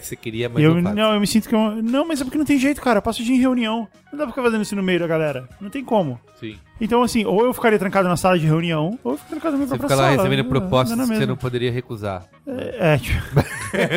Você queria, E mas eu, não faz. não, eu me sinto que eu. Não, mas é porque não tem jeito, cara. Eu passo o dia em reunião. Não dá pra ficar fazendo isso no meio da galera. Não tem como. Sim. Então, assim, ou eu ficaria trancado na sala de reunião, ou eu fico trancado na minha Você própria fica lá sala. recebendo Não, propostas não é que você mesmo. não poderia recusar. É, é, tipo,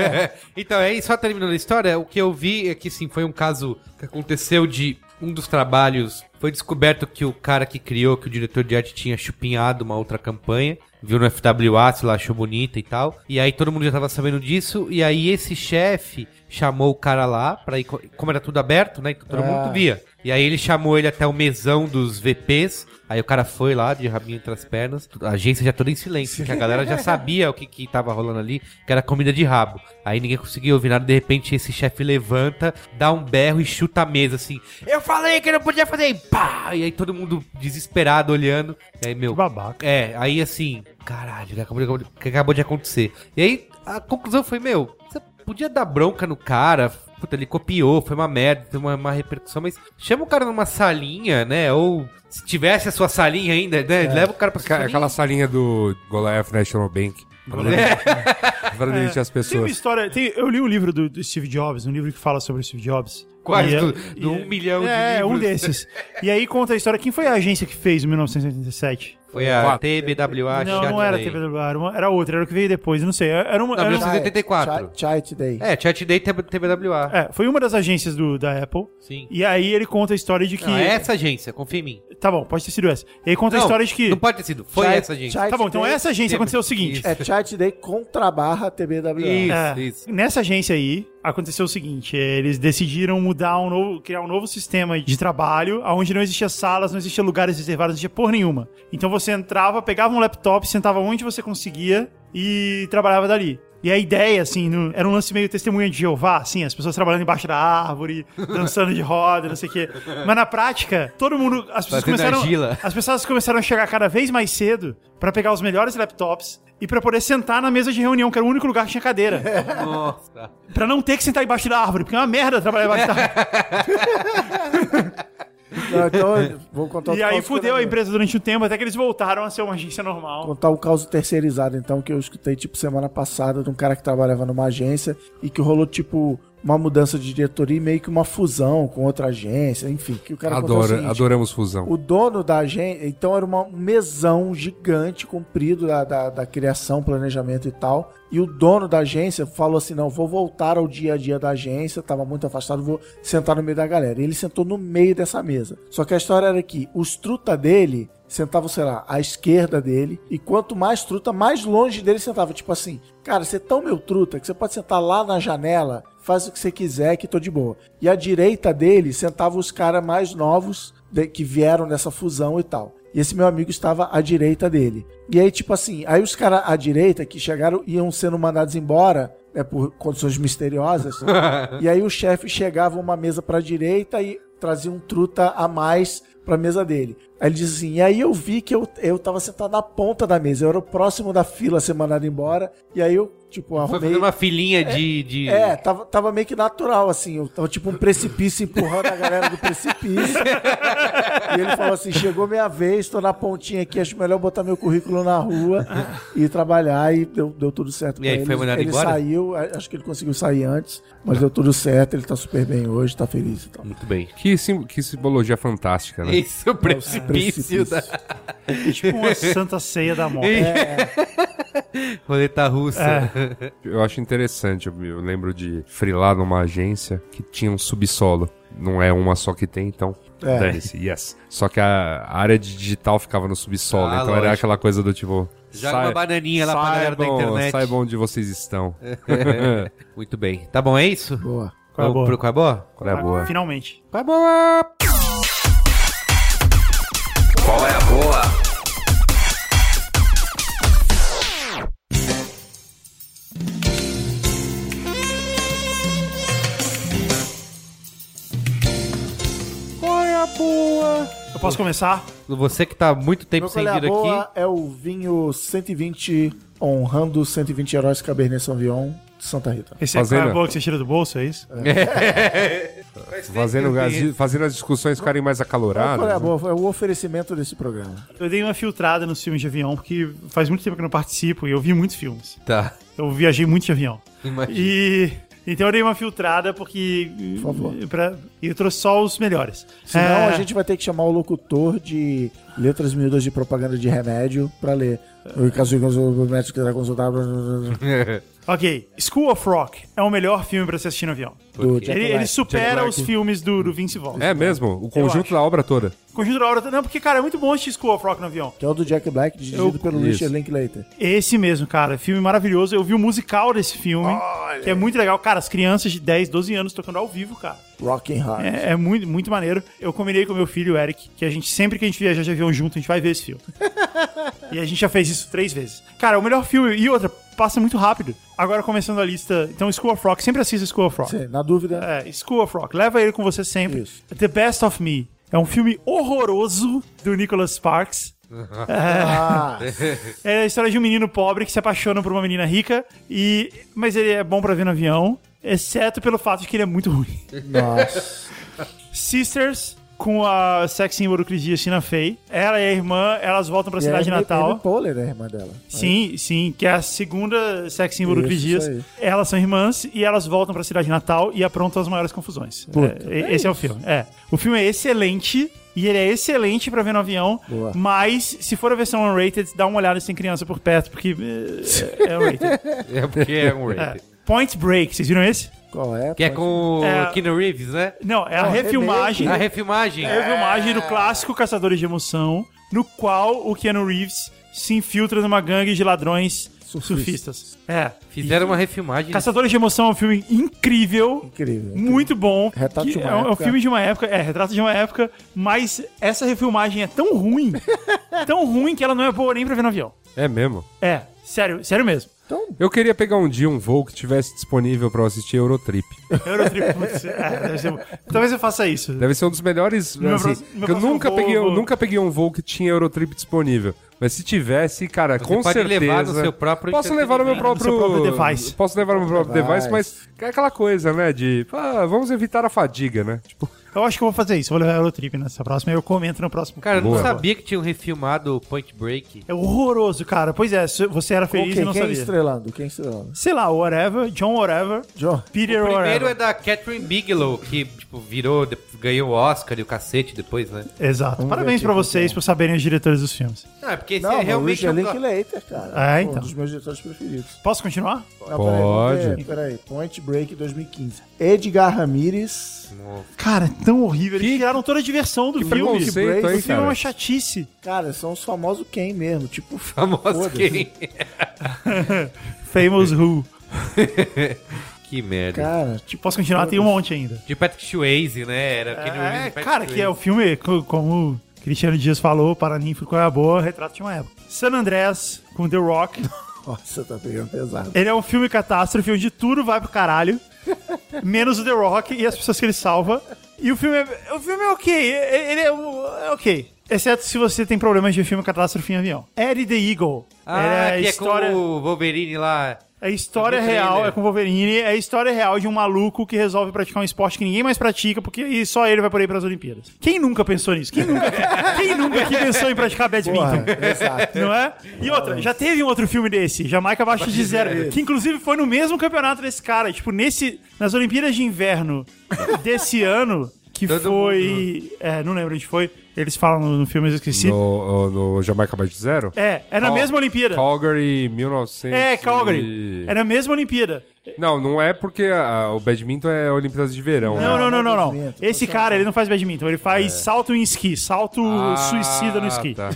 *laughs* Então, aí, só terminando a história, o que eu vi é que, sim, foi um caso que aconteceu de um dos trabalhos. Foi descoberto que o cara que criou, que o diretor de arte tinha chupinhado uma outra campanha, viu no FWA, sei lá, achou bonita e tal. E aí todo mundo já tava sabendo disso. E aí esse chefe chamou o cara lá, pra ir, co- como era tudo aberto, né? Então todo mundo via. E aí ele chamou ele até o mesão dos VPs. Aí o cara foi lá, de rabinho entre as pernas. A agência já toda em silêncio, porque a galera já sabia o que, que tava rolando ali, que era comida de rabo. Aí ninguém conseguia ouvir nada. De repente esse chefe levanta, dá um berro e chuta a mesa assim. Eu falei que não podia fazer! E pá! E aí todo mundo desesperado olhando. E aí, meu. babaca. É, aí assim, caralho, né, acabou de- o que acabou de acontecer. E aí a conclusão foi, meu, você podia dar bronca no cara, puta, ele copiou, foi uma merda, teve uma, uma repercussão, mas chama o cara numa salinha, né? Ou se tivesse a sua salinha ainda, né? É. Leva o cara pra sua Ca- salinha. É, Aquela salinha do Goliath National Bank. *laughs* Pra demitir- pra demitir as Tem uma pessoas. história. tem- eu li um livro do, do Steve Jobs, um livro que fala sobre o Steve Jobs. Quais? E é- Do- e do um milhão de É, um livros. desses. E aí conta a história. Quem foi a agência que fez em 1987? Foi a Quatro. TBWA, não, não era a Chat Day. TBWA, era, uma- era outra, era o que veio depois, eu não sei. Era uma. Não, era um- 1984. Chai Today. É, Chat Day TB- TBWA. é, foi uma das agências do- da Apple. Sim. E aí ele conta a história de que. Não, é essa agência, confia em mim. Tá bom, pode ter sido essa. E aí conta a Não, história de que. Não pode ter sido, foi Chai- essa agência. Chai Tá bom, então Today- essa agência aconteceu o seguinte. É Chai Today contra barra TBWA. Isso, É, isso. Nessa agência aí, aconteceu o seguinte: é, eles decidiram mudar um novo, criar um novo sistema de trabalho, onde não existia salas, não existia lugares reservados, não existia porra nenhuma. Então você entrava, pegava um laptop, sentava onde você conseguia e trabalhava dali. E a ideia, assim, no- era um lance meio testemunha de Jeová, assim, as pessoas trabalhando embaixo da *laughs* árvore, dançando de roda, não sei o quê. Mas na prática, todo mundo. As pessoas Fazendo começaram. argila. As pessoas começaram a chegar cada vez mais cedo pra pegar os melhores laptops e pra poder sentar na mesa de reunião, que era o único lugar que tinha cadeira. *laughs* É, tá Nossa. Pra não ter que sentar embaixo da árvore, porque é uma merda trabalhar embaixo da árvore. Não, então eu vou contar E aí caso que eu fudeu a lembrei. empresa durante um tempo, até que eles voltaram a ser uma agência normal. Contar o caso terceirizado, então, que eu escutei, tipo, semana passada, de um cara que trabalhava numa agência e que rolou, tipo, uma mudança de diretoria e meio que uma fusão com outra agência, enfim. Que o cara contou é o Adora- seguinte, adoramos fusão. O dono da agência, então era uma- um mesão gigante, comprido da, da, da criação, planejamento e tal. E o dono da agência falou assim: não, vou voltar ao dia a dia da agência, tava muito afastado, vou sentar no meio da galera. E ele sentou no meio dessa mesa. Só que a história era que os truta dele sentavam, sei lá, à esquerda dele, e quanto mais truta, mais longe dele sentava. Tipo assim, cara, você é tão meu truta que você pode sentar lá na janela, faz o que você quiser, que tô de boa. E à direita dele sentavam os caras mais novos de- que vieram nessa fusão e tal. E esse meu amigo estava à direita dele. E aí, tipo assim, aí os caras à direita que chegaram iam sendo mandados embora, né, por condições *laughs* misteriosas. e aí o chefe chegava uma mesa pra direita e trazia um truta a mais pra mesa dele. Aí ele diz assim, e aí eu vi que eu, eu tava sentado na ponta da mesa, eu era o próximo da fila a ser mandado embora, e aí eu, tipo, Foi arrumei... fazer uma filhinha de. de... É, tava, tava meio que natural, assim. Eu tava tipo um precipício empurrando a galera do precipício. e ele falou assim: chegou minha vez, tô na pontinha aqui, acho melhor botar meu currículo na rua e trabalhar. E deu, deu tudo certo. pra aí, ele. foi mandado ele embora? saiu, a- acho que ele conseguiu sair antes, mas deu tudo certo, ele tá super bem hoje, tá feliz e tal. Muito bem. Que, sim- que simbologia fantástica, né? Esse é o precipício né? da Tipo uma santa ceia da morte. roleta russa. É. Eu acho interessante. Eu, eu lembro de frilar numa agência que tinha um subsolo. Não é uma só que tem, então. É. Dane-se, yes. Só que a área de digital ficava no subsolo, Ah, então era lógico. aquela coisa do tipo. Joga uma bananinha lá pra galera da saibam- internet. É. Saibam onde vocês estão. *laughs* Muito bem. Tá bom, é isso? Boa. Qual é Vamos a boa? pro Qual é a boa? Qual é a boa? Finalmente. Qual é a boa? Qual é a boa? Qual é a boa? Eu posso começar? Você que tá há muito tempo Meu sem colega vir boa aqui. é o vinho 120, honrando 120 heróis Cabernet Sauvignon de Santa Rita. Esse é né? Fazenda. a boa que você tira do bolso, é isso? Fazendo, as, fazendo as discussões ficarem mais Meu acaloradas. colega né? boa é o oferecimento desse programa. Eu dei uma filtrada nos filmes de avião, porque faz muito tempo que eu não participo e eu vi muitos filmes. Tá. Eu viajei muito de avião. Imagina. E. Então eu dei uma filtrada porque. eh, Por favor. pra- e eu trouxe só os melhores. Senão É, a gente vai ter que chamar o locutor de letras miúdas de propaganda de remédio pra ler. O caso de tá, o médico que será consultado do Ok. School of Rock é o melhor filme pra se assistir no avião. Jack Ele, ele Black. supera Black. os filmes do, do Vince Vaughn. É mesmo, o conjunto acho. da obra toda. Conjunto da hora. Não, porque, cara, é muito bom assistir School of Rock no avião. Que é o do Jack Black, dirigido pelo Isso. Richard Linklater. Esse mesmo, cara. Filme maravilhoso. Eu vi o musical desse filme, que é muito legal. Cara, as crianças de 10, 12 anos tocando ao vivo, cara. Rocking Hard. É, é muito, muito maneiro. Eu combinei com meu filho, o Eric, que a gente, sempre que a gente viajar de avião junto, a gente vai ver esse *laughs* filme. e a gente já fez isso três vezes. Cara, é o melhor filme. E outra, passa muito rápido. Agora, começando a lista. Então, School of Rock. Sempre assista School of Rock. Sim, na dúvida, É, School of Rock. Leva ele com você sempre. Isso. The Best of Me. É um filme horroroso do Nicholas Sparks. ah, *laughs* É a história de um menino pobre que se apaixona por uma menina rica, e mas ele é bom pra ver no avião, exceto pelo fato de que ele é muito ruim. nossa. Sisters, com a sex symbol do Chris Dias, Tina Fey. Ela e a irmã, elas voltam pra cidade E é a Amy- natal. Amy Poehler é a irmã dela. Sim, sim, que é a segunda sex symbol do Isso, Chris Dias. isso Elas são irmãs e elas voltam pra cidade natal e aprontam as maiores confusões. Puta, É, e- esse é o filme. É. O filme é excelente e ele é excelente pra ver no avião, Boa. mas se for a versão unrated, dá uma olhada se tem criança por perto, porque é, é unrated. *laughs* É porque *laughs* é um É. rating. Point Break, vocês viram esse? Qual é? Que é com o É. Keanu Reeves, né? Não, é a Não, refilmagem. A refilmagem. É a refilmagem do clássico Caçadores de Emoção, no qual o Keanu Reeves se infiltra numa gangue de ladrões Surfistas. surfistas. É. Fizeram uma refilmagem. Caçadores de Emoção é um filme incrível. Incrível. Muito bom. Retrato Que de uma é, um- é um época. filme de uma época, é, retrato de uma época, mas essa refilmagem é tão *laughs* ruim, tão ruim que ela não é boa nem pra ver no avião. É mesmo. É, sério, sério mesmo. Eu queria pegar um dia um voo que tivesse disponível pra eu assistir Eurotrip. *laughs* Eurotrip, putz, é, deve ser- Talvez eu faça isso. Deve ser um dos melhores. Meu assim, próximo- que meu eu próximo nunca voo- peguei, eu voo. nunca peguei um voo que tinha Eurotrip disponível. Mas se tivesse, cara, Você com pode certeza. levar no seu próprio posso levar no meu entretenimento. próprio, No seu próprio device. Posso levar no meu próprio Device. device, mas é aquela coisa, né? De ah, vamos evitar a fadiga, né? Tipo, Eu acho que eu vou fazer isso. Vou levar Eurotrip nessa próxima e eu comento no próximo. Cara, eu não Boa. sabia que tinham refilmado o Point Break. É horroroso, cara. Pois é, se- você era Com feliz quem? e não Quem é sabia. estrelando? Quem estrelando? Sei lá, whatever, John whatever, John. Peter O primeiro é whatever. da Catherine Bigelow, que, tipo, virou, de- ganhou o Oscar e o cacete depois, né? é- Exato. Vamos ver Parabéns aqui pra quem vocês é. por saberem os diretores dos filmes. Não, é porque esse Não, é o realmente... Richard um ca- Linklater, cara. Ah, Um então. dos meus diretores preferidos. Posso continuar? Não, peraí, vamos ver. Pode. Peraí, Point Break 2015. Edgar Ramírez. Cara, é tão horrível. Eles tiraram toda a diversão do que filme. preconceito, Brace, O hein, filme é uma cara? chatice. Cara, são os famosos quem mesmo? Tipo, *laughs* Famoso foda-se. que... *laughs* Famous Who. que merda. Cara, *laughs* tipo, Posso continuar? Tem um monte ainda. De Patrick Swayze, né? Era Keanu Reeves É, e Patrick cara, que é o Swayze. filme, co- como Cristiano Dias falou, Paraninfo, qual é a boa? Retrato de uma época. San Andreas, com The Rock. Nossa, tá pegando pesado. Ele é um filme catástrofe onde tudo vai pro caralho. Menos o The Rock e as pessoas que ele salva. E o filme é, o filme é ok. e- Ele é, um- é ok. Exceto se você tem problemas de filme catástrofe em avião. Eddie the Eagle. Ah, é a que é história, com o Wolverine lá. é a história aquele real, trailer. é com Wolverine, é a história real de um maluco que resolve praticar um esporte que ninguém mais pratica, porque aí só ele vai por aí pras Olimpíadas. Quem nunca pensou nisso? Quem nunca, quem nunca aqui pensou em praticar badminton? Porra, exato. Não é? E outra, já teve um outro filme desse, Jamaica Abaixo de Zero, que inclusive foi no mesmo campeonato desse cara, tipo, nesse, nas Olimpíadas de Inverno desse ano, que Todo foi. É, não lembro onde foi. Eles falam no, no filme, mas eu esqueci. No, no Jamaica Abaixo de Zero? É, é na Cal- mesma Olimpíada. Calgary, 1900. É, e- Calgary. É na mesma Olimpíada. Não, não é porque a- o badminton é Olimpíadas de Verão. Não, né? não, não, não, não. Movimento, Esse cara, ele não faz badminton, ele faz salto em esqui, salto É. Ah, suicida no esqui. tá.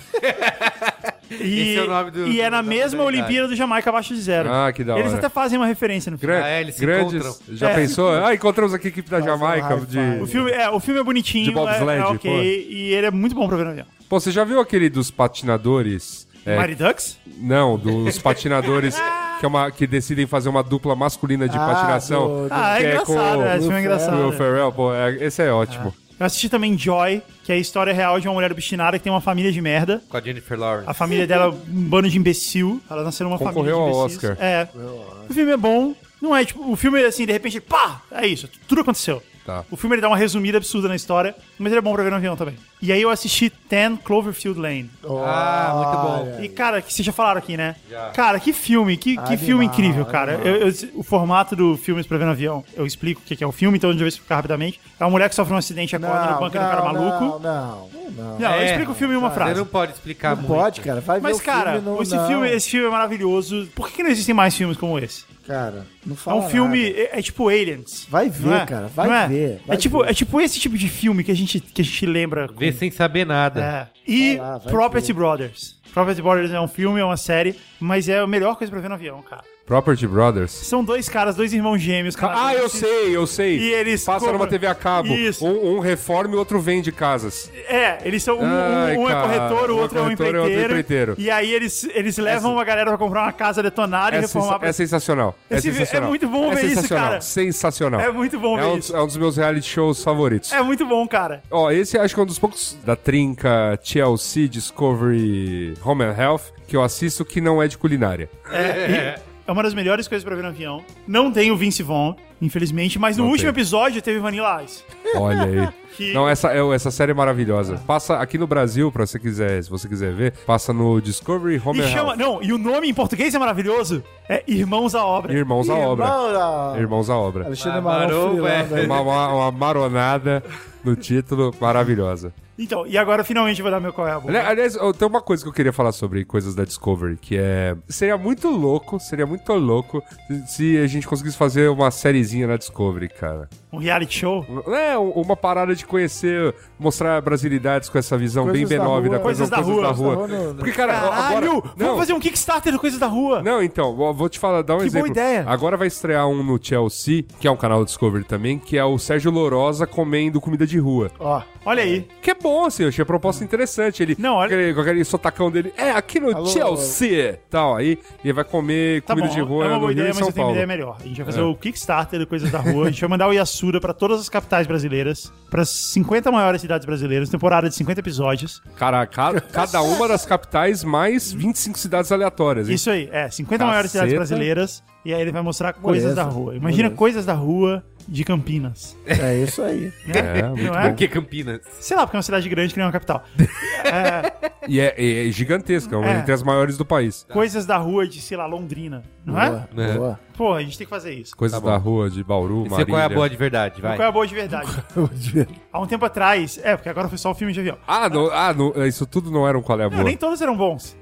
E, Esse é o nome do- e é do- da na mesma modalidade. Olimpíada do Jamaica abaixo de zero. Ah, que da Eles hora. até fazem uma referência no filme. Gran- Ah, eles se grandes. encontram. Já É. pensou? Ah, encontramos aqui a equipe da Faz um Jamaica. high De... five. O filme é, o filme é bonitinho, De bobsled, é, é ok, pô. e ele é muito bom pra ver no avião. Pô, você já viu aquele dos patinadores? É, Mighty Ducks? Não, *laughs* dos patinadores que, é uma, que decidem fazer uma dupla masculina de patinação. do- do- Ah, é que é engraçado, com é, esse filme é O Will engraçado. Ferrell, pô, é- esse é ótimo. Eu assisti também Joy, que é a história real de uma mulher obstinada que tem uma família de merda. Com a Jennifer Lawrence. A família dela é um bando de imbecil. Ela nasceu numa Concorreu família de ao imbecis. Oscar. É. O filme é bom. Não é, tipo, o filme é assim, de repente, pá! É isso, tudo aconteceu. Tá. O filme ele dá uma resumida absurda na história, mas ele é bom pra ver no avião também. E aí eu assisti 10 Cloverfield Lane. Ah, muito bom. E, cara, que vocês já falaram aqui, né? Cara, que filme, que, que É. Animal, filme incrível, cara. Eu- eu- o formato do Filmes pra Ver no Avião, eu explico o que que é o filme, então eu vou explicar rapidamente. É uma mulher que sofre um acidente, acorda no banco do cara maluco. Não, não, não. Não, eu É, explico o filme em uma Você frase. não pode explicar Não muito. Tá, pode, cara. Vai ver Mas, o cara, filme, não, esse, não. filme, esse filme é maravilhoso. Por que que não existem mais filmes como esse? Cara, não É fala um filme, nada. é, é tipo Aliens. Vai não ver, é? cara. Vai Não é? ver. É vai tipo, ver. é tipo esse tipo de filme que a gente, que a gente lembra. com- Vê sem saber nada. É. Vai E lá, vai Property ver. Brothers. Property Brothers é um filme, é uma série, mas é a melhor coisa pra ver no avião, cara. Property Brothers. São dois caras, dois irmãos gêmeos. Ah, eu canadenses. sei, eu sei. E eles Passa cobram- numa TV a cabo. Isso. Um, um reforma e o outro vende casas. É, eles são. Um, um- Ai, um é cara. corretor, o Um é outro é um corretor e outro é empreiteiro. empreiteiro. E aí eles, eles levam uma galera pra comprar uma casa detonada É, e sensa- reformar. pra- é sensacional. é Esse vi- é sensacional. muito bom é ver isso, sensacional, cara. Sensacional. É muito bom É ver um, isso. é um dos um meus reality shows favoritos. É muito bom, cara. Ó, esse acho que é um dos poucos da trinca TLC, Discovery, Home and Health que eu assisto que não é de culinária. É, e é uma das melhores coisas pra ver no avião. Não tem o Vince Vaughn, infelizmente, mas no Não último tem. episódio teve Vanilla Ice. Olha aí. *laughs* Que- Ah. Não, essa, é- essa série é maravilhosa. Passa aqui no Brasil, pra você quiser, se você quiser ver, passa no Discovery Home E and chama. Health. Não, e o nome em português é maravilhoso. É Irmãos à Obra. Irmãos à obra. Irmão, não. é. Irmãos à obra. Alexandre Marou, Marão frilando aí. Uma, uma- uma maronada no título maravilhosa. Então, e agora finalmente eu vou dar meu qual é a boa. Ali- Aliás, eu- tem uma coisa que eu queria falar sobre coisas da Discovery, que é. Seria muito louco, seria muito louco se- se a gente conseguisse fazer uma sériezinha na Discovery, cara. Um reality show. É, um- uma parada de conhecer, mostrar brasilidades com essa visão Coisas bem da B9 da, rua. Coisas da rua, coisas da rua, não. Porque, cara, Caralho! agora... Vamos fazer um Kickstarter do Coisas da Rua. Não, então, vou- vou te falar, dar um Que boa exemplo. ideia. Agora vai estrear um no Chelsea, que é um canal do Discovery também, que é o Sérgio Lorosa comendo comida de rua. Ó, Olha aí. Que é bom, assim, eu achei a proposta interessante. Ele, Não, olha- com aquele, com aquele sotacão dele, é aqui no Alô. Chelsea, tal, aí ele vai comer Tá comida bom, de rua é uma no boa Rio ideia, e mas São eu tenho uma Paulo. É. ideia melhor. A gente vai fazer o Kickstarter do Coisas da Rua, a gente vai mandar o Yasura pra todas as capitais brasileiras, pras 50 maiores cidades brasileiras, temporada de 50 episódios. Cara, ca- cada uma das capitais mais 25 cidades aleatórias, hein? Isso aí, é, 50 maiores Caceta. cidades brasileiras, e aí ele vai mostrar coisas Beleza. da rua. Imagina Beleza. coisas da rua de Campinas. é isso aí. É, muito Não é? bom. Porque Campinas. Sei lá, porque é uma cidade grande que nem uma capital. *laughs* E é, é- é gigantesca, é uma É. entre as maiores do país. Tá Coisas da rua de, sei lá, Londrina, não é? Boa, É. boa. Pô, a gente tem que fazer isso. Coisas da rua, de Bauru, Você Marília. qual é a boa de verdade, vai. *laughs* Qual é a boa de verdade? Há um tempo atrás, é, porque agora foi só o filme de avião. Ah, não, ah não, isso tudo não era um qual é a Não, boa. nem todos eram bons.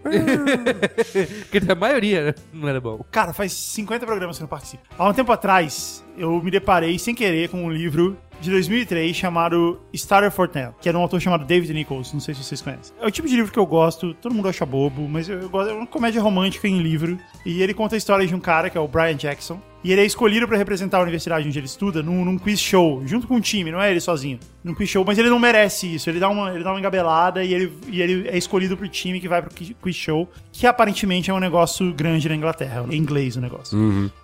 Porque a maioria *laughs* né, não era bom. Cara, faz 50 programas que eu não participo. Há um tempo atrás, eu me deparei sem querer com um livro de 2003 chamado Starter for Ten, que é de um autor chamado David Nichols, não sei se vocês conhecem. É o tipo de livro que eu gosto, todo mundo acha bobo, mas eu, eu gosto, é uma comédia romântica em livro, e ele conta a história de um cara que é o Brian Jackson, E ele é escolhido pra representar a universidade onde ele estuda num, num quiz show, junto com o time, não é ele sozinho. Num quiz show, mas ele não merece isso. Ele dá uma, ele dá uma engabelada e ele, e ele é escolhido pro time que vai pro qui- quiz show, que aparentemente é um negócio grande na Inglaterra. É inglês o negócio.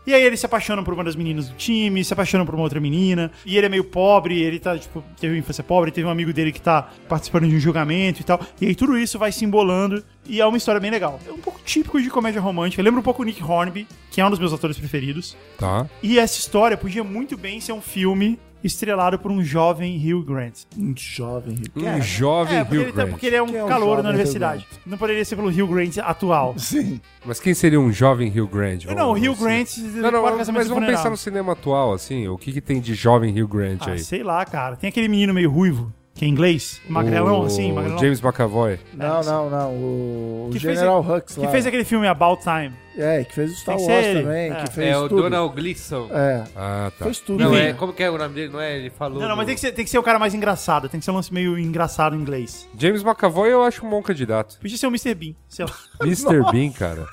E aí ele se apaixona por uma das meninas do time, se apaixona por uma outra menina, e ele é meio pobre, ele tá, tipo, teve uma infância pobre, teve um amigo dele que tá participando de um julgamento e tal. E aí tudo isso vai se embolando e é uma história bem legal. É um pouco típico de comédia romântica. Lembra um pouco o Nick Hornby, que é um dos meus atores preferidos. Tá. E essa história podia muito bem ser um filme estrelado por um jovem Hugh Grant. Um jovem rico. Um jovem é, porque, Hugh ele, tá- Grant. porque ele é um Quem é o calouro jovem na Hugh universidade. Não poderia ser pelo Hugh Grant *laughs* atual. Sim. Mas quem seria um jovem Rio Grande? assim. Não, o Hugh Grant... Não, não, Quarto mas é Casamento vamos Funeral. pensar no cinema atual, assim. O que, que tem de jovem Rio Grande Ah, aí? sei lá, cara. Tem aquele menino meio ruivo, que é inglês. Magrelão, O assim, magrelão. James McAvoy. Não, não, não. O Um Que fez General Hux que lá. fez aquele filme About Time. É, que fez o Star Tem que Wars ser ele. também. É. Que fez É o tudo. Donald Gleason. É, Ah, tá. fez tudo. Não, Enfim. é, como que é o nome dele? Não é? Ele falou. Não, não, mas do- tem que, ser, tem que ser o cara mais engraçado. Tem que ser um lance meio engraçado em inglês. James McAvoy eu acho um bom *laughs* candidato. Podia ser o Mr. Bean, sei lá. Mr. Bean, cara.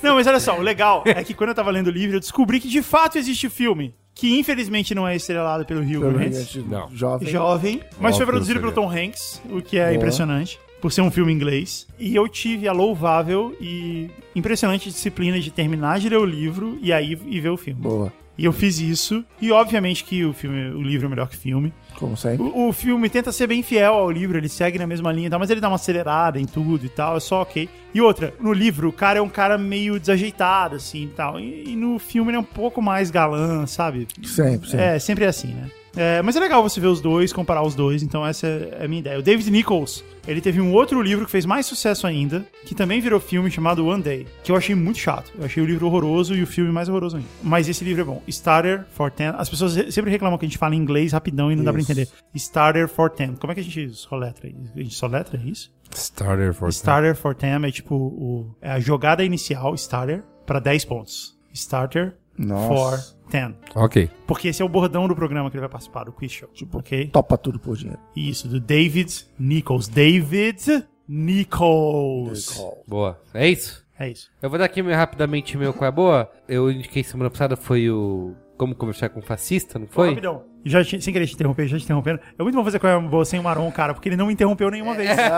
Não, mas olha só, o legal é que quando eu tava lendo o livro, eu descobri que de fato existe o filme. Que infelizmente não é estrelado pelo Hugh Pelo Grant. Grant, Não. Jovem. Jovem. Mas Ó, foi produzido filme pelo Tom Hanks, o que é Boa. impressionante, por ser um filme inglês. E eu tive a louvável e impressionante disciplina de terminar de ler o livro e aí e ver o filme. Boa. E eu fiz isso. E obviamente que o filme, o livro é melhor que o filme. Como sempre. O, o filme tenta ser bem fiel ao livro, ele segue na mesma linha e tal, mas ele dá uma acelerada em tudo e tal, é só ok. E outra, no livro o cara é um cara meio desajeitado, assim e tal. E, e no filme ele é um pouco mais galã, sabe? Sempre, sempre. É, sempre é assim, né? É, mas é legal você ver os dois, comparar os dois, então essa é a minha ideia. O David Nichols, ele teve um outro livro que fez mais sucesso ainda, que também virou filme, chamado One Day, que eu achei muito chato. Eu achei o livro horroroso e o filme mais horroroso ainda. Mas esse livro é bom. Starter for Ten. As pessoas re- sempre reclamam que a gente fala em inglês rapidão e não dá pra Isso. entender. Starter for Ten. Como é que a gente soletra? A gente soletra é isso? Starter for Starter for Ten é tipo o- é a jogada inicial, starter, pra 10 pontos. Starter Nossa. for Ten. Ok. Porque esse é o bordão do programa que ele vai participar, do Quiz Show. Tipo, ok? Topa tudo por dinheiro. Isso, do David Nichols. David Nichols. Boa. É isso? É isso. Eu vou dar aqui meu- rapidamente meu qual é a boa. Eu indiquei semana passada foi o. Como conversar com um fascista, não foi? Rapidão. Já, te- sem querer te interromper, já te interrompendo. É muito bom fazer com a- você e o Maron, cara, porque ele não me interrompeu nenhuma vez. É. *laughs*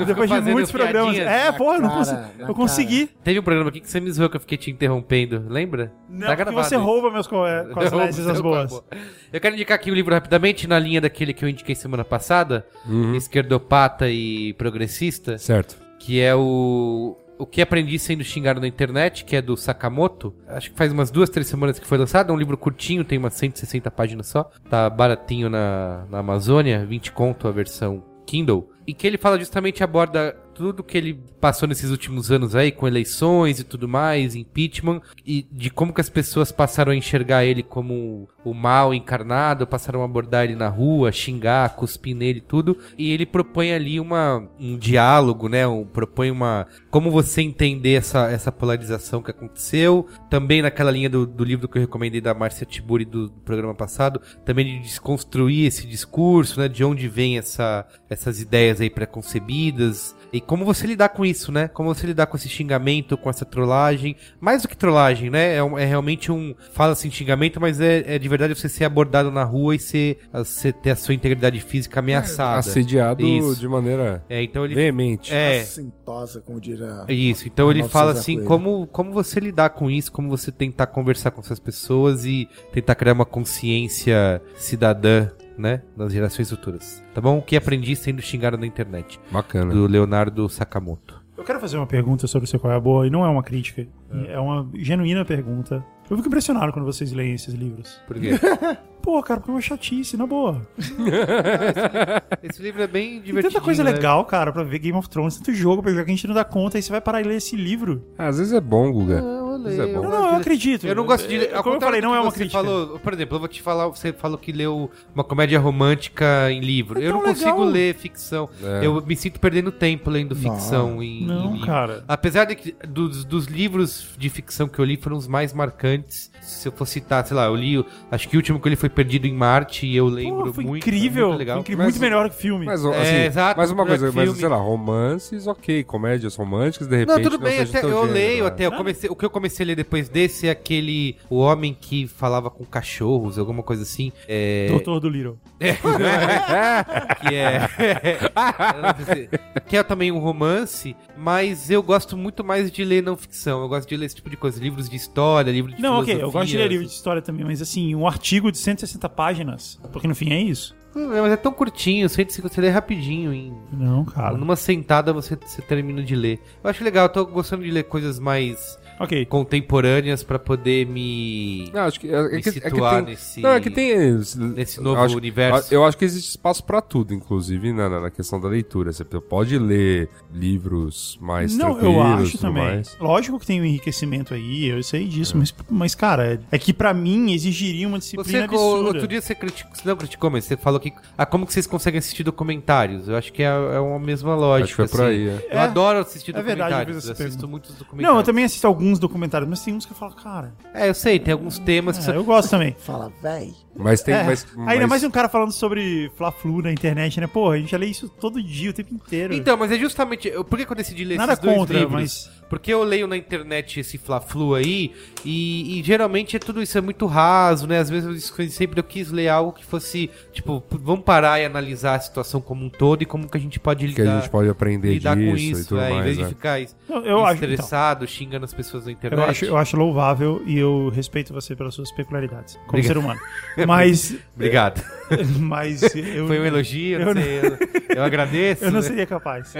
Não ficou Depois de fazendo muitos programas. piadinhas? É, porra, eu não cara, consigo. na Eu consegui. Teve um programa aqui que você me zoou que eu fiquei te interrompendo, lembra? Não, porque você isso. rouba meus *laughs* co- é, com as Eu- leses as eu- boas. Eu quero indicar aqui o livro rapidamente, na linha daquele que eu indiquei semana passada, Hum. esquerdopata e progressista, Uhum. Certo. que é o O que aprendi sendo xingado na internet, que é do Sakamoto. Acho que faz umas duas, três semanas que foi lançado. É um livro curtinho, tem umas 160 páginas só. Tá baratinho na, na Amazônia, 20 conto a versão Kindle. E que ele fala justamente, aborda tudo que ele passou nesses últimos anos aí, com eleições e tudo mais, impeachment, e de como que as pessoas passaram a enxergar ele como o mal encarnado, passaram a abordar ele na rua, xingar, cuspir nele e tudo. E ele propõe ali uma, um diálogo, né? Um, propõe uma. Como você entender essa, essa polarização que aconteceu. Também naquela linha do, do livro que eu recomendei da Márcia Tiburi do, do programa passado, também de desconstruir esse discurso, né? De onde vem essa, essas ideias aí preconcebidas. E como você lidar com isso, né? Como você lidar com esse xingamento, com essa trollagem. Mais do que trollagem, né? É, um- é realmente um. Fala assim, xingamento, mas é, é de verdade você ser abordado na rua e ser, você ter a sua integridade física Hum, ameaçada. Assediado Isso. de maneira É, então ele. veemente. É. Assintosa, como dirá. É Isso, então ele Arnaldo fala César assim, Coelho. como, como você lidar com isso, como você tentar conversar com essas pessoas e tentar criar uma consciência cidadã, né, nas gerações futuras. Tá bom? O que aprendi sendo xingado na internet, Bacana. do Leonardo Sakamoto. Eu quero fazer uma pergunta sobre o seu qual é a boa, e não é uma crítica. É, uma genuína pergunta. Eu fico impressionado quando vocês leem esses livros. Por quê? Pô, cara, porque é uma chatice, na boa. Esse livro é bem né? Tem divertido. tanta coisa legal, cara, pra ver Game of Thrones, tanto jogo pra jogar que a gente não dá conta, aí você vai parar e ler esse livro. Ah, às vezes é bom, Guga. Às vezes é leio. bom. Não, não, eu acredito. Eu não gosto de. É, ao Como contrário eu falei, do não que é uma você crítica. Falou, por exemplo, eu vou te falar. Você falou que leu uma comédia romântica em livro. É eu não tão legal. consigo ler ficção. É. Eu me sinto perdendo tempo lendo ficção em, em Não, livro. cara. Apesar de que dos, dos livros de ficção que eu li foram os mais marcantes. Se eu for citar, sei lá, eu li. Acho que o último que eu li foi Perdido em Marte e eu lembro Pô, foi um muito. incrível. Muito legal. foi incrível, Mas- muito melhor que filme. Mas, É, assim, exato, mais uma não é coisa, mas, filme. sei lá, romances, ok. Comédias românticas, de repente. Não, tudo bem, seja até, teu eu gênero, leio né? até. Eu comecei, o que eu comecei a ler depois desse é aquele O Homem que Falava com Cachorros, alguma coisa assim. É, Doutor do Little. que é. *laughs* Eu não sei. que é também um romance, mas eu gosto muito mais de ler não ficção. Eu gosto de ler esse tipo de coisa. Livros de história, livro de Não, filosofia. ok, eu gosto de ler livro de história também, mas assim, um artigo de 160 páginas, porque no fim é isso. Não, Mas é tão curtinho, 150 você lê rapidinho. Em, Não, cara. numa sentada você, você termina de ler. Eu acho legal, eu tô gostando de ler coisas mais Ok. contemporâneas pra poder me. *laughs* Não, acho que, é, é Me que, é que situar tem, nesse- não, é que tem nesse novo acho- universo. a- Eu acho que existe espaço pra tudo, inclusive né, na, na- na questão da leitura. Você pode ler livros mais Não, tranquilos, eu acho tudo também. mais. Lógico que tem um enriquecimento aí, eu sei disso, mas, mas, cara, é- é que pra mim exigiria uma Você, disciplina co- absurda. outro dia você criticou, você não criticou, mas você falou que. Ah, como que vocês conseguem assistir documentários? Eu acho que é, é uma mesma lógica. assim. Acho que foi por aí, é. Eu É. adoro assistir É verdade, eu fiz documentários. essa eu assisto pergunta. muitos documentários. Não, eu também assisto alguns documentários, mas tem uns que eu falo, cara, É, eu sei, tem alguns temas que é, são. eu gosto também. Fala, véi. Mas tem. É. Mas, Ainda mas- mais um cara falando sobre Fla-Flu na internet, né? Porra, a gente já lê isso todo dia, o tempo inteiro. Então, mas é justamente. eu- Por que que eu decidi ler Nada esses dois contra, livros? mas- Porque eu leio na internet esse Fla-Flu aí, e, e geralmente é tudo isso é muito raso, né? Às vezes eu escolhi- sempre eu quis ler algo que fosse, tipo, p- vamos parar e analisar a situação como um todo e como que a gente pode que lidar, a gente pode aprender lidar com disso e isso, tudo é, em mais. vez de é. ficar es- Eu- eu acho- então, estressado, xingando as pessoas na internet. Eu acho, eu acho louvável e eu respeito você pelas suas peculiaridades como Obrigado. *laughs* ser humano. Mas. Obrigado. *laughs* mas *laughs* eu, Foi um elogio, eu, não eu não- *laughs* sei, eu, eu agradeço. eu não né? Tá. seria capaz.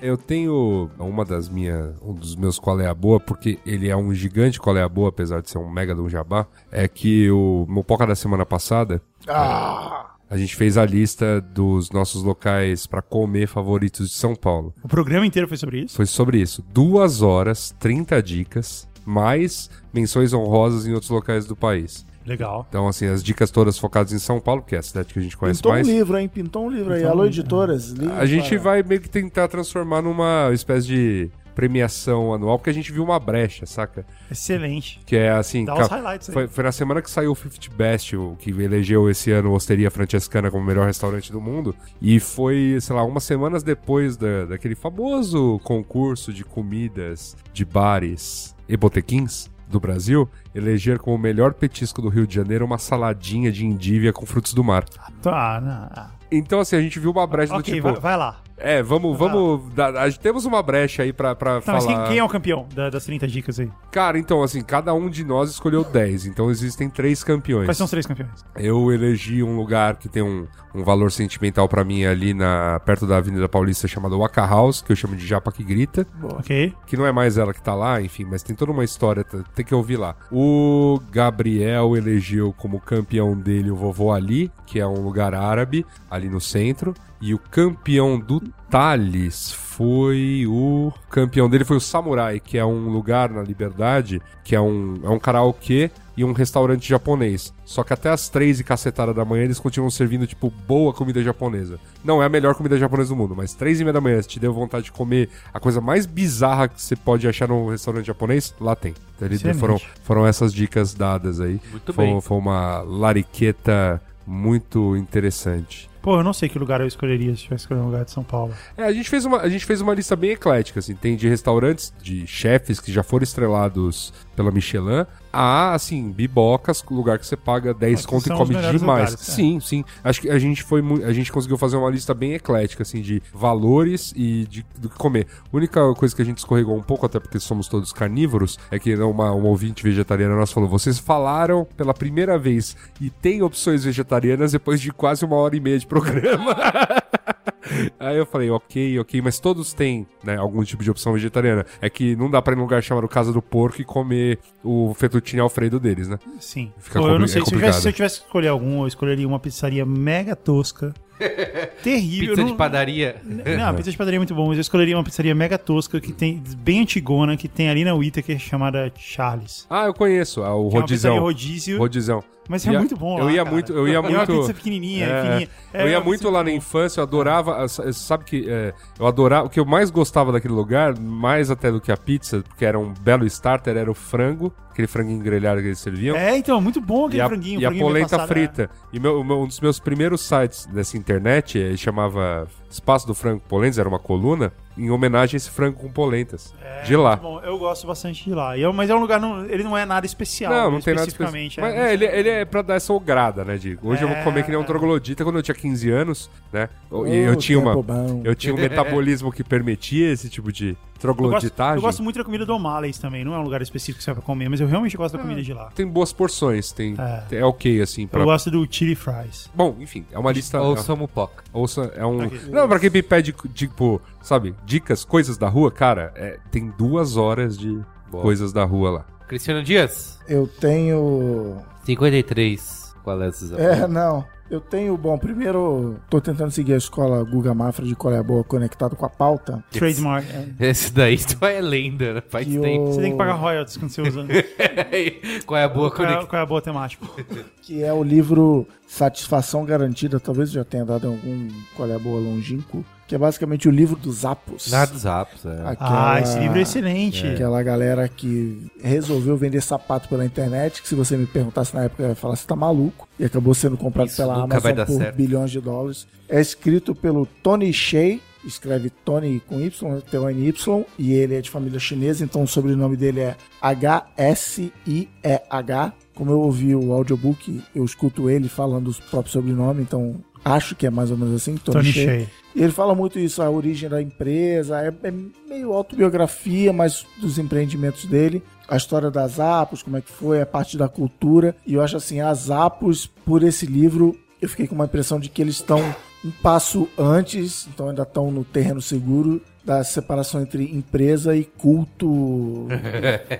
Eu tenho uma das minhas, um dos meus qual é a boa, porque ele é um gigante qual é a boa, apesar de ser um mega de um jabá, é que o meu poca da semana passada, Ah. a gente fez a lista dos nossos locais pra comer favoritos de São Paulo. O programa inteiro foi sobre isso? Foi sobre isso. Duas horas, 30 dicas, mais menções honrosas em outros locais do país. Legal. Então, assim, as dicas todas focadas em São Paulo, que é a cidade que a gente conhece Pintou mais. um livro, hein? Pintou um livro aí. Alô, Ah, editoras. livro A gente para- vai meio que tentar transformar numa espécie de premiação anual, porque a gente viu uma brecha, saca? Excelente. Que é assim. Dá os ca- highlights aí. foi, foi na semana que saiu o 50 Best, o que elegeu esse ano a Osteria Francescana como o melhor restaurante do mundo. E foi, sei lá, umas semanas depois da, daquele famoso concurso de comidas de bares e botequins do Brasil, eleger como o melhor petisco do Rio de Janeiro uma saladinha de endívia com frutos do mar. Tá, na- ah, Então, assim, a gente viu uma brecha do ok, tipo... vai, vai lá. É, vamos, Vai vamos. dar- a gente- temos uma brecha aí pra, pra Tá, mas falar. quem, quem é o campeão da- das 30 dicas aí? Cara, então, assim, cada um de nós escolheu 10, então existem três campeões. Quais são os três campeões? Eu elegi um lugar que tem um, um valor sentimental pra mim ali na, perto da Avenida Paulista chamado Waka House, que eu chamo de Japa que Grita, Ok. que não é mais ela que tá lá, enfim, mas tem toda uma história, t- tem que ouvir lá. O Gabriel elegeu como campeão dele o Vovô Ali, que é um lugar árabe ali no centro, e o campeão do Thales foi o campeão dele foi o Samurai, que é um lugar na Liberdade, que é um é um karaokê e um restaurante japonês. Só que até as três e cacetada da manhã eles continuam servindo, tipo, boa comida japonesa. Não é a melhor comida japonesa do mundo, mas três e meia da manhã, se te deu vontade de comer a coisa mais bizarra que você pode achar num restaurante japonês, lá tem. Então, eles Excelente. foram, foram essas dicas dadas aí. Muito foi, bem. Foi uma lariqueta muito interessante. Pô, eu não sei que lugar eu escolheria se tivesse escolher um lugar de São Paulo. É, a gente, fez uma, a gente fez uma lista bem eclética, assim. Tem de restaurantes, de chefes que já foram estrelados pela Michelin, a, assim, bibocas, lugar que você paga 10 Ah, que conto e são come os melhores demais. lugares, é. Sim, sim. Acho que a gente foi mui- A gente conseguiu fazer uma lista bem eclética, assim, de valores e de, do que comer. A única coisa que a gente escorregou um pouco, até porque somos todos carnívoros, é que uma, uma ouvinte vegetariana nossa falou: vocês falaram pela primeira vez e tem opções vegetarianas depois de quase uma hora e meia de programa. *laughs* Aí eu falei, ok, ok, mas todos têm, né, algum tipo de opção vegetariana. É que não dá pra ir num lugar chamado Casa do Porco e comer o fettuccine alfredo deles, né? Sim. Fica Pô, compli- eu não é sei. se, eu complicado. tivesse, se eu tivesse que escolher algum, eu escolheria uma pizzaria mega *laughs* tosca. terrível. Pizza eu de não- padaria. Não, a pizza de padaria é muito bom, mas eu escolheria uma pizzaria mega tosca que tem, bem antigona, que tem ali na Whittaker, chamada Charles. Ah, eu conheço, ah, o Que é uma pizzaria rodizão. rodízio, Rodizão. mas um- Ia- é muito bom lá, eu ia cara. muito- eu ia E É uma muito- pizza pequenininha, É, fininha. É, eu ia uma muito pizza lá na boa. infância, eu adorava. ah, sa- Sabe que é, eu adorava. O que eu mais gostava daquele lugar, mais até do que a pizza, porque era um belo starter, era o frango, aquele franguinho grelhado que eles serviam. É, então, muito bom aquele e a, franguinho. e a franguinho bem polenta passado, é. frita. E meu- o meu- um dos meus primeiros sites dessa internet, eh, chamava Espaço do Frango Polentes, era uma coluna, em homenagem a esse frango com polentas. É. de lá. Bom, eu gosto bastante de lá. E é- mas é um lugar, não, ele não é nada especial. Não, não tem nada especificamente. específico. Mas é, ele, ele é pra dar essa ograda, né, Diego? Hoje eu vou É, comer que nem um é. troglodita quando eu tinha 15 anos, né? Eu- E Oh, eu tinha uma. tempo bom. Eu *laughs* tinha um metabolismo que permitia esse tipo de É. eu, gosto, trogloditagem. eu gosto muito da comida do O'Malley's também. Não é um lugar específico que você vai pra comer, mas eu realmente gosto da comida de lá. Tem boas porções, tem. É, ok, assim, pra. Eu gosto do chili fries. Bom, enfim, é uma lista. Ou é- sou mupoca. Ouça, é um. Não, pra quem me pede, tipo, sabe, dicas, coisas da rua, cara, é, tem duas horas de coisas da rua lá. Cristiano Dias, Eu tenho. 53. Qual é Tá essa? É, não. Eu tenho, bom, primeiro, tô tentando seguir a escola Guga Mafra de Coreia Boa conectado com a pauta. Trademark. é. Esse daí só é lenda, né? Faz Que tempo. o- Você tem que pagar royalties quando você usa. *laughs* Qual é a boa qual, é, conexão? qual é a boa temática? que é o livro Satisfação Garantida, talvez eu já tenha dado em algum qual é a boa longínquo, que é basicamente o livro dos Apos. Nada dos apps, é. Aquela- Ah, esse livro é excelente. Aquela galera que resolveu vender sapato pela internet, que se você me perguntasse na época, eu ia falar, você tá maluco. E acabou sendo comprado Isso pela nunca Amazon vai dar por certo. bilhões de dólares. É escrito pelo Tony Shea, escreve Tony com Y, T-O-N-Y, e ele é de família chinesa, então o sobrenome dele é H-S-I-E-H. Como eu ouvi o audiobook, eu escuto ele falando o próprio sobrenome, então acho que é mais ou menos assim, Tony, Tony Shea. Shea. E ele fala muito isso, a origem da empresa, é, é meio autobiografia, mas dos empreendimentos dele, a história das Apos, como é que foi, a parte da cultura. E eu acho assim, as Apos, por esse livro, eu fiquei com uma impressão de que eles estão um passo antes, então ainda estão no terreno seguro da separação entre empresa e culto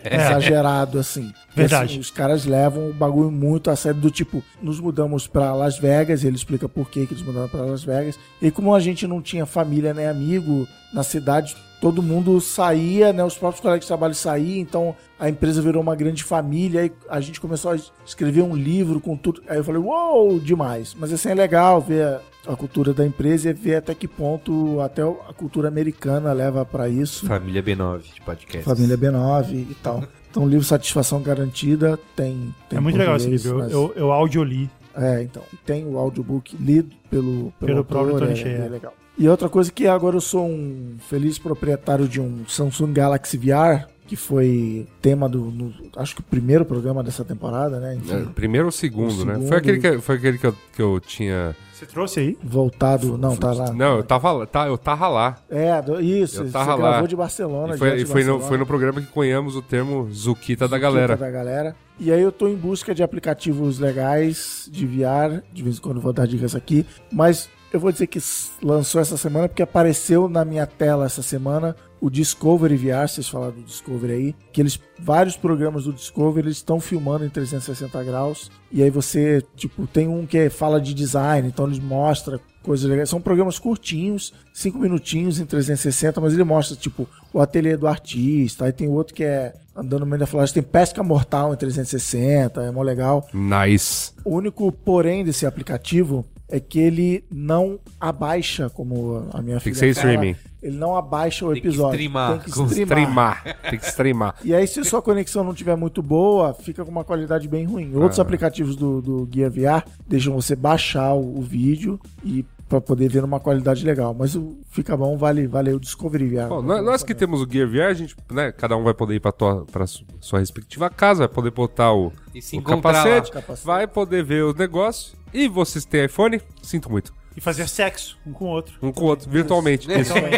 exagerado, assim. Verdade. Assim, os caras levam o bagulho muito a sério do tipo, nos mudamos pra Las Vegas, ele explica por que que eles mudaram pra Las Vegas. E como a gente não tinha família nem amigo na cidade, todo mundo saía, né? Os próprios colegas de trabalho saíam, então a empresa virou uma grande família. Aí a gente começou a es- escrever um livro com tudo. Aí eu falei, uou, demais. Mas assim é legal ver a- a cultura da empresa e ver até que ponto até o- a cultura americana leva pra isso. Família B9 de podcast. Família B9 e tal. Então, livro Satisfação Garantida tem. tem É muito em legal esse português, livro. mas- Eu, eu audioli. É, então. Tem o audiobook lido pelo, pelo, Pelo próprio autor, Tony é, Shea. é legal. E outra coisa que agora eu sou um feliz proprietário de um Samsung Galaxy VR, que foi tema do. no- acho que o primeiro programa dessa temporada, né? Enfim, É, primeiro ou segundo, O né? segundo. Foi aquele que, foi aquele que, eu, que eu tinha. Você trouxe aí? Voltado. Não, tá lá. Não, eu tava, lá- tá, eu tava lá. É, do- isso. Eu Você tava gravou lá. de Barcelona. E foi, direto e de foi, no, Barcelona. foi no programa que cunhamos o termo Zuquita da Quinta galera. da galera. E aí eu tô em busca de aplicativos legais de VR, de vez em quando eu vou dar dicas aqui, mas eu vou dizer que s- lançou essa semana porque apareceu na minha tela essa semana o Discovery VR, vocês falaram do Discovery aí, que eles vários programas do Discovery eles estão filmando em 360 graus e aí você, tipo, tem um que fala de design, então eles mostra coisas legais. São programas curtinhos, 5 minutinhos em 360, mas ele mostra, tipo, o ateliê do artista. Aí tem outro que é andando no meio da floresta, tem pesca mortal em 360, é mó legal. Nice. O único porém desse aplicativo é que ele não abaixa, como a minha Tem filha que ser fala, streaming. Ele não abaixa o Tem que episódio. streamar, Tem que com streamar. Streamar. Tem que streamar. E aí, se sua conexão não tiver muito boa, fica com uma qualidade bem ruim. Outros aplicativos do, do Guia VR deixam você baixar o, o vídeo e para poder ver numa qualidade legal. Mas o fica bom, vale, vale o Discovery VR. Bom, nó- nós, que temos o Gear VR, a gente, né, cada um vai poder ir pra, tua, pra su- sua respectiva casa, vai poder botar o, E se o encontrar capacete, lá. Capacete. vai poder ver os negócios. E vocês têm iPhone? Sinto muito. E fazer sexo um com o outro. Um com o outro, virtualmente. Isso, Igual,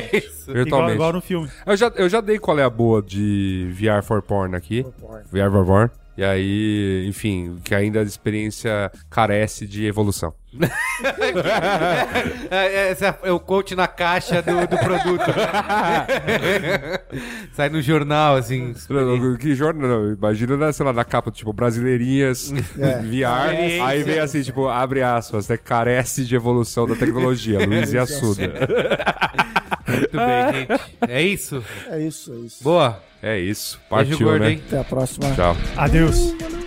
virtualmente. igual no filme. Eu já, eu já dei qual é a boa de VR for porn aqui. VR for porn. E aí, enfim, que ainda a experiência carece de evolução. É, esse é o coach na caixa do, do produto. *laughs* Sai no jornal, assim. Que jornal, não, imagina, né, sei lá, na capa, tipo, brasileirinhas, *laughs* VR, aí vem assim, tipo, abre aspas, né, carece de evolução da tecnologia, Luiz e Assuda. Muito bem, gente. É isso? É isso, é isso. Boa. É isso, Beijo partiu, gordo, né? hein? Até a próxima. Tchau. Adeus. Wanna